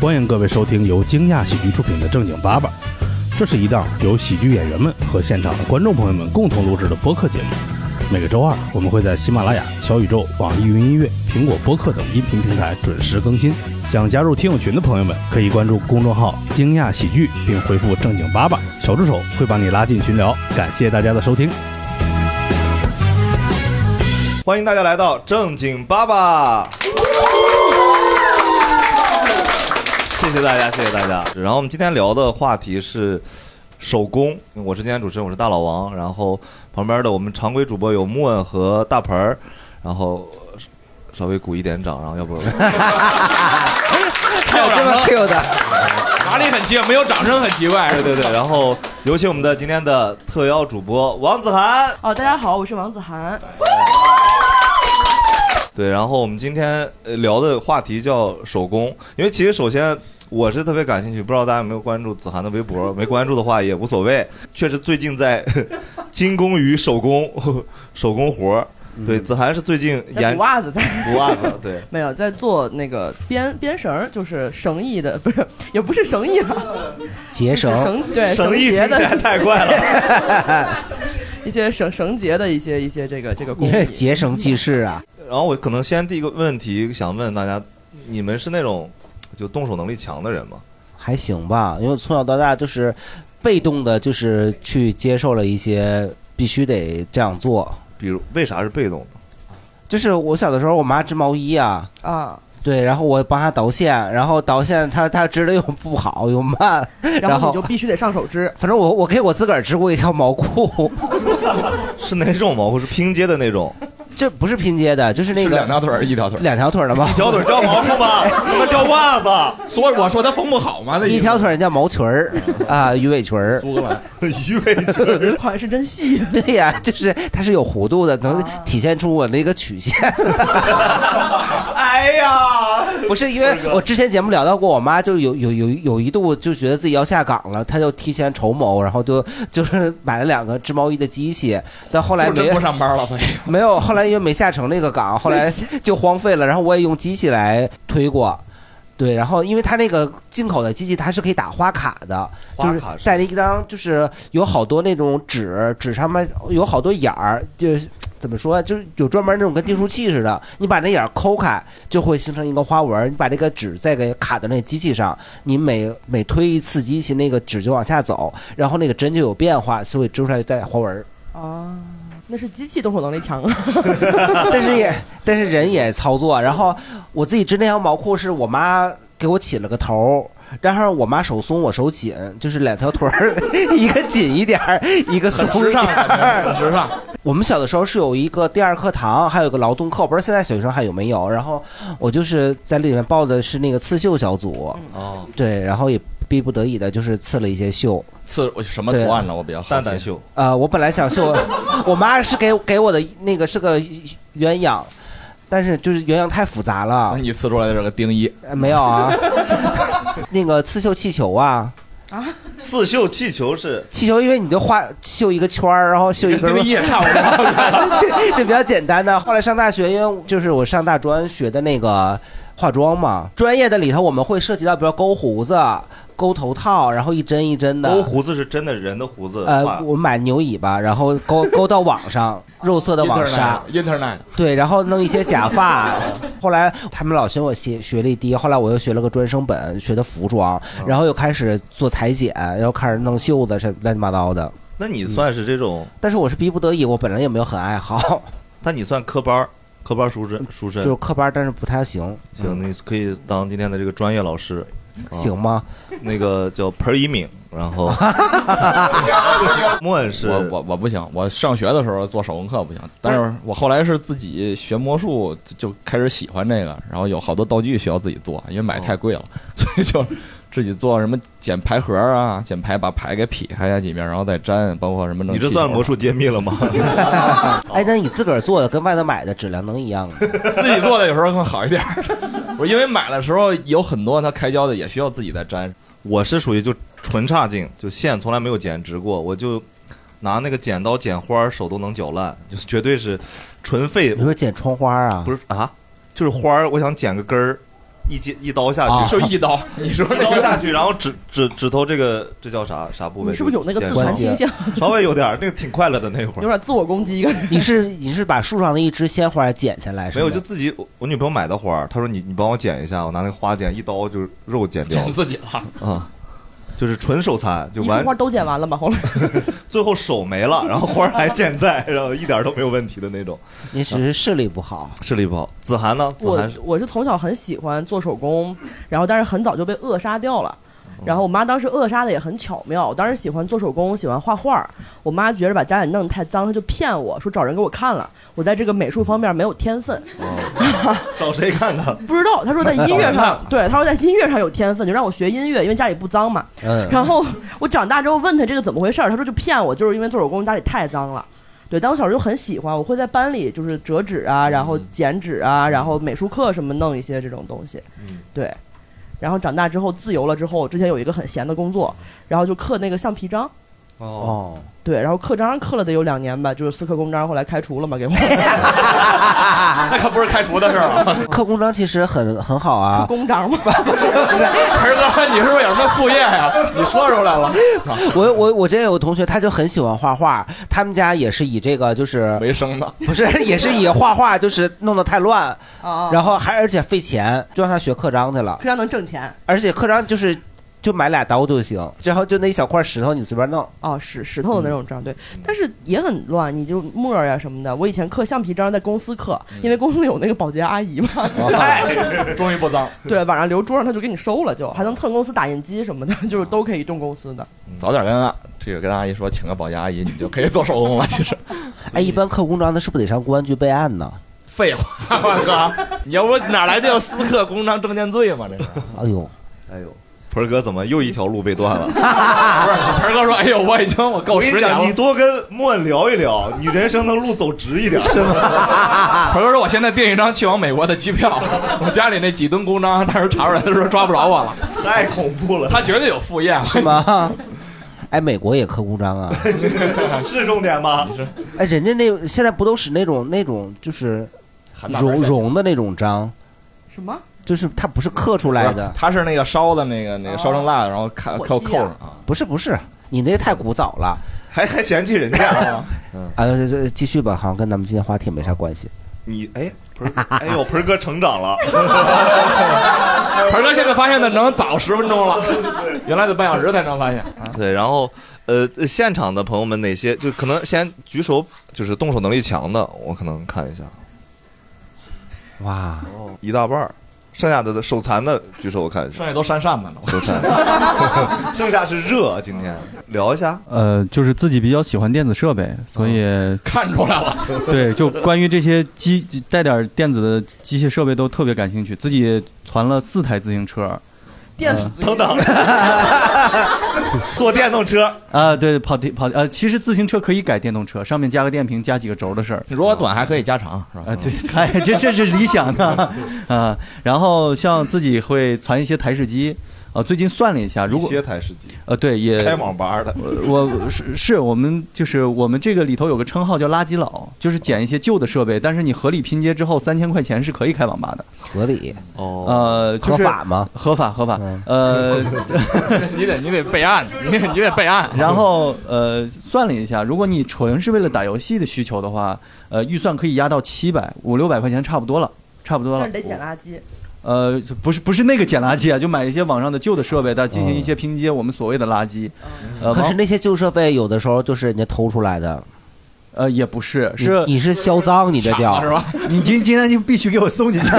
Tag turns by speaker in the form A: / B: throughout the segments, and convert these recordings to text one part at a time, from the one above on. A: 欢迎各位收听由惊讶喜剧出品的《正经八百》，这是一档由喜剧演员们和现场的观众朋友们共同录制的播客节目。每个周二，我们会在喜马拉雅、小宇宙、网易云音乐、苹果播客等音频平台准时更新。想加入听友群的朋友们，可以关注公众号“惊讶喜剧”，并回复“正经八百”，小助手会把你拉进群聊。感谢大家的收听。
B: 欢迎大家来到正经爸爸，谢谢大家，谢谢大家。然后我们今天聊的话题是手工，我是今天主持人，我是大老王。然后旁边的我们常规主播有木恩和大盆儿，然后稍微鼓一点掌，然后要不
C: 还有这么 Q 的，
B: 哪里很奇怪，没有掌声很奇怪。对对对，然后有请我们的今天的特邀主播王子涵。
D: 哦，大家好，我是王子涵。
B: 对，然后我们今天呃聊的话题叫手工，因为其实首先我是特别感兴趣，不知道大家有没有关注子涵的微博，没关注的话也无所谓。确实最近在 精工于手工 手工活儿，对，子涵是最近
D: 在
B: 研
D: 补袜子，在
B: 补袜子，对，
D: 没有在做那个编编绳儿，就是绳艺的，不是也不是绳艺 了，
C: 结
D: 就是绳对
B: 绳艺
D: 结
B: 听起来
D: 的
B: 太怪了，
D: 一些绳绳结的一些一些这个这个工
C: 你
D: 艺
C: 这。 是结绳记事啊？
B: 然后我可能先第一个问题想问大家，你们是那种就动手能力强的人吗？
C: 还行吧，因为从小到大就是被动的，就是去接受了一些必须得这样做。
B: 比如为啥是被动的？
C: 就是我小的时候，我妈织毛衣啊，
D: 啊，
C: 对，然后我帮她导线，然后导线她她织的又不好又慢，
D: 然
C: 然
D: 后你
C: 后
D: 就必须得上手织，
C: 反正我我给我自个儿织过一条毛裤，
B: 是哪种毛裤？是拼接的那种？
C: 这不是拼接的，就是那
E: 是
C: 个
E: 两条腿儿一条腿儿？
C: 两条腿儿的毛
B: 一，条 腿叫毛裤吗？他妈叫袜子。
E: 所以我说他缝不好嘛，那
C: 一条腿儿叫毛裙儿啊，鱼尾裙儿。
E: 苏格兰。
B: 鱼尾裙，
D: 好像是真细。
C: 对呀、就是它是有弧度的，能
D: 啊
C: 体现出我那个曲线。
B: 哎呀，
C: 不是 因为我之前节目聊到过，我妈就有有有有一度就觉得自己要下岗了，她就提前筹谋，然后就就是买了两个织毛衣的机器，但后来
E: 就
C: 没
E: 真不上班了，发现
C: 没有，后来因为没下成那个岗，后来就荒废了。然后我也用机器来推过，对，然后因为它那个进口的机器它是可以打花卡的，
B: 花
C: 就是
B: 卡是
C: 在那一张就是有好多那种纸，纸上面有好多眼儿，就是。怎么说？就是有专门那种跟订书器似的，你把那眼儿抠开，就会形成一个花纹儿。你把这个纸再给卡到那机器上，你每每推一次机器，那个纸就往下走，然后那个针就有变化，所以织出来就带花纹儿。
D: 啊，那是机器动手能力强啊。
C: 哦 但是也 但是人也操作。然后我自己织那条毛裤是我妈给我起了个头儿，然后我妈手松我手紧，就是两条腿儿， 一个紧一点儿，一个松
E: 很
C: 一
E: 时
C: 点
E: 尚，感
C: 儿。
E: 觉很时尚。
C: 我们小的时候是有一个第二课堂，还有一个劳动课，我不知道现在小学生还有没有。然后我就是在里面报的是那个刺绣小组，
E: 嗯
B: 哦，
C: 对，然后也逼不得已的就是刺了一些绣。
E: 刺我什么图案呢？我比较好奇
B: 蛋蛋，秀，
C: 呃，我本来想绣，我妈是给给我的那个是个鸳鸯，但是就是鸳鸯太复杂了
E: 那，你刺出来的这个丁一，
C: 呃没有啊， 那个刺绣气球啊，
B: 刺绣气球是
C: 气球因为你就画绣一个圈儿，然后绣一
E: 跟
C: 根儿
E: 丁一，也差不多。
C: 这比较简单的。后来上大学，因为就是我上大专学的那个化妆嘛，专业的里头我们会涉及到，比如勾胡子、勾头套，然后一针一针的。
B: 勾胡子是真的人的胡子画
C: 呃，我买牛尾巴，然后勾勾到网上，肉色的网纱，
E: Internet，Internet，
C: 对，然后弄一些假发。后来他们老嫌我学学历低，后来我又学了个专升本，学的服装，
B: 嗯
C: 然后又开始做裁剪，然后开始弄袖子，什么乱七八糟的。
B: 那你算是这种，
C: 但是我是逼不得已，我本来也没有很爱
B: 哦
C: 好，
B: 但你算科班儿，科班儿出身出身
C: 嗯就。是科班，但是不太行，嗯
B: 行，你可以当今天的这个专业老师，哦
C: 行吗？
B: 那个叫盆儿一敏，然 后莫恩是
E: 我我我不行，我上学的时候做手工课不行，但是我后来是自己学魔术，就就开始喜欢这个，然后有好多道具需要自己做，因为买太贵
B: 哦
E: 了，所以就自己做什么剪牌盒啊，剪牌把牌给劈开呀几面，然后再粘，包括什么弄
B: 你这
E: 气
B: 算
E: 球啊
B: 魔术揭秘了吗？
C: 哎，那你自个儿做的跟外头买的质量能一样吗？
E: 自己做的有时候更好一点儿。 我因为买的时候有很 多它开胶的也需要自己再粘。
B: 我是属于就纯差劲，就线从来没有剪直过，我就拿那个剪刀剪花儿，手都能绞烂，就绝对是纯废
C: 你说剪窗花啊？
B: 不是啊，就是花儿，我想剪个根儿，一接一刀下
E: 啊
B: 去，
E: 就一 刀，你说
B: 一刀下去，然后指指指头这个这叫啥啥部位？
D: 你是不是有那个
B: 这
D: 自
B: 这
D: 残倾向？
B: 稍微有点儿，那个挺快乐的那会
D: 有
B: 儿。
D: 点自我攻击感？
C: 你是你是把树上的一枝鲜花剪下哎来是
B: 没
C: 吗？
B: 有，就自己我我女朋友买的花儿，她说你你帮我剪一下，我拿那个花剪，一刀就肉剪掉
E: 剪
B: 了
E: 自己了，
B: 啊、就是纯手残，就
D: 一束
B: 完
D: 花都剪完了吗？后来
B: 最后手没了，然后花儿还健在，然后一点儿都没有问题的那种，嗯
C: 你只是视力不好。
B: 视力不好。子涵呢？子
D: 我
B: 涵是
D: 我是从小很喜欢做手工，然后但是很早就被扼杀掉了。然后我妈当时扼杀的也很巧妙，我当时喜欢做手工，喜欢画画儿。我妈觉着把家里弄得太脏，她就骗我说找人给我看了，我在这个美术方面没有天分，
B: 找谁看 看？
D: 不知道。她说在音乐
E: 找人看
D: 上，对，她说在音乐上有天分，就让我学音乐，因为家里不脏嘛。
C: 嗯，
D: 然后我长大之后问他这个怎么回事儿，他说就骗我，就是因为做手工家里太脏了。对，但我小时候就很喜欢，我会在班里就是折纸啊，然后剪纸啊，然后美术课什么弄一些这种东西。
B: 嗯，
D: 对。然后长大之后自由了之后，之前有一个很闲的工作，然后就刻那个橡皮章。
B: 哦，
C: 哦，
D: 对，然后刻章刻了得有两年吧，就是私刻公章，后来开除了嘛，给我刻
E: 那可不是开除的事儿 啊。
C: 刻公章其实很很好啊。
D: 公章 嘛。
E: 盆儿哥，你是不是有什么副业呀、 你说出来了，
C: 我我我之前有个同学，他就很喜欢画画，他们家也是以这个 就是
E: 没生的，
C: 不是也是以画画就是弄得太乱，
D: 啊，
C: 然后还而且费钱，就让他学刻章去了，
D: 刻章能挣钱。
C: 而且刻章就是就买俩刀就行，然后就那一小块石头你随便弄。嗯
D: 哦，石石头的那种章，对，但是也很乱，你就沫儿呀什么的。我以前刻橡皮章在公司刻，
E: 嗯
D: 因为公司有那个保洁阿姨嘛，
E: 啊
C: 哎
E: 终于不脏，
D: 对，晚上留桌上她就给你收了就，还能蹭公司打印机什么的，就是都可以用公司的。
E: 早点跟这个跟阿姨说，请个保洁阿姨，你就可以做手工了。其实，
C: 哎，一般刻公章的是不是得上公安局备案呢？
E: 废话，万哥，你要不哪来的私刻公章证件罪嘛？这是。
C: 哎呦，
B: 哎呦，盆儿哥怎么又一条路被断 了？
E: 不是，盆儿哥说：“哎呦，我已经我够
B: 我跟
E: 十
B: 你
E: 年了
B: 讲，。你多跟莫恩聊一聊，你人生的路走直一点。是吗？”
D: 啊
E: 盆儿哥说：“我现在订一张去往美国的机票， 我家里那几吨公章，到时候查出来的时候抓不着我了。
B: 太恐怖了，
E: 他绝对有副业，啊
C: 是吗？ 哎，美国也刻公章 啊！
B: 是重点吗？
C: 哎，人家那现在不都使那种那种就是
E: 很大
C: 绒绒的那种章，
D: 什么？
C: 就是它不是刻出来的，
E: 他是那个烧的那个那个烧成蜡的，然后看
D: 哦火
E: 扣
D: 漆
E: 扣
D: 呀
E: 上啊。
C: 不是不是，你那个太古早了。
B: 还还嫌弃人家？啊
E: 嗯
C: 呃，这继续吧，好像跟咱们今天话题没啥关系。
B: 你哎，盆儿，哎呦，盆儿哥成长了，
E: 盆儿哥现在发现的能早十分钟了，原来得半小时才能发现。
B: 对，然后呃，现场的朋友们哪些就可能先举手，就是动手能力强的，我可能看一下，哦
C: 哇，
B: 一大半儿，剩下的手残的举手我看一下
E: 剩，下都扇扇子呢。
B: 手残， 剩下是热，今天聊一下，
F: 呃，就是自己比较喜欢电子设备，所以、
E: 哦 看出来了，
F: 对，就关于这些机带点儿电子的机械设备都特别感兴趣。自己攒了四台自行车，呃
D: 电子
B: 嗯等 等，坐电动车，
F: 啊，对，跑题跑呃，其实自行车可以改电动车，上面加个电瓶，加几个轴的事儿。
E: 如果短还可以加长，是吧？
F: 啊，对， 哎，这这是理想的啊。然后像自己会攒一些台式机，啊，最近算了一下，如果
B: 一些台式机，
F: 呃，对，也呃
B: 开网吧的，
F: 我是是我们就是我们这个里头有个称号叫“垃圾佬”，就是捡一些旧的设备，但是你合理拼接之后，三千块钱是可以开网吧的。
C: 合理
B: 哦，
F: 呃，就
C: 合
F: 是
C: 法吗？
F: 合法合法
C: 嗯。
F: 呃，
E: 你得你得备 案，你得你得备案。
F: 然后呃，算了一下，如果你纯是为了打游戏的需求的话，呃，预算可以压到七百五六百块钱，差不多了。差不多
D: 但
F: 了
D: 是，得捡垃圾。
F: 呃，不是不是那个捡垃圾啊，就买一些网上的旧的设备，它进行一些拼接，我们所谓的垃圾，呃，
C: 哦可
F: 往
C: 是那些旧设备有的时候就是人家偷出来的，
F: 呃也不是，
C: 你
F: 是
C: 你是销赃，你这叫
E: 抢了是吧？
F: 你今今天就必须给我送进 去。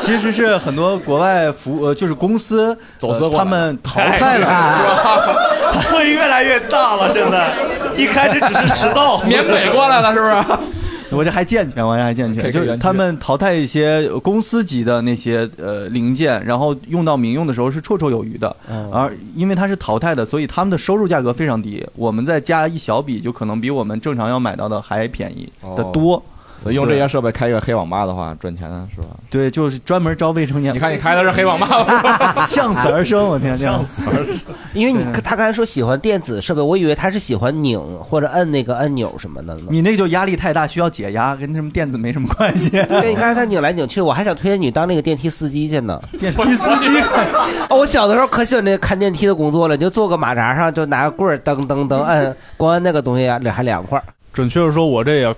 F: 其实是很多国外服呃，就是公司
E: 走私
F: 呃
E: 过
F: 他
E: 来
F: 们淘汰了，
B: 会越来越大了，现在一开始只是迟到，
E: 缅北过来了是不是？
F: 我这还健全，我这还健
E: 可以
F: 全，
E: 可以
F: 就是
E: 原
F: 他们淘汰一些公司级的那些呃零件，然后用到民用的时候是绰绰有余的。
E: 嗯
C: 嗯
F: 而因为它是淘汰的，所以他们的收入价格非常低，我们再加一小笔，就可能比我们正常要买到的还便宜的多。
E: 哦所以用这些设备开一个黑网吧的话，赚钱啊是吧？
F: 对，就是专门招未成年，
E: 你看你开的是黑网吧，
F: 向死而生， 我天，
B: 像死而 生。
C: 因为你
F: 对
C: 他刚才说喜欢电子设备，我以为他是喜欢拧或者摁那个按钮什么的呢。
F: 你那就压力太大，需要解压，跟什么电子没什么关系。
C: 对，你看他拧来拧去，我还想推荐你当那个电梯司机去呢。
F: 电梯司机，
C: 哦，我小的时候可喜欢那个看电梯的工作了，你就坐个马扎上，就拿个棍儿噔噔噔摁，光按那个东西 啊，还凉快儿。
G: 准确的说，我这也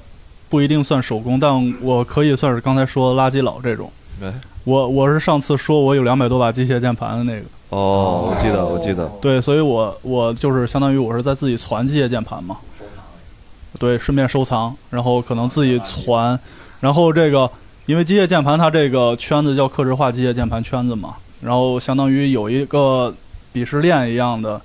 G: 不一定算手工，但我可以算是刚才说的垃圾佬这种
B: 哎。
G: 我我是上次说我有两百多把机械键盘的那个，
B: 哦，我记得，我记得，
G: 对，所以我我就是相当于我是在自己攒机械键盘嘛，对，顺便收藏，然后可能自己攒，然后这个因为机械键盘它这个圈子叫客制化机械键盘圈子嘛，然后相当于有一个鄙视链一样的，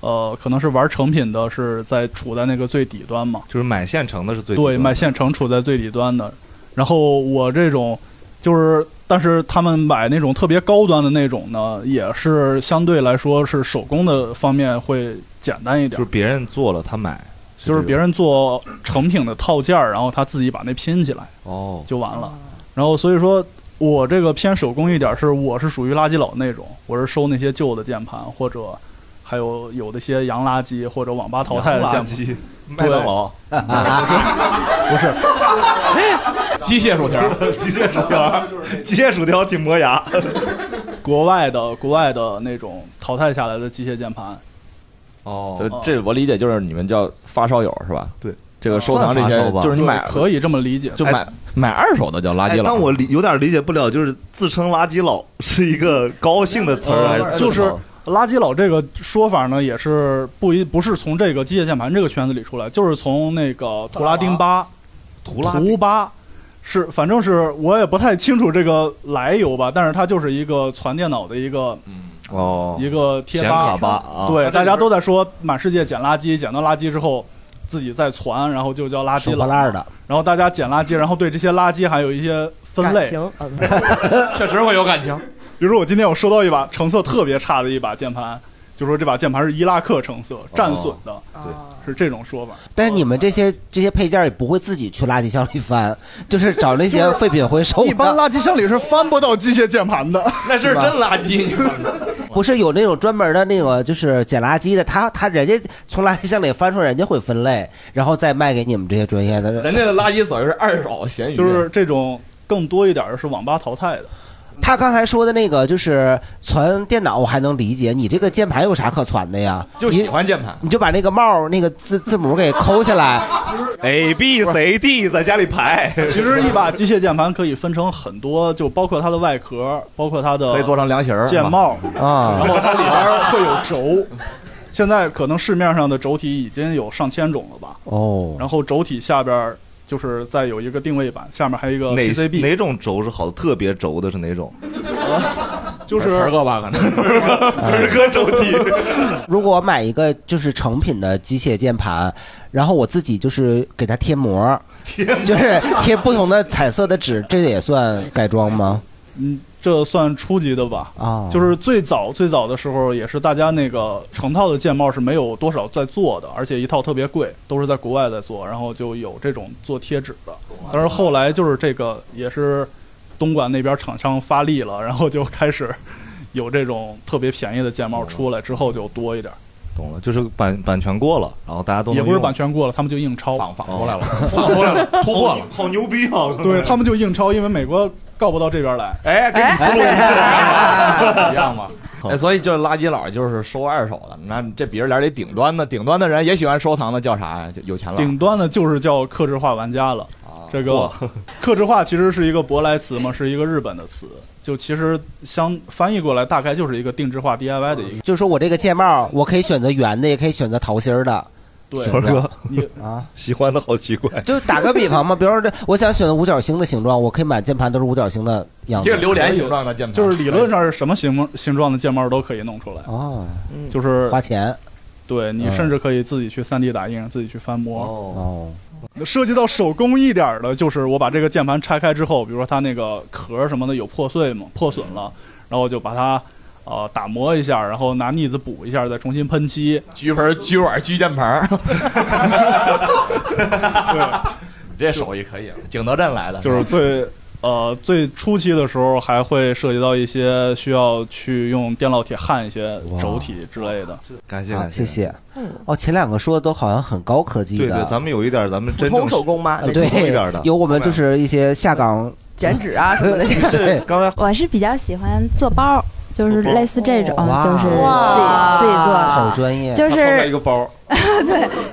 G: 呃，可能是玩成品的是在处在那个最底端嘛，
B: 就是买现成的是最
G: 对，
B: 买
G: 买现成处在最底端的。然后我这种就是，但是他们买那种特别高端的那种呢，也是相对来说是手工的方面会简单一
B: 就是，
G: 点
B: 别人做了他买，
G: 就是别人做成品的套件儿，然后他自己把那拼起来
B: 哦，
G: 就完了。然后所以说。我这个偏手工一点，是我是属于垃圾佬那种，我是收那些旧的键盘，或者还有有的些洋垃圾或者网吧淘汰的键
B: 相
G: 盘，
B: 机，麦当劳，
E: 机械薯条，
B: 机械薯条，机械薯条挺磨牙。
G: 国外的国外的那种淘汰下来的机械键盘，
B: 哦，
E: 就这我理解就是你们叫发烧友是吧？
B: 对，
E: 这个收藏这
B: 算发
E: 些
B: 烧吧
E: 就是你
G: 对
E: 买
G: 可以这么理解，
E: 就买买二手的叫垃圾
B: 哎，
E: 佬。
B: 但我理有点理解不了，就是自称垃圾佬 是一个高兴的词儿还是
G: 哦呃就
B: 自嘲
G: 是垃圾佬这个说法呢，也是不一不是从这个机械键盘这个圈子里出来，就是从那个图拉丁巴
B: 图拉丁
G: 图巴。是，反正是我也不太清楚这个来由吧，但是它就是一个传电脑的一个、
B: 哦
G: 一个贴
B: 显
G: 吧
B: 卡，吧啊，
G: 对，大家都在说满世界捡垃圾，捡到垃圾之后自己再传，然后就叫垃
C: 手
G: 圾
C: 破
G: 佬。
C: 烂儿的，
G: 然后大家捡
B: 嗯
G: 垃圾，然后对这些垃圾还有一些分
D: 感
G: 类，
D: 情，嗯，
E: 确实 会有感情。
G: 比如说我今天我收到一把成色特别差的一把键盘，就说这把键盘是伊拉克成色，战损的，
E: 哦
G: 是这种说法。
C: 但是你们这些这些配件儿也不会自己去垃圾箱里翻，就是找那些废品回收
G: 一般
C: 的。
G: 垃圾箱里是翻不到机械键盘的，
E: 那是真垃圾，你
C: 不是有那种专门的那个就是捡垃圾的，他他人家从垃圾箱里翻出来，人家会分类，然后再卖给你们这些专业的。
E: 人家的垃圾所谓是二手闲鱼，
G: 就是这种更多一点的是网吧淘汰的。
C: 他刚才说的那个就是传电脑，我还能理解，你这个键盘有啥可传的呀？
E: 就
C: 你
E: 喜欢键盘。
C: 你就把那个帽儿那个字字母给抠下来，
B: A B C D 在家里排，
G: 其实一把机械键盘可以分成很多，就包括它的外壳，包括它
E: 可以做
G: 的
E: 成凉席儿，
G: 键帽，然
C: 啊，
G: 后它里边会有轴。现在可能市面上的轴体已经有上千种了吧，
C: 哦，
G: 然后轴体下边儿就是再有一个定位板，下面还有一个
B: 哪
G: PCB，
B: 哪种轴是好的？特别轴的是哪种？
G: 就是
E: 盆儿哥吧，可能
B: 二哥轴体，
C: 如果我买一个就是成品的机械键盘，然后我自己就是给它贴膜，就是贴不同的彩色的纸，这也算改装吗？
G: 嗯，这算初级的吧？
B: 哦
C: 啊，
G: 就是最早最早的时候，也是大家那个成套的键帽是没有多少在做的，而且一套特别贵，都是在国外在做，然后就有这种做贴纸的。但是后来就是这个也是东莞那边厂商发力了，然后就开始有这种特别便宜的键帽出来之后就多一点，
B: 懂了，就是版版权过了，然后大家都能
G: 也不是
B: 用
G: 版权过了，他们就硬抄，
E: 仿仿出来了，仿出来了，突破了。
B: 好牛逼啊！
G: 对他们就硬抄，因为美国告不到这边来。
B: 哎，给你思路
E: 一样嘛。哎，所以就是垃圾佬，就是收二手的。那这鄙视链里顶端的，顶端的人也喜欢收藏的，叫啥呀？就有钱佬。
G: 顶端的就是叫克制化玩家了。
C: 啊
G: 这个 克制化其实是一个舶来词嘛，是一个日本的词，就其实相翻译过来大概就是一个定制化 DIY 的一个。
C: 就是说我这个键帽，我可以选择圆的，也可以选择桃心儿的
G: 对，
B: 小 哥
C: 啊。
B: 喜欢的好奇怪，
C: 就打个比方嘛，比如说这，我想选择五角星的形状，我可以买键盘都是五角星的样
E: 一个
C: 子。
E: 榴莲形状的键盘，哎
G: 就是理论上是什么形形状的键帽都可以弄出来，
C: 哦，
G: 就是
C: 花钱
G: 对你
C: 嗯
G: 甚至可以自己去 3D 打印，自己去翻模。
C: 哦，
G: 涉及到手工一点儿的，就是我把这个键盘拆开之后，比如说它那个壳儿什么的有破碎嘛，破损了，然后我就把它呃打磨一下，然后拿腻子补一下，再重新喷漆。
E: 焗盆、焗碗、焗键盘，你这手艺可以，景 德镇来的，
G: 就是最呃最初期的时候，还会涉及到一些需要去用电烙铁焊一些轴体之类的。
B: 感谢
C: 啊，
B: 感
C: 谢谢
D: 嗯。
C: 哦，前两个说的都好像很高科技的，
B: 对对，咱们有一点咱们真正
D: 通手工吗？
C: 呃
D: 这
C: 对
B: 普通一点的
C: 有我们就是一些下岗，
D: 剪纸啊什么 的，这个
B: 是刚才
H: 我是比较喜欢做包儿，就是
B: 做包儿
H: 类似这种，
C: 哇哦
H: 就是自己
D: 哇
H: 自己做的。
C: 好专业。
H: 就
B: 他放在一
H: 是
B: 个包，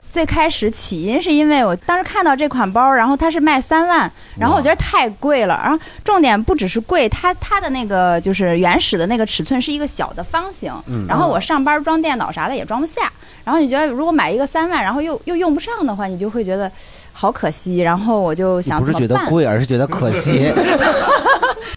H: 最开始起因是因为我当时看到这款包，然后它是卖三万，然后我觉得太贵了，然后重点不只是贵，它它的那个就是原始的那个尺寸是一个小的方形，
C: 嗯
H: 然后我上班装电脑啥的也装不下，然后你觉得如果买一个三万，然后又又用不上的话，你就会觉得好可惜，然后我就
C: 你
H: 想
C: 不是
H: 怎
C: 觉
H: 么
C: 得
H: 办？
C: 贵，而是觉得可 惜。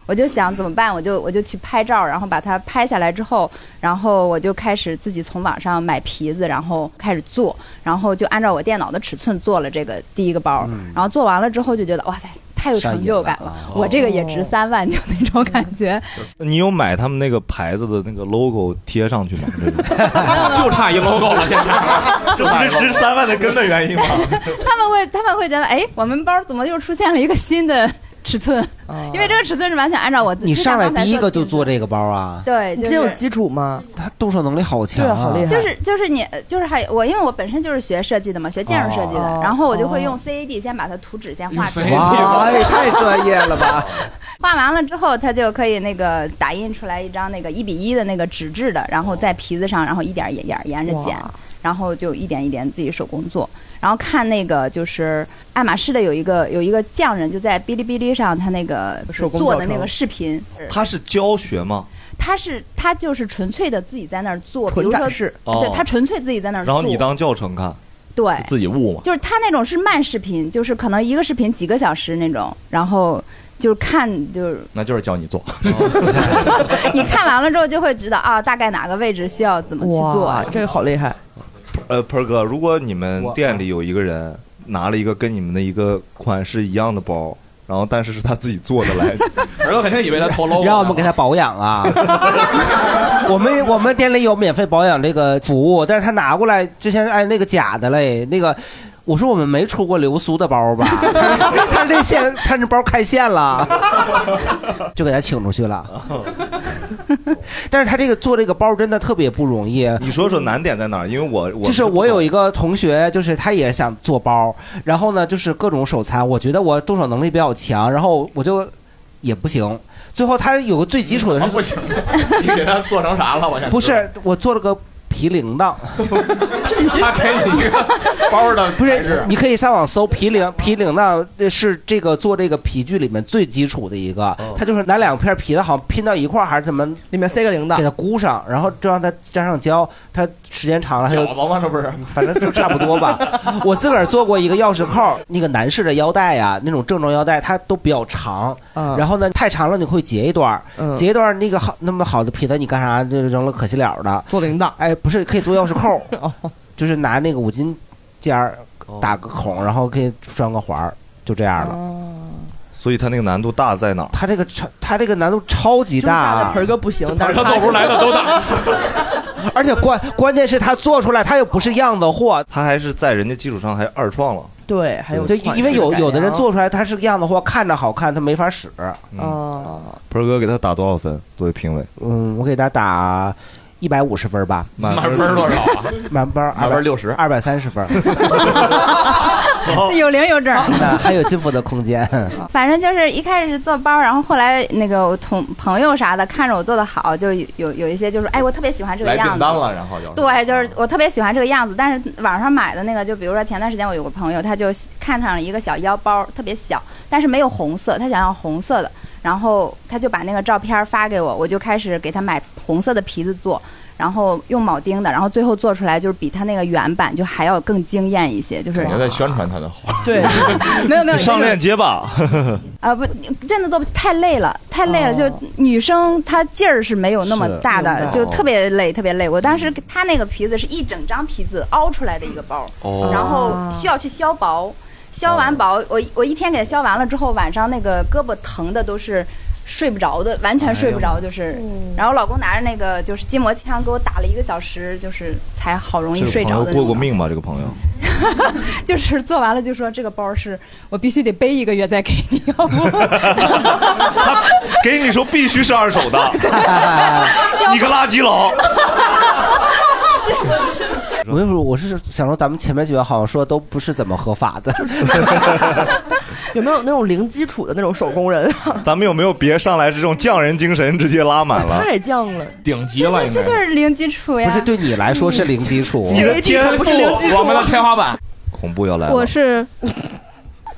H: 我就想怎么办，我就我就去拍照，然后把它拍下来之后，然后我就开始自己从网上买皮子，然后开始做，然后就按照我电脑的尺寸做了这个第一个包，然后做完了之后就觉得哇塞，太有成就感
C: 嗯上瘾了啊
H: 我这个也值
D: 哦
H: 三万，就那种感 觉。
B: 你有买他们那个牌子的那个 logo 贴上 去吗？这种
E: 就差一 logo 了，现在就差 一
B: 这
E: logo
B: 值三万的根本原因吗？
H: 他们会他们会觉得，哎，我们包怎么又出现了一个新的尺寸？因为这个尺寸是完全按照我自己。
C: 啊你上来第一个就
H: 做
C: 做这个包啊？
H: 对，
D: 你
H: 就
D: 真有
H: 是
D: 基础吗？
C: 他动手能力好强
D: 对啊，好厉害。
H: 就是就是你就是还有我，因为我本身就是学设计的嘛，学建筑设计的，
D: 哦
H: 然后我就会
D: 哦
H: 用 CAD 先把它图纸先画出
E: 用
H: 来，
E: CAD
C: 哇，哎，太专业了吧！
H: 画完了之后，它就可以那个打印出来一张那个一比一的那个纸质的，然后在皮子上，然后一点儿一点儿沿着剪，
D: 哇
H: 然后就一点一点自己手工做。然后看那个就是爱马仕的有一个有一个匠人就在哔哩哔哩上，他那个
D: 手工
H: 做
D: 教
H: 的那
D: 程
H: 个视频，
B: 他是教学吗？
H: 他是他就是纯粹的自己在那儿做，比
D: 纯
H: 如说
D: 展示，
B: 哦
H: 对，他纯粹自己在那儿做，
B: 然后你当教程看，
H: 对
E: 自己悟嘛。
H: 就是他那种是慢视频，就是可能一个视频几个小时那种，然后就是看就是
E: 那就是教你做，
H: 你看完了之后就会知道啊，大概哪个位置需要怎么去做
D: 哇，。这个好厉害！
B: 呃，盆儿哥，如果你们
C: 我
B: 店里有一个人拿了一个跟你们的一个款式一样的包，然后但是是他自己做的 来，
E: 儿子肯定以为他 投 logo，
C: 让我们给他保养啊。我们我们店里有免费保养这个服务，但是他拿过来之前哎那个假的嘞，那个我说我们没出过流苏的包吧？他这线他这包开线了，就给他请出去了。 但是他这个做这个包真的特别不容易，
B: 你说说难点在哪儿？因为我我
C: 就是
B: 不
C: 我
B: 懂
C: 有一个同学，就是他也想做包，然后呢，就是各种手残，我觉得我动手能力比较强，然后我就也不行。最后他有个最基础的
E: 啊
C: 是，
E: 不行，你给他做成啥了？我想
C: 不是我做了个皮铃 铛，
E: 知道他给你一个包的
C: 不
E: 材质
C: 是，你可以上网搜皮铃皮铃铛，呃是这个做这个皮具里面最基础的一个，
E: 哦
C: 他就是拿两片皮子好像拼到一块儿还是怎么，
D: 里面塞个铃铛
C: 给，它箍上，然后就让它粘上胶，它时间长了它就
E: 饺子吗？这不是
C: 反正就差不 多吧。我自个儿做过一个钥匙扣，那个男士的腰带呀、那种正装腰带，它都比较长。
D: 嗯，
C: 然后呢，太长了你会截一段儿，
D: 嗯
C: 截一段儿那个好那么好的皮带，你干啥？就扔了可惜了的。
D: 做哦铃铛，
C: 哎，不是，可以做钥匙 扣，就是拿那个五金尖儿打个孔，然后可以拴个环儿，就这样了。
B: 哦所以他那个难度大在哪儿？
C: 它这个超，它这个难度超级
D: 就是
C: 大、
D: 大的
C: 啊
D: 盆，儿哥不行，但
E: 反
D: 是
E: 正
D: 他
E: 做不出来的都大。
C: 而且关关键是它做出来，它又不是样子货，
B: 他还是在人家基础上还二创了。
D: 对，还有
C: 对，
D: 款式
C: 因为有
D: 改
C: 有的人
D: 良
C: 做出来它是个样子货，看着好看，它没法使。
B: 嗯，
D: 哦，
B: 盆儿哥给他打多少分？作为评委，
C: 嗯，我给他打一百五十分吧，
B: 满
E: 满分多少啊？
C: 满分
E: 满
C: 二
E: 分
C: 百
E: 六十，
C: 二百三十分，
H: 有零有整。
C: 那还有进步的空间。
H: 反正就是一开始是做包，然后后来那个我同朋友啥的看着我做的好，就有有有一些就是哎，我特别喜欢这个
E: 来
H: 样
E: 订
H: 子
E: 单。了，然后就
H: 对，就是我特别喜欢这个样子，但是网上买的那个，就比如说前段时间我有个朋友，他就看上了一个小腰包，特别小，但是没有红色，他想要红色的，然后他就把那个照片发给我，我就开始给他买红色的皮子做，然后用铆钉的，然后最后做出来就是比他那个原版就还要更惊艳一些，就是
E: 感觉在宣传他的话，
D: 对，
H: 没有没有
B: 你上
H: 就是
B: 链 接吧。
H: 啊，不，真的做不起，太累了，太累了。
D: 哦
H: 就女生她劲儿是没有那么大哦
D: 明
H: 的
D: 白，
H: 就特别累，特别累。我当时她那个皮子是一整张皮子凹出来的一个包，
B: 哦
H: 然后需要去削薄，削完薄，我我一天给它削完了之后，晚上那个胳膊疼的都是。睡不着的，完全睡不着，就是。然后老公拿着那个就是筋膜枪给我打了一个小时，就是才好容易
B: 这
H: 睡
B: 个朋
H: 着
B: 友
H: 的那种。
B: 过过命吧？这个朋友，
I: 就是做完了就说这个包是我必须得背一个月再给你，要不
B: 给你说必须是二手 的，你个垃圾佬！
C: 我就说我是想说咱们前面几个好像说都不是怎么合法 的，
D: 有没有那种零基础的那种手工人啊？
B: 咱们有没有别上来是这种匠人精神，直接拉满了？
D: 太犟了，
E: 顶级了，应
H: 这就是零基础呀。
C: 不是对你来说是零基础，
B: 你的天赋
H: 啊
E: 我们的天花板。
B: 恐怖要来了！
J: 我是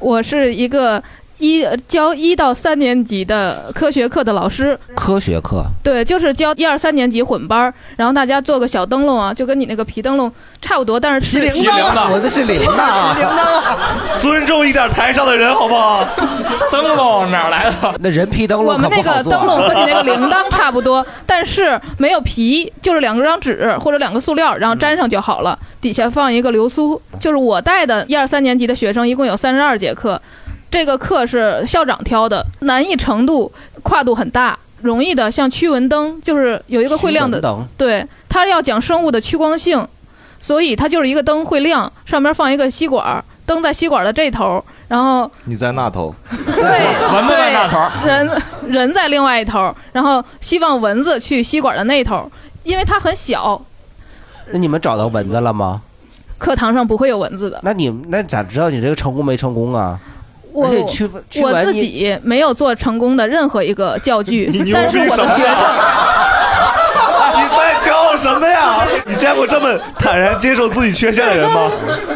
J: 我是一个一教一到三年级的科学课的老师，
C: 科学课
J: 对，就是教一二三年级混班儿，然后大家做个小灯笼啊，就跟你那个皮灯笼差不多，但是是
C: 铃铛，我的是铃铛啊，
B: 尊重一点台上的人好不好？
E: 灯笼哪儿来的？
C: 那人皮灯
J: 我
C: 笼
J: 们
C: 可
J: 那
C: 不
J: 个
C: 好做
J: 灯笼
C: 啊。
J: 和你那个铃 铛差不多，但是没有皮，就是两张纸或者两个塑料，然后粘上就好了。底下放一个流苏。就是我带的一二三年级的学生，一共有三十二节课，这个课是校长挑的，难易程度跨度很大。容易的像驱蚊灯，就是有一个会亮的
C: 驱蚊灯，
J: 对，它要讲生物的趋光性，所以它就是一个灯会亮，上面放一个吸管儿，灯在吸管儿的这头儿，然后
B: 你在那头，
J: 对，
E: 蚊子在那头儿，
J: 人人在另外一头儿，然后希望蚊子去吸管的那头儿，因为它很小，
C: 那你们找到蚊子了吗？
J: 课堂上不会有蚊子的。
C: 那你那咋知道你这个成功没成功啊？
J: 我
C: 而且驱蚊驱
J: 我
C: 蚊
J: 自
C: 你
J: 己没有做成功的任何一个教具
B: 你，牛
J: 但是
B: 逼
J: 我
B: 什
J: 的
B: 么
J: 学生，
B: 你在骄傲什么呀？你见过这么坦然接受自己缺陷的人 吗？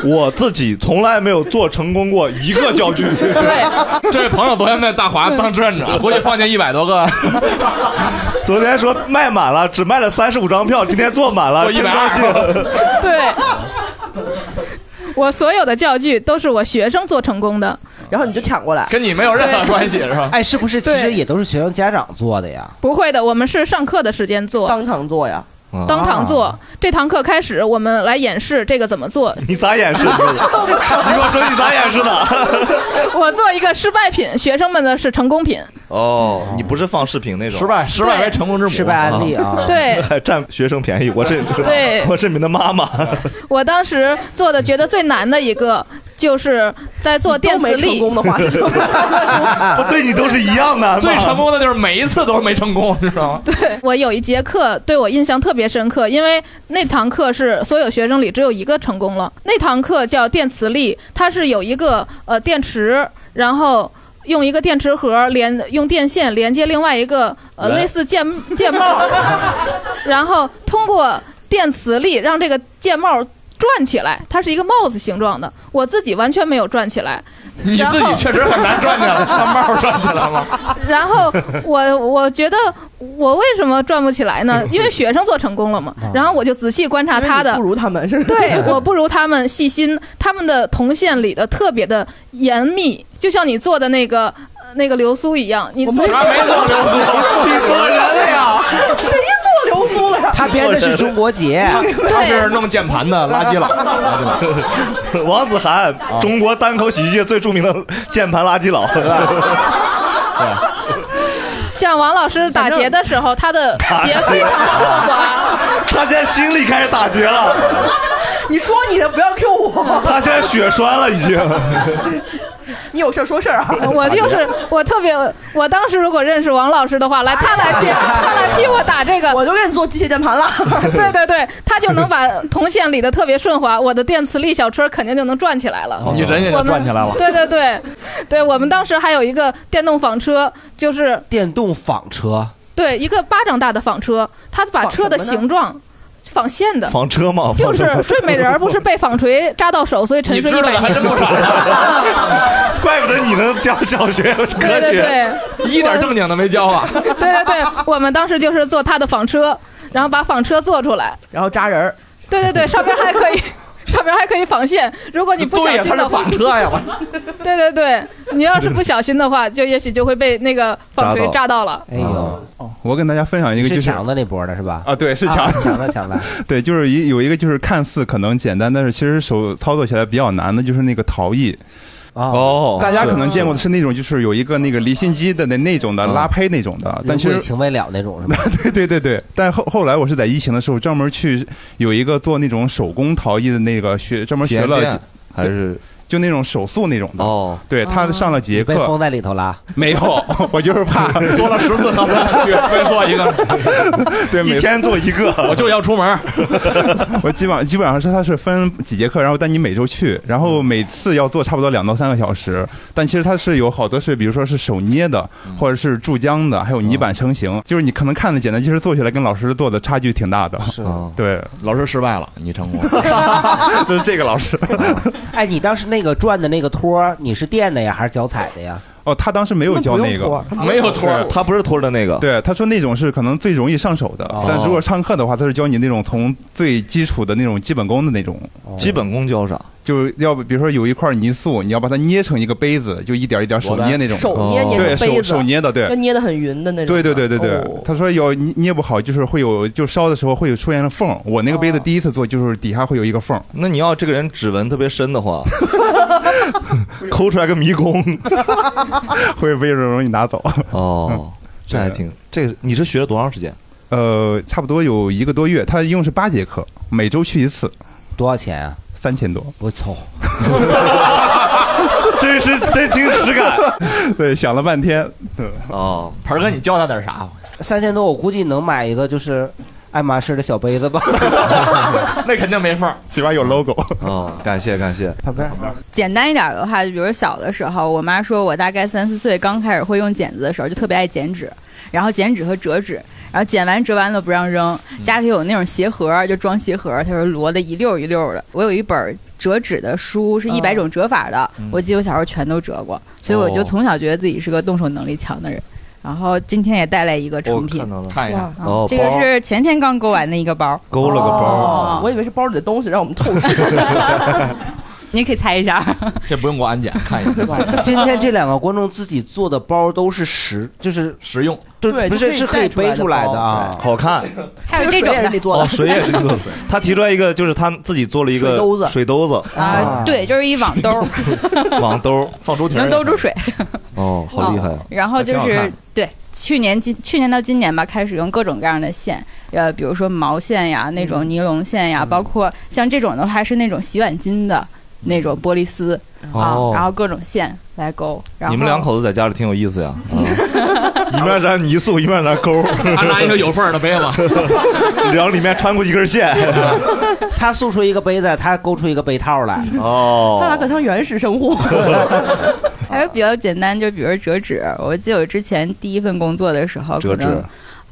B: 我自己从来没有做成功过一个教具。
J: 对，
E: 这位朋友昨天在大华当志愿 者，估计放进一百多个，
B: 昨天说卖满了，只卖了三十五张票，今天坐满了，
E: 坐
B: 真高兴。
J: 对，我所有的教具都是我学生做成功的，
D: 然后你就抢过来，
E: 跟你没有任何关系是吧？
C: 哎，是不是其实
J: 对
C: 也都是学生家长做的呀？
J: 不会的，我们是上课的时间做，
D: 当场做呀。
E: 啊
J: 当场做。这堂课开始，我们来演示这个怎么做，
B: 你咋掩饰？你 给我说你咋掩饰的？
J: 我做一个失败品，学生们的是成功品。
B: 哦，你不是放视频那种，
E: 失败，失败
J: 对
E: 为成功之母。
C: 失败案例啊，
J: 对
B: 还占学生便宜，我这
J: 对
B: 我这你们的妈妈，
J: 我当时做的觉得最难的一个，就是在做电
D: 都
J: 磁
D: 没成
J: 力。
D: 功的话，是 怎么办
B: 我对你都是一样的。
E: 最
B: 妈
E: 成功的就是每一次都是没成功，知道吗？
J: 对我有一节课对我印象特别深刻，因为那堂课是所有学生里只有一个成功了。那堂课叫电磁力，它是有一个呃电池，然后。用一个电池盒连用电线连接另外一个呃类似键键帽，然后通过电磁力让这个键帽转起来，它是一个帽子形状的。我自己完全没有转起来，
E: 你
J: 然后
E: 自己确实很难赚起 来，把帽儿赚起来吗？
J: 然后我我觉得我为什么转不起来 呢？因为学生做成功了嘛。然后我就仔细观察他
D: 啊因为你
J: 的
D: 不，如他们是吧？
J: 对 我不如他们细心，他们的铜线理的特别的严密，就像你做的那个呃那个流苏一样，你做
E: 他没做流苏， 气死人了呀！
D: 谁做流苏了呀？
C: 他编的是中国结，
E: 他是
J: 对
E: 弄键盘的垃圾佬，垃圾佬。
B: 王子涵，中国单口喜剧界最著名的键盘垃 圾佬，
E: 啊
J: 像王老师打结的时候，他的结非常顺滑。
B: 他现在心里开始打结了，
D: 你说你的，不要 Q 我，
B: 他现在血栓了已经。
D: 你有事儿说事儿啊。
J: 我就是我特别，我当时如果认识王老师的话，来他来接，他来替我打这个，
D: 哎我就给你做机械键盘了，
J: 对对对，他就能把铜线理得特别顺滑，我的电磁力小车肯定就能转起来了。
E: 哦你人也
J: 我
E: 就
J: 们
E: 转起来了。
J: 对对对，对我们当时还有一个电动纺车，就是
C: 电动纺车，
J: 对一个巴掌大的纺车，它把
D: 纺
J: 车的
D: 什么呢
J: 形状纺线
K: 呃
J: 的，
B: 房车嘛，
J: 就是睡美人儿不是被纺锤扎到手，所以
E: 你
J: 沉
E: 知
J: 睡
E: 道
J: 一百
E: 的还
J: 年。
E: 真不少，
B: 怪不得你能讲小学科
J: 对对
B: 学。
J: 对。
E: 一点正经的没教 啊！
J: 对对对，我们当时就是做他的纺车，然后把纺车做出来。
D: 然后扎人儿，
J: 对 对对，上边还可以，上边还可以纺线。如果你不小
E: 对呀，
J: 心
E: 他
J: 的
E: 是
J: 话
E: 纺，车呀，我
J: 对对对，你要是不小心的话，就也许就会被那个纺锤
B: 扎
J: 扎到啊了。
C: 哎呦，
K: 我跟大家分享一个哦就是是
C: 强的那波的是吧？
K: 啊，对，是强
C: 啊，强的强的，
K: 对，就是一有一个就是看似可能简单，但是其实手操作起来比较难的，就是那个陶艺。
C: 哦，
B: 哦
K: 大家可能见过的是那种，就是有一个那个离心机的那那种的拉胚那种的，但
C: 人
K: 其
C: 鬼
K: 实
C: 情未了那种是吧？
K: 对对对对，但后后来我是在疫情的时候专门去有一个做那种手工陶艺的那个学，专门学
B: 体验
K: 了
B: 店还是
K: 就那种手速那种的。
B: 哦，
K: 对他上了几节课，
C: 你被封在里头啦？
K: 没有， 我就是怕
E: 多了十次核 酸，去微缩一个，
K: 对，每
B: 天做一个，
E: 我就要出门。
K: 我基本基本上是它是分几节课，然后但你每周去，然后
E: 嗯
K: 每次要做差不多两到三个小时。但其实它是有好多是，比如说是手捏的，
E: 嗯
K: 或者是注浆的，还有泥
E: 哦
K: 板成型。就是你可能看的简单，其实做起来跟老师做的差距挺大的。
B: 是啊，
K: 对，
E: 老师失败了，你成功了。
K: 就是这个老师。
C: 哎，你当时那个转的那个托儿，你是垫的呀，还是脚踩的呀？
K: 哦，他当时没有教那个，
B: 儿，他不是托儿的那个。
K: 对，他说那种是可能最容易上手的，
D: 哦
K: 但如果上课的话，他是教你那种从最基础的那种基本功的那种。
D: 哦
B: 基本功教啥？
K: 就是要不，比如说有一块泥塑，你要把它捏成一个杯子，就一点一点手捏那种，哦
D: 手捏捏
K: 对
D: 成杯
K: 手
D: 子，
K: 手捏的，对
D: 要，捏的很匀的那种
K: 对
D: 的。
K: 对对对对
D: 哦。
K: 他说有捏捏不好，就是会有就烧的时候会有出现缝。我那个
D: 哦
K: 杯子第一次做，就是底下会有一个缝。
B: 那你要这个人指纹特别深的话，抠出来个迷 宫，
K: 会被容易拿走。 啊
B: 哦，这还挺这个，你是学了多长时间？
K: 呃，差不多有一个多月，他一共是八节课，每周去一次。
C: 多少钱啊？
K: 三千多。
C: 我操！
B: 真是真情实感。
K: 对，想了半天。嗯
B: 哦，
E: 盆儿哥，你教他点啥？
C: 三千多，我估计能买一个就是爱马仕的小杯子 吧。
E: 那肯定没缝，
K: 起码有 logo。
B: 哦，感谢感谢。
C: 旁边
L: 简单一点的话，就比如小的时候，我妈说我大概三四岁刚开始会用剪子的时候，就特别爱剪纸，然后剪纸和折纸，然后剪完折完了不让扔，
B: 嗯
L: 家里有那种鞋盒，就装鞋盒，它是摞的一溜一溜的。我有一本折纸的书，
B: 嗯
L: 是一百种折法的，我记得我小时候全都折过，所以我
B: 哦
L: 就从小觉得自己是个动手能力强的人。然后今天也带来一个成品，
B: 看到了，
E: 看一
L: 看
B: 哦，
L: 这个
B: 包
L: 是前天刚勾完的一个包，
B: 勾了个 包，
L: 哦
D: 我以为是包里的东西让我们透视。
L: 你可以猜一下。
E: 这不用给我安检，看一下。
C: 今天这两个观众自己做的包都是实，就是
E: 实用，
C: 对，
D: 对
C: 不是
D: 就是
C: 可以背出来的啊。
B: 好看。
L: 还有这
D: 水
L: 种
D: 也是
L: 的
D: 你做的，
B: 哦，水也是你做的。他提出来一个，就是他自己做了一个
L: 水兜子
B: 水兜子哦
L: 啊，对，就是一网兜，
B: 网兜，
E: 放猪蹄
L: 能兜住水。
B: 哦，好厉害
L: 哦！然后就
B: 还挺好
L: 是
B: 看
L: 对，去年今去年到今年吧，开始用各种各样的线，呃，比如说毛线呀，那
D: 嗯
L: 种尼龙线呀，包括像这种的话是那种洗碗巾的那
D: 嗯
L: 种玻璃丝、
B: 哦
L: 啊，然后各种线来勾。然后
B: 你们两口子在家里挺有意思呀， 啊一面咱泥塑，一面咱 勾，
E: 他拿一个有缝啊儿的杯 子，
B: 然后里面穿过一根 线。
C: 他塑出一个杯子，他勾出一个杯套来。
D: 他俩
B: 哦，
D: 可像原始生活。
L: 还有比较简单，就比如折纸，我记得我之前第一份工作的时候，
B: 折纸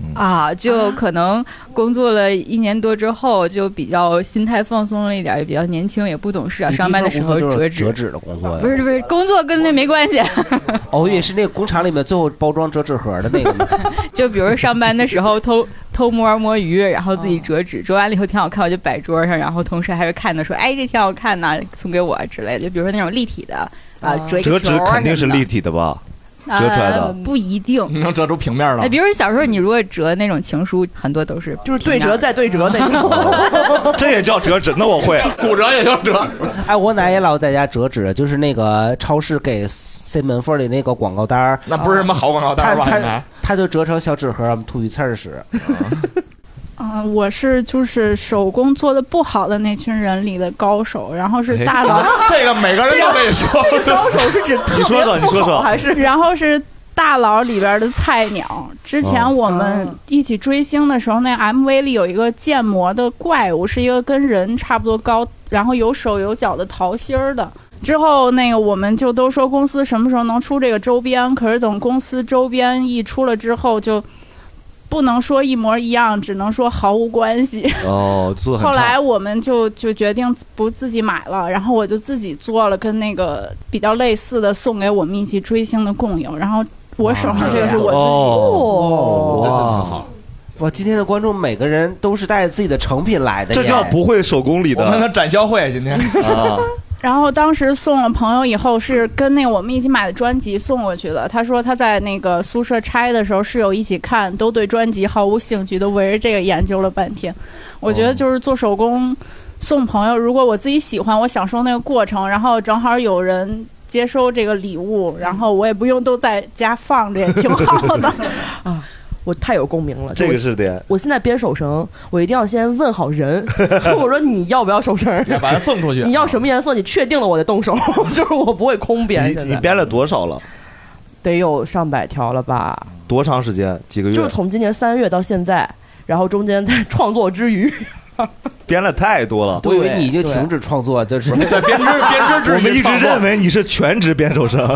B: 嗯
L: 可能啊，就可能工作了一年多之后，就比较心态放松了一点，也比较年轻，也不懂事啊。
C: 你
L: 上班的时候
C: 第一份工
L: 折
C: 作就是
L: 纸
C: 折，纸的工作呀
L: 不。是不是，工作跟那没关 系。
C: 哦，我以为是那个工厂里面最后包装折纸盒的那个呢。
L: 就比如上班的时候偷偷摸摸鱼，然后自己折纸，折完了以后挺好看，我就摆桌上，然后同事还会看的说，哎，这挺好看呐，送给我之类的。就比如说那种立体的啊，折一个
B: 哦折
L: 球
B: 纸
L: 啊
B: 肯定
L: 什
B: 是
L: 么的
B: 立体的吧？
L: 呃
B: 折出
D: 啊
B: 来的
L: 不一定。
E: 你能折出平面儿
L: 哎，
E: 了
L: 比。如说小时候你如果折那种情书，很多都是
D: 就是对折再对折 那种。
B: 这也叫折纸？那我会。
E: 骨折也就折，
C: 哎，我奶也老在家折纸，就是那个超市给塞门缝里那个广告单儿，
E: 那不是什么好广告单
C: 他
E: 儿吧？还
C: 他
E: 拿
C: 他就折成小纸盒，我们吐一刺儿使。
M: 嗯，我是就是手工做的不好的那群人里的高手，然后
B: 哎
M: 是大老
E: 这个每个人都被说，
D: 这个高手是指特
B: 你说 说，你说说，
D: 还是
M: 然后是大佬里边的菜鸟。之前我
B: 哦
M: 们一起追星的时候，那 MV 里有一个建模的怪物，是一个跟人差不多高，然后有手有脚的桃心儿的。之后那个我们就都说公司什么时候能出这个周边，可是等公司周边一出了之后就。不能说一模一样，只能说毫无关系。
B: 哦，做的
M: 后
B: 很差。
M: 来我们就就决定不自己买了，然后我就自己做了跟那个比较类似的，送给我们一起追星的共友。然后我手上这个是我自己的，
D: 哦，
E: 啊真的
B: 哇
E: 挺好。
C: 哇，今天的观众每个人都是带着自己的成品来的耶，
B: 这叫不会手工里
E: 我们的
B: 的
E: 展销会今天，
B: 啊！
M: 然后当时送了朋友以后，是跟那个我们一起买的专辑送过去的。他说他在那个宿舍拆的时候，室友一起看，都对专辑毫无兴趣，都围着这个研究了半天。我觉得就是做手工送朋友，如果我自己喜欢，我享受那个过程，然后正好有人。接收这个礼物，然后我也不用都在家放着，也挺好的。
D: 啊我太有共鸣了。就
B: 这
D: 我
B: 个是得
D: 我现在编手绳，我一定要先问好 人，我说你要不要手绳儿？
E: 要把它送出 去啊
D: 你要什么颜色？你确定了我 再动手，就是我不会空编。
B: 你
D: 现
B: 你
D: 在
B: 编了多少了？
D: 得有上百条了吧？
B: 多长时间？几个月？
D: 就是从今年三月到现在，然后中间在创作之 余，
B: 编了太多了。
C: 我以为你已经停止创作，就是
B: 在 编织编织我们一直认为你是全职编手绳。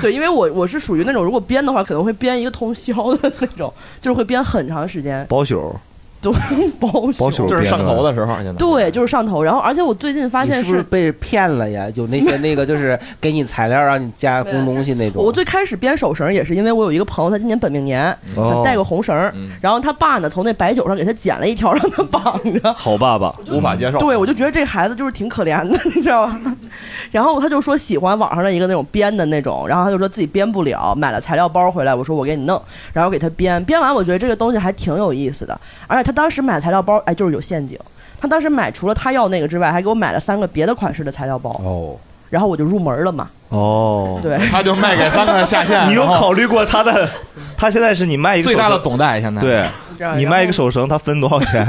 D: 对，因为我我是属于那种如果编的话，可能会编一个通宵的那种，就是会编很长时间。
B: 包宿，
D: 对， 包宿
B: 包宿
E: 就是上头的时候，
C: 现在
D: 对，就是上头。然后，而且我最近发
C: 你
D: 现
C: 是不是被骗了呀？有那些那个就是给你材料让你加工东西那种。
D: 我最开始编手绳也是因为我有一个朋友，他今年本命年，
C: 哦
D: 想带个红绳儿，然后他爸呢从那白酒上给他剪了一条让他绑着。
B: 好爸爸
E: 无法接受。
B: 啊
D: 对，我就觉得这孩子就是挺可怜的，你知道吧？ 然后他就说喜欢网上的一个那种编的那种，然后他就说自己编不了，买了材料包回来，我说我给你弄，然后给他编。编完我觉得这个东西还挺有意思的，而且他当时买材料包，哎，就是有陷阱。他当时买除了他要那个之外，还给我买了三个别的款式的材料包。
B: 哦，
D: 然后我就入门了嘛。
B: 哦，
D: 对
E: 他就卖给三个下 线。
B: 你有
E: 然后
B: 考虑过他的？他现在是你卖一个
E: 最大的
B: 总代，现
E: 在
B: 对
D: 然后
B: 你卖一个手绳，他分多少钱？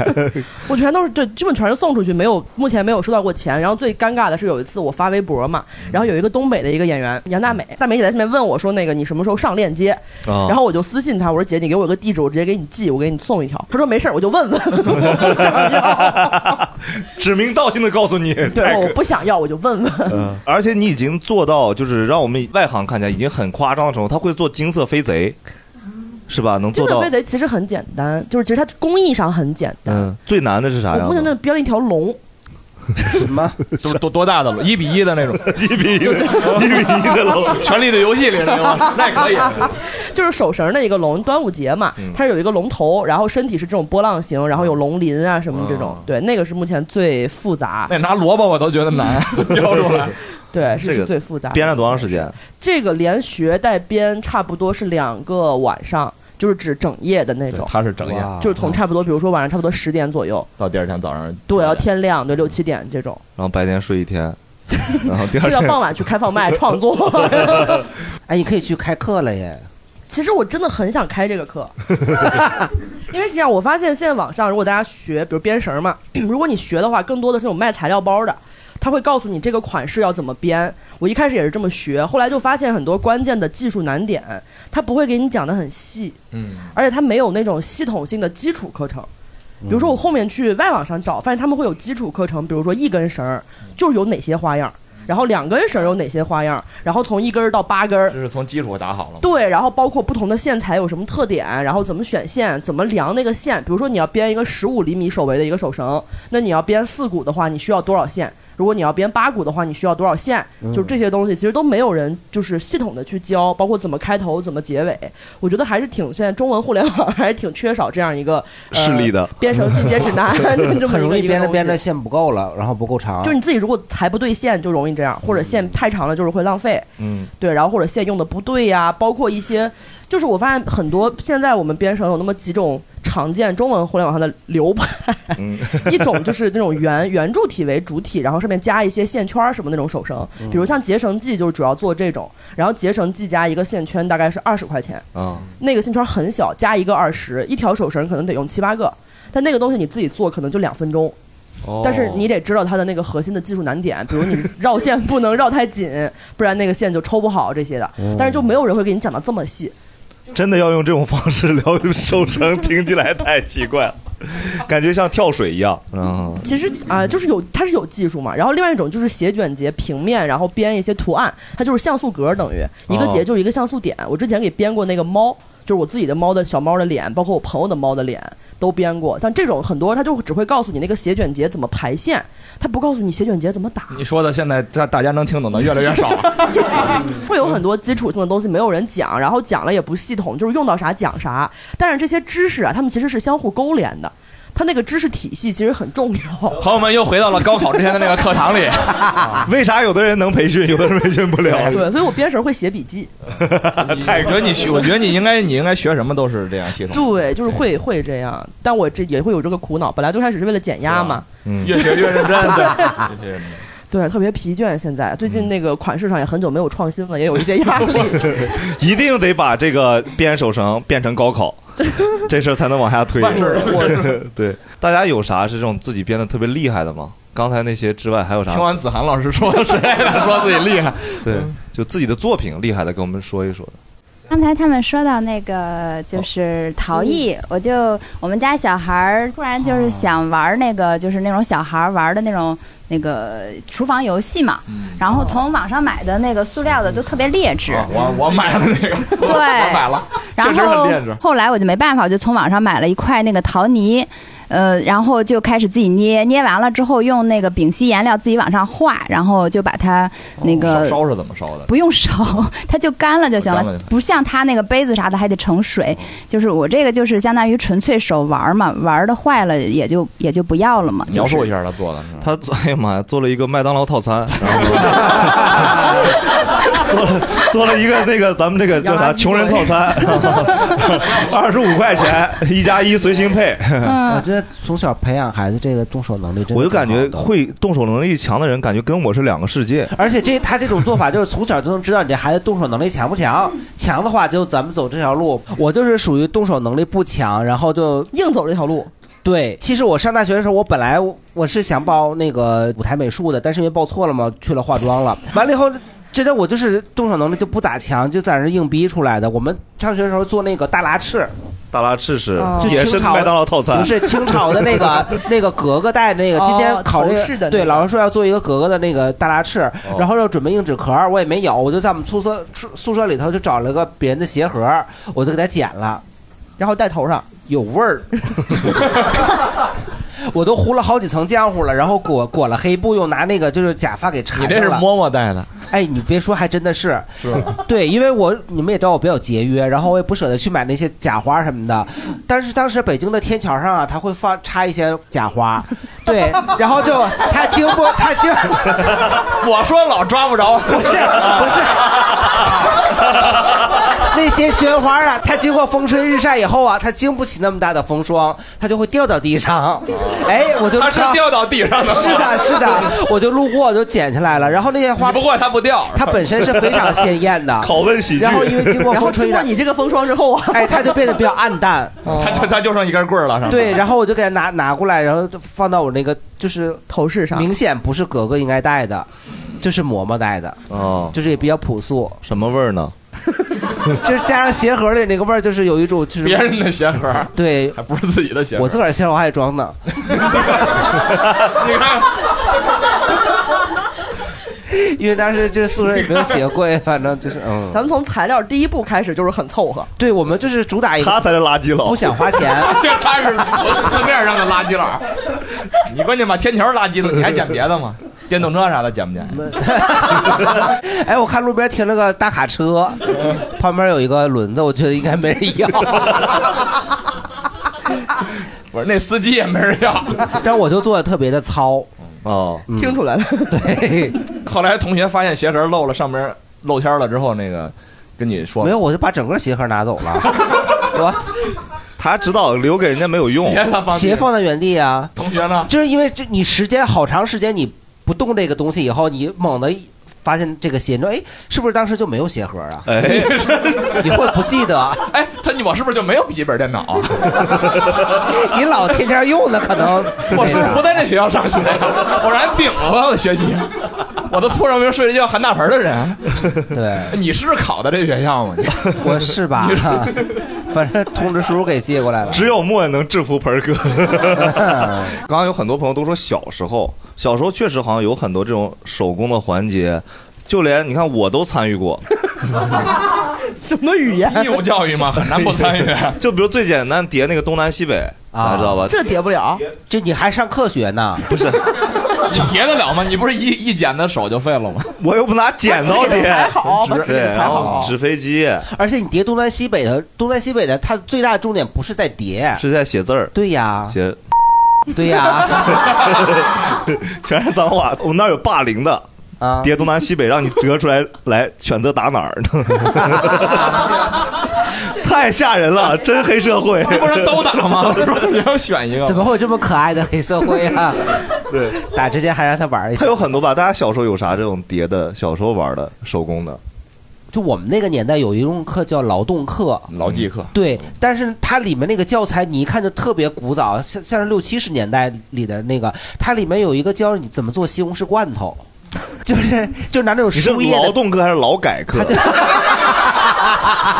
D: 我全都是对，基本全是送出去，没有目前没有收到过钱。然后最尴尬的是有一次我发微博嘛，然后有一个东北的一个演员杨大美，大美姐在下面问我说那个你什么时候上链接？
B: 哦
D: 然后我就私信她，我说姐你给我个地址，我直接给你寄，我给你送一条。她说没事儿，我就问问。
B: 指名道姓的告诉你，
D: 对，
B: 太
D: 我
B: 可
D: 不想要，我就问问。
B: 嗯，而且你已经做到，就是让我们外行看起来已经很夸张的程度，他会做金色飞贼，是吧？能
D: 金
B: 做
D: 色
B: 到
D: 飞。贼其实很简单，就是其实它工艺上很简单。
B: 嗯，最难的是啥
D: 我
B: 呀
D: 目？前那编了一条龙，
C: 什么？
E: 都是多多大的 了？一比一的那种，
B: 一比一的，一比一的楼，
E: 《 权力的游戏》里那种，那可 以。嗯
D: 就是手绳的一个龙，端午节嘛，它是有一个龙头，然后身体是这种波浪形，然后有龙鳞啊什么这种。对，那个是目前最复杂。
E: 嗯那拿萝卜我都觉得难，标出来。
D: 对，是
B: 这个
D: 是最复杂的。
B: 编了多长时间？
D: 这个连学带编差不多是两个晚上，就是指整夜的那种。
E: 他是整夜，嗯
D: 就是从差不多，比如说晚上差不多十点左右，
E: 到第二天早上，
D: 对，要天亮，对，六七点这种，
B: 然后白天睡一 天，然后第二
D: 睡到
B: 天
D: 傍晚去开放麦创 作。
C: 哎，你可以去开课了耶！
D: 其实我真的很想开这个课，因为是这样，我发现现在网上如果大家学，比如编绳嘛， 如果你学的话，更多的是那种卖材料包的，他会告诉你这个款式要怎么编。我一开始也是这么学，后来就发现很多关键的技术难点，他不会给你讲的很细，
E: 嗯，
D: 而且它没有那种系统性的基础课程。比如说我后面去外网上找，发现他们会有基础课程，比如说一根绳儿就是有哪些花样，然后两根绳儿有哪些花样，然后从一根儿到八根儿，
E: 这是从基础打好了。
D: 对，然后包括不同的线材有什么特点，然后怎么选线，怎么量那个线。比如说你要编一个十五厘米手围的一个手绳，那你要编四股的话，你需要多少线？如果你要编八股的话，你需要多少线？
B: 嗯
D: 就是这些东西其实都没有人就是系统的去教，包括怎么开头、怎么结尾。我觉得还是挺现在中文互联网还是挺缺少这样一个、呃、
B: 势力的
D: 编绳进阶 指 南 这么
C: 很容易
D: 一个
C: 编着编着
D: 东西
C: 线不够了，然后不够长。
D: 就是你自己如果裁不对线，就容易这样，或者线太长了就是会浪费。
B: 嗯，
D: 对，然后或者线用的不对呀、包括一些，就是我发现很多现在我们编程有那么几种常见中文互联网上的流派， 一种就是那种圆圆柱体为主体，然后上面加一些线圈儿什么那种手绳，比如像结绳记就是主要做这种，然后结绳记加一个线圈大概是二十块钱，
B: 啊，
D: 那个线圈很小，加一个二十，一条手绳可能得用七八个，但那个东西你自己做可能就两分钟。
B: 哦
D: 但是你得知道它的那个核心的技术难点，比如你绕线不能绕太紧，不然那个线就抽不好这些的
B: 哦。
D: 但是就没有人会给你讲到这么细。
B: 真的要用这种方式聊手绳，听起来太奇怪了，感觉像跳水一样。嗯，
D: 其实啊、就是有它是有技术嘛。然后另外一种就是斜卷结平面，然后编一些图案，它就是像素格，等于一个结就是一个像素点。我之前给编过那个猫，就是我自己的猫的小猫的脸，包括我朋友的猫的脸都编过。像这种很多，它就只会告诉你那个斜卷结怎么排线，它不告诉你斜卷结怎么打。
E: 你说的现在大大家能听懂的越来越少了。
D: 会
E: 嗯
D: 有很多基础性的东西没有人讲，然后讲了也不系统，就是用到啥讲啥。但是这些知识啊，他们其实是相互勾连的，它那个知识体系其实很重要。
E: 朋友们又回到了高考之 前的那个课堂里。
B: 为啥有的人能培训，有 的人培训不了？
D: 对，所以我编绳会写笔记，
E: 啊太，我觉得你学，我觉得你应该，你应该学什么都是这样系统。
D: 对，就是会会这样。但
E: 嗯
D: 我这也会有这个苦恼，本来最开始是为了减压嘛，
E: 越学越认真，对，越学越认真
D: 对，特别疲倦。现在最
E: 嗯
D: 近那个款式上也很久没有创新了，也有一些压力。
B: 一定得把这个编手绳变成高 考，这事儿才能往下推。
D: 办事儿
B: 我 对，大家有啥是这种自己编的特别厉害的吗？刚才那些之外还有啥？
E: 听完子涵老师说，谁来说自己厉害？
B: 对，就自己的作品厉害的，跟我们说一说的。
H: 刚才他们说到那个就是陶艺，
E: 哦
H: 我就我们家小孩儿突然就是想玩那个就是那种小孩儿玩的那种那个厨房游戏嘛，
E: 嗯
H: 然后从网上买的那个塑料的都特别劣质，
E: 啊我我买了那个，
H: 对，
E: 我买了，
H: 然
E: 哦确实
H: 后
E: 很劣质。
H: 后来我就没办法，我就从网上买了一块那个陶泥，呃，然后就开始自己捏，捏完了之后用那个丙烯颜料自己往上画，然后就把它那个、
E: 烧烧是怎么烧的？
H: 不用烧， 它就干了就行了，
E: 干了就行
H: 不像它那个杯子啥的还得盛水。就是我这个就是相当于纯粹手玩儿嘛，玩儿的坏了也就也就不要了嘛。
B: 描述一
E: 下他做的，
B: 他做哎呀妈呀，做了一个麦当劳套 餐，然后 做了做了一个那个咱们这个叫啥穷人套餐，二十五块钱一加一随心配。
D: 嗯
C: 我觉得从小培养孩啊子这个动手能力真的挺好
B: 我
C: 的，
B: 就感觉会动手能力强的人，感觉跟我是两个世界。
C: 而且这他这种做法就是从小就能知道你这孩子动手能力强不强，强的话就咱们走这条路。我就是属于动手能力不强，然后就
D: 硬走这条路。
C: 对，其实我上大学的时候，我本来我我是想报那个舞台美术的，但是因为报错了嘛，去了化妆了。完了以后，真的我就是动手能力就不咋强，就在那儿硬逼出来的。我们上学的时候做那个大拉翅，
B: 大拉翅是
C: 哦
B: 也是
C: 就清朝
B: 麦当劳套餐，
C: 不是清朝的那个那个格格带的那个，
B: 哦
C: 今天考这
B: 头饰的那个
C: 个，对，老师说要做一个格格的那个大拉翅，
B: 哦
C: 然后要准备硬纸壳，我也没有，我就在我们宿舍宿宿舍里头就找了个别人的鞋盒，我就给它剪了，
D: 然后戴头上，
C: 有味儿，我都糊了好几层浆糊了，然后裹裹了黑布，又拿那个就是假发给缠
E: 你
C: 上了。
E: 这是摸摸戴的，
C: 哎，你别说，还真的是，
E: 是吧
C: 对，因为我你们也知道我比较节约，然后我也不舍得去买那些假花什么的。但是当时北京的天桥上啊，他会放插一些假花，对，然后 就他经不他经，
E: 我说老抓不着，
C: 不是不是。那些绢花啊，它经过风吹日晒以后啊，它经不起那么大的风霜，它就会掉到地上。哎，我就
E: 它是
C: 知道
E: 掉到地上的吗
C: 是的，是的， 我就路过，我就捡起来了。然后那些花
E: 你不过它不掉，
C: 它本身是非常鲜艳 的
B: 拷问喜剧
C: 然后因为经过
D: 然后
C: 风吹
D: 经
C: 的
D: 过，你这个风霜之后啊，
C: 哎，它就变得比较暗 淡。
E: 他就他就剩一根棍儿了，上面
C: 对，然后我就给它拿拿过来，然后就放到我那个就是
D: 头饰上，
C: 明显不是格格应该戴的，就是嬷嬷戴的，
B: 哦，
C: 就是也比较朴素。
B: 什么味儿呢？
C: 就是加上鞋盒里那个味儿，就是有一种就是
E: 别人的鞋盒，
C: 对，
E: 还不是自己的鞋盒。
C: 我自个儿鞋盒还装呢。
E: 你看，
C: 因为当时就是宿舍也没有鞋柜，反正就是嗯。
D: 咱们从材料第一步开始就是很凑合。
C: 对我们就是主打一个，
B: 他才是垃圾佬，
C: 不想花 钱。
E: 这他是字面上的垃圾佬。你关键把天桥垃圾了，你还捡别的 吗？电动车啥的捡不捡？
C: 哎，我看路边停了个大卡车，旁边有一个轮子，我觉得应该没人要。
E: 不是，那司机也没人要。
C: 但我就做的特别的糙。嗯
B: 哦，
D: 听出来 了。
C: 对，
E: 后来同学发现鞋盒漏了，上面露天了之后，那个跟你说
C: 没有，我就把整个鞋盒拿走 了。我
B: 他知道留给人家没有哎用，
C: 鞋放在原地啊。
E: 同学呢？
C: 就是因为这你时间好长时间你不动这个东西以后，你猛地一发现这个鞋，你说哎，是不是当时就没有鞋盒啊？
B: 哎，
C: 你会不记得？啊
E: 哎，他你我是不是就没有笔记本电脑啊？
C: 你老 天天用的可能。
E: 我是不是不在这学校上学呀、 我让人顶了我的学习，我都铺上没有睡着觉喊大盆的人。
C: 对，
E: 你是考的这学校啊吗？
C: 我是吧？ 反正通知书给借过来了。
B: 只有莫能制服盆 儿哥。刚刚有很多朋友都说小时候，小时候确实好像有很多这种手工的环节，就连你看我都参与 过。
D: 什么语言？
E: 义务教育嘛，很难不参与。
B: 就比如最简单叠那个东南西北，大家知道吧？
D: 啊这叠不了，
C: 啊这你还上课学呢？
B: 不是，
E: 你叠得了吗？你不是一一剪子手就废了吗？
B: 我又不拿 剪刀哎
C: 把
B: 叠，
C: 纸给裁好把
B: 对，
C: 纸给裁
B: 然后
C: 好
B: 纸飞机
C: 而且你叠东南西北的，东南西北的，它最大的重点不是在叠，
B: 是在写字儿，
C: 对呀，
B: 写
C: 对呀，
B: 全是脏话。我们那儿有霸凌的。
C: 啊
B: 叠东南 西北，让你折出来来选择打哪儿， 太吓人了，真黑社会，
E: 不是都打吗？ 你要选一个
C: 怎么会有这么可爱的黑社会啊？
B: 对，
C: 打之前还让他玩一下
B: 他有很多吧？大家小时候有啥这种叠的？小时候玩的手工的，
C: 就我们那个年代有一种课叫劳动课，
E: 劳技课，
C: 对，但是它里面那个教材你一看就特别古早，像像是六七十年代里的那个，它里面有一个教你怎么做西红柿罐头， 就是就拿那种
B: 你是
C: 树叶的
B: 劳动课还是劳改课？啊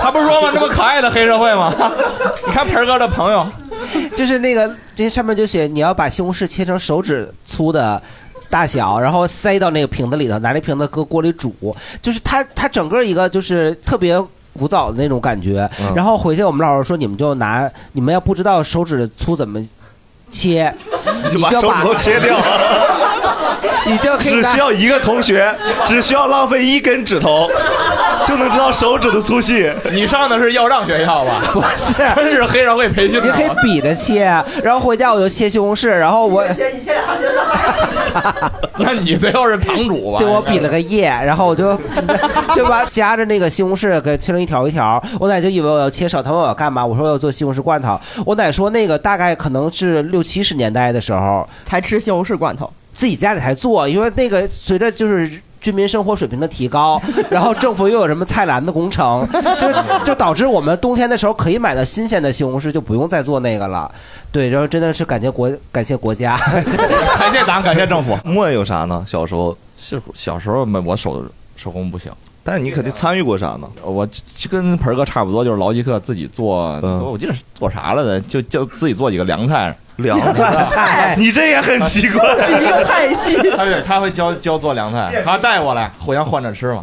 E: 他不是说吗？这么可爱的黑社会吗？ 你看盆儿哥的朋友，
C: 就是那个这上面就写你要把西红柿切成手指粗的。大小，然后塞到那个瓶子里头，拿那瓶子搁锅里煮，就是它它整个一个就是特别古早的那种感觉。
E: 嗯
C: 然后回去我们老师说，你们就拿你们要不知道手指粗怎么 切，
B: 你就把
C: 要
B: 手指头切 掉，
C: 一定要可以
B: 只
C: 拿
B: 需要一个同学， 只需要浪费一根指头，就能知道手指的粗细。
E: 你上的是要让学校吧？
C: 不是，
E: 真 是黑社会培训
C: 你
E: 的
C: 可以
E: 啊。
C: 比着切啊。然后回家我就切西红柿，然后我
E: 那你最后是堂主吧？
C: 对我比了个耶，然后我 就 就把夹着那个西红柿给切成一条一条。我奶就以为我要切少，她问我干嘛，我说我要做西红柿罐头。我奶说那个大概可能是六七十年代的时候
D: 才吃西红柿罐头，
C: 自己家里才做，因为那个随着就是。居民生活水平的提高，然后政府又有什么菜篮子工程， 就就导致我们冬天的时候可以买到新鲜的西红柿，就不用再做那个了。对，然后真的是感谢国感谢国家。
E: 感谢党，感谢政府。
B: 莫有啥呢？小时候
E: 是小时候嘛，我手手工不行。
B: 但是你肯定参与过啥呢？
E: 我跟盆儿哥差不多，就是劳技课自己做，
B: 嗯
E: 我记得是做啥来着？就就自己做几个凉菜。
B: 凉菜菜 你这也很奇怪 是一个派系
E: 他对，他会教教做凉菜，他带过来，互相换 着吃
B: 哦
E: 嘛。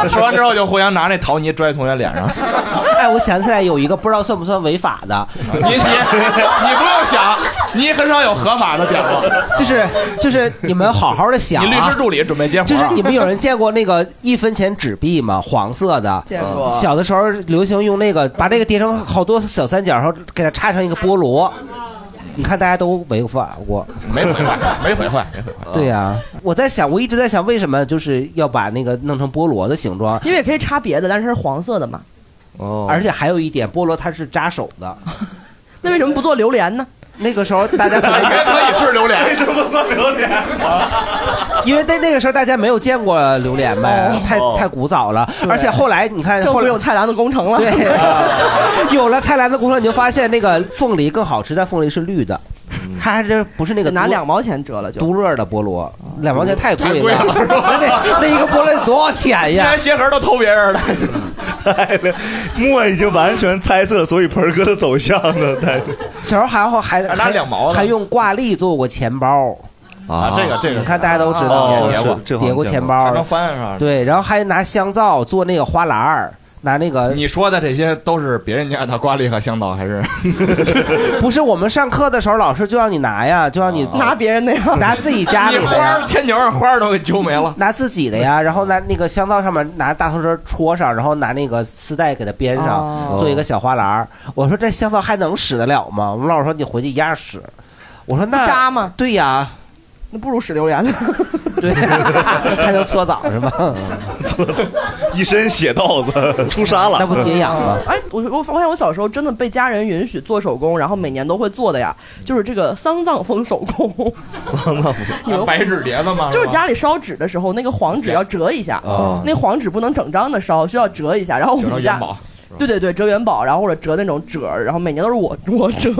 E: 啊吃完之后就互相拿那淘泥拽同学脸上。
C: 哎，我想起来有一个不知道算不算违法的，
E: 你你你不用想，你很少有合法的点子。
C: 就是就是你们好好的想、啊，
E: 你律师助理准备接活
C: 就
E: 儿啊
C: 是你们有人见过那个一分钱纸币吗？黄色的，
D: 见过
C: 小的时候流行用那个，把这个叠成好多小三角，然后给它插成一个菠萝。你看大家都违法过，
E: 没毁坏，没毁坏，没毁坏。
C: 对呀、我在想，我一直在想，为什么就是要把那个弄成菠萝的形状？
D: 因为可以插别的，但是它是黄色的嘛。
B: 哦，
C: 而且还有一点，菠萝它是扎手的。
D: 那为什么不做榴莲呢？
C: 那个时候大家可 能
B: 为什么算榴莲？
C: 因为在那个时候大家没有见过榴莲呗， 太太古早了。而且后来你看，
D: 哦政
C: 后
D: 府
C: 来
D: 有菜篮子工程了。
B: 啊
C: 对，有了菜篮子工程，你就发现那个凤梨更好吃，但凤梨是绿的，它还真不是那个
D: 嗯拿两
C: 毛
D: 钱折了就哦
C: 独乐的菠萝，两毛钱太贵
E: 太贵了
C: 那那一个菠萝得多
B: 啊
C: 少钱
E: 人
C: 呀
E: 家？鞋盒都偷别人的。
B: 莫已经完全猜测，所以盆儿哥的走向了。太
C: 小时候还好还
E: 拿两毛的
C: 还用挂历做过钱包。
E: 啊这个这个
C: 你看大家都知道，
E: 哦
C: 叠
E: 是这好像
C: 叠过
E: 见
C: 钱
E: 过
C: 包，
E: 还能翻啊是吧
C: 对，然后还拿香皂做那个花篮儿，拿那
B: 呃
C: 个
E: 你说的这些都是别人家的瓜栗和香皂，还是
C: 不是我们上课的时候，老师就让你拿呀，就让你
D: 啊拿别人的呀，
C: 拿自己家里
E: 你
C: 的
E: 花
C: 呀
E: 儿天桥上花儿都给揪没了。
C: 拿自己的 呀，然后拿那个香皂上面拿大头针戳上，然后拿那个丝带给它编上，
E: 哦
C: 做一个小花篮儿。我说这香皂还能使得了吗？我们老师说你回去一样使。我说那
D: 扎吗？
C: 对呀，
D: 那不如使榴莲呢。
C: 对，还能搓澡 是吗？
B: 一身血道子，出痧了，
C: 那不解痒 吗？
D: 哎，我我发现我小时候真的被家人允许做手工，然后每年都会做的呀，就是这个丧葬风手工，
B: 桑拿
E: 啊白纸碟子吗？
D: 就是
E: 吧
D: 家里烧纸的时候，那个黄纸要折一下
C: 啊
E: 哦，
D: 那黄纸不能整张的烧，需要折一下。然后我
E: 折成
D: 们
E: 元
D: 家
E: 宝。
D: 对对对，折元宝，然后或者折那种褶儿，然后每年都是我 我折，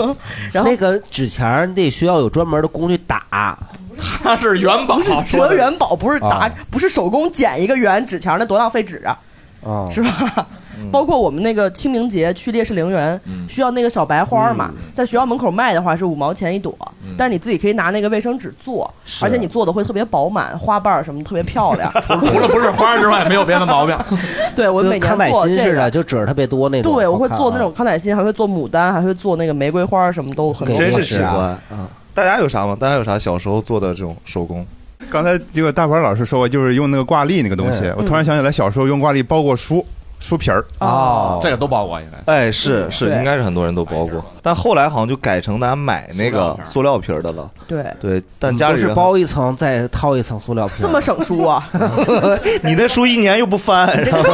D: 然后
C: 那个纸钱儿你得需要有专门的工具 打，
E: 它是元宝，
D: 折元宝不是打
C: 啊，
D: 不是手工剪一个圆纸钱儿，那多浪费纸啊！
C: 啊，
D: 是吧？包括我们那个清明节去烈士陵园，
C: 嗯
D: 需要那个小白花儿嘛，在学校门口卖的话是五毛钱一朵，
C: 嗯
D: 但是你自己可以拿那个卫生纸做，
E: 是
D: 而且你做的会特别饱满，花瓣儿什么特别漂 亮。
E: 除了不是花儿之外，没有别的毛病。
D: 对 我每
C: 跟康
D: 年
C: 乃
D: 做
C: 馨
D: 这
C: 似
D: 个，
C: 的，就褶儿特别多那种。
D: 对我会
C: 好看啊
D: 做那种康乃馨，还会做牡丹，还会做那个玫瑰花儿什么都很多。
B: 真是喜欢。嗯大家有啥吗？大家有啥小时候做的这种手工？
K: 刚才这个大鹏老师说过，就是用那个挂历那个东西
B: 嗯，
K: 我突然想起来小时候用挂历包过书书皮儿。
B: 哦
E: 这个都包过应该。
B: 哎，是是，
E: 对
B: 应该是很多人都包过，但后来好像就改成咱买那个塑料皮儿的了。
D: 对
B: 对，但家
C: 嗯都
B: 里
C: 是
B: 人
C: 包一层再套一层塑料皮儿，
D: 这么省 书啊？
B: 你那书一年又不翻，然后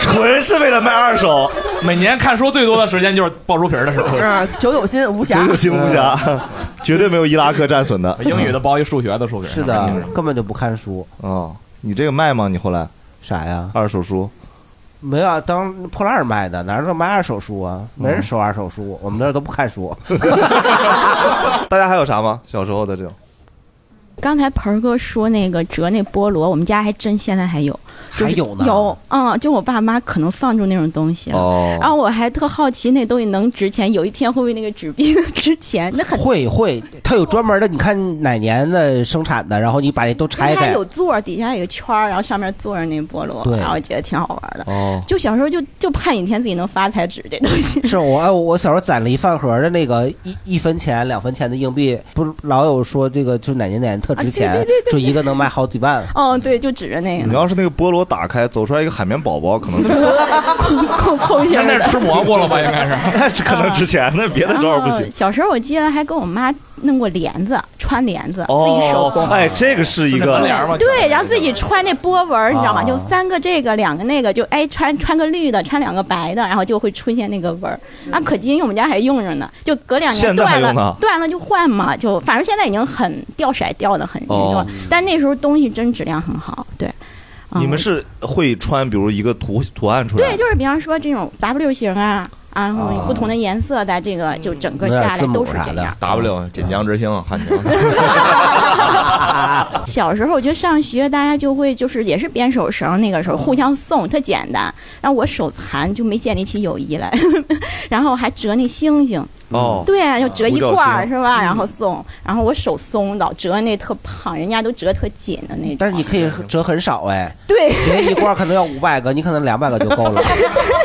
B: 纯是为了卖二手。
E: 每年看书最多的时间就是爆书皮儿的时候。
C: 啊
E: 嗯
D: 是九九新无
B: 九
D: 暇，
B: 九新无暇， 绝对没有伊拉克战损的。嗯
E: 英语的包一数学的数学。啊
C: 是的，根本就不看书。
B: 哦，你这个卖吗？你后来
C: 啥呀？
B: 二手书。
C: 没有啊，当破烂儿卖的，哪儿都卖二手书啊？没人
B: 嗯
C: 收二手书，我们那儿都不看书。
B: 大家还有啥吗？小时候的这种，
N: 刚才盆儿哥说那个折那菠萝，我们家还真现在还有，就是
B: 还有呢
N: 有，嗯，就我爸妈可能放出那种东西了。
B: 哦
N: 然后我还特好奇那东西能值钱，有一天会不会那个纸币值钱？那很
C: 会会，它有专门的，你看哪年的生产的，然后你把那都拆
N: 它
C: 开。
N: 有座儿，底下有个圈儿，然后上面坐着那菠萝，
C: 对
N: 然后我觉得挺好玩的。
C: 哦
N: 就小时候就就盼一天自己能发财指这东西。
C: 是我哎，我小时候攒了一饭盒的那个一一分钱、两分钱的硬币，不是老有说这个就哪年哪年特
N: 啊
C: 值钱， 说一个能卖好几万。
N: 哦，对，就指着那
B: 你
N: 个，
B: 要是那个菠萝打开，走出来一个海绵宝宝，可能 就
N: 空空空心儿的。
B: 了吧？应该是， 那是可能值钱，那别的招儿不行
N: 然后。小时候我记得还跟我妈弄过帘子，穿帘子，自己手
B: 哦
N: 工，。
B: 哎，这个是一个
N: 对，然后自己穿那波纹儿，你知道吗？
B: 啊
N: 就三个这个，两个那个，就哎穿穿个绿的，穿两个白的，然后就会出现那个纹儿。
B: 嗯
N: 啊，可金我们家还用着呢，就隔两年
L: 现在还
N: 断
L: 用呢
N: 了，断了就换嘛，就反正现在已经很掉色掉的很严重
B: 哦
N: 了，但那时候东西真质量很好，对。
B: 你们是会穿，比如一个图图案出来，
N: 嗯
B: 哦
N: 对，就是比方说这种 W 型啊，啊然后不同的颜色的这个，就整个下来都是这样。
E: W 锦江之星，汉江。
N: 小时候我觉得上学大家就会就是也是编手绳，那个时候互相送，特简单。然后我手残就没建立起友谊来， 然后还折那星星。
B: 哦
N: 对啊，就折一罐
B: 五角
N: 儿
B: 星
N: 是吧？然后送，然后我手松，老折那特胖，人家都折特紧 的 那种。
C: 但是你可以折很少哎，
N: 对，
C: 人家一罐可能要五百个，你可能两百个就 够了。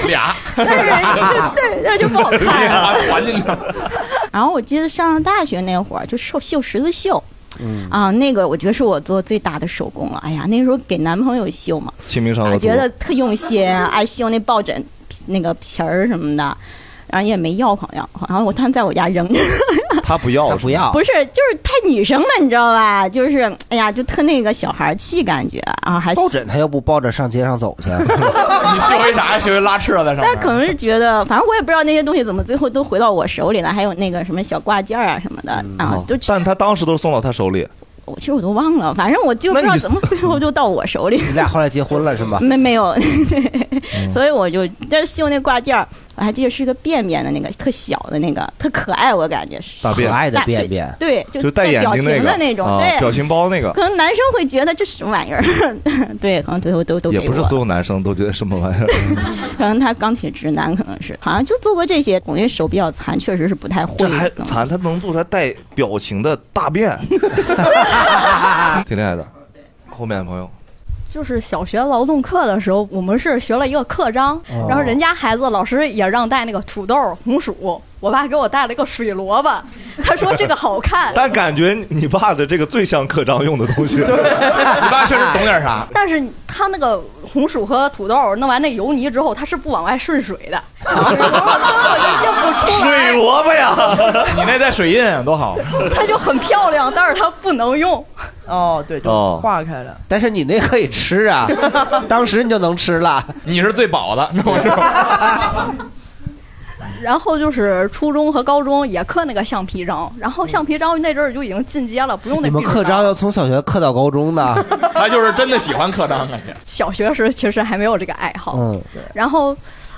E: 俩，
N: 对，那就不好看了。
B: 啊
E: 环境
N: 然后我记得上大学那会儿就绣绣十字绣，
B: 嗯
N: 啊，那个我觉得是我做最大的手工了。哎呀，那时候给男朋友绣嘛，
B: 清明上河图
N: 我啊觉得特用心，爱绣那抱枕那个皮儿什么的，然后也没要好像，然后我他在我家扔着，
B: 他不要，不
C: 要
N: 不是就是太女生了，你知道吧？就是哎呀，就特那个小孩儿气感觉啊，还
C: 抱枕他要不抱着上街上走 去，
E: 你学为啥？学为拉翅在上
N: 但
E: 面。
N: 可能是觉得，反正我也不知道那些东西怎么最后都回到我手里了，还有那个什么小挂件儿啊什么的
C: 嗯
N: 啊，
B: 哦但他当时都是送到他手里，
N: 我其实我都忘了，反正我就不知道怎么最后就到我手里。
C: 你俩后来结婚了是吗？
N: 没没有， 对，
B: 嗯
N: 所以我就但是绣那挂件儿，我还记得是个便便的那个特小的那个，特可爱，我感觉是
B: 大便
C: 可爱的
N: 大
C: 便便
N: 对，
B: 就带眼
N: 表
B: 睛
N: 情
B: 那
N: 的
B: 个
N: 那种，
B: 啊
N: 对，
B: 表情包那个
N: 可能男生会觉得这什么玩意儿， 对，可能最后都都给
B: 也不
N: 我。
B: 是所有男生都觉得什么玩意儿。
N: 可能他钢铁直男，可能是好像就做过这些。我因为手比较残，确实是不太会。
B: 这还惨，他能做出来带表情的大 便，挺厉害的。后面的朋友，
O: 就是小学劳动课的时候，我们是学了一个课章，
B: 哦
O: 然后人家孩子老师也让带那个土豆、红薯，我爸给我带了一个水萝卜， 他说这个好看。
B: 但感觉你爸的这个最像课章用的东西。 你爸
E: 确实懂点啥。
O: 但是他那个红薯和土豆弄完那油泥之后，它是不往外顺水的，印不出来，
E: 水
B: 萝卜呀，
E: 你那带水印啊多好。
O: 它就很漂亮，但是它不能用。
D: 哦，对，
E: 哦
D: 就化开了。
C: 但是你那可以吃 啊，当时你就能吃了。
E: 你是最饱的，那我是
O: 然后就是初中和高中也刻那个橡皮章，然后橡皮章那阵儿就已经进阶了，不用那
C: 你们
O: 壁纸
C: 课
O: 了
C: 章要从小学刻到高中的，
E: 他就是真的喜欢刻章啊感 觉。
O: 小学时其实还没有这个爱好，
C: 嗯，
O: 然后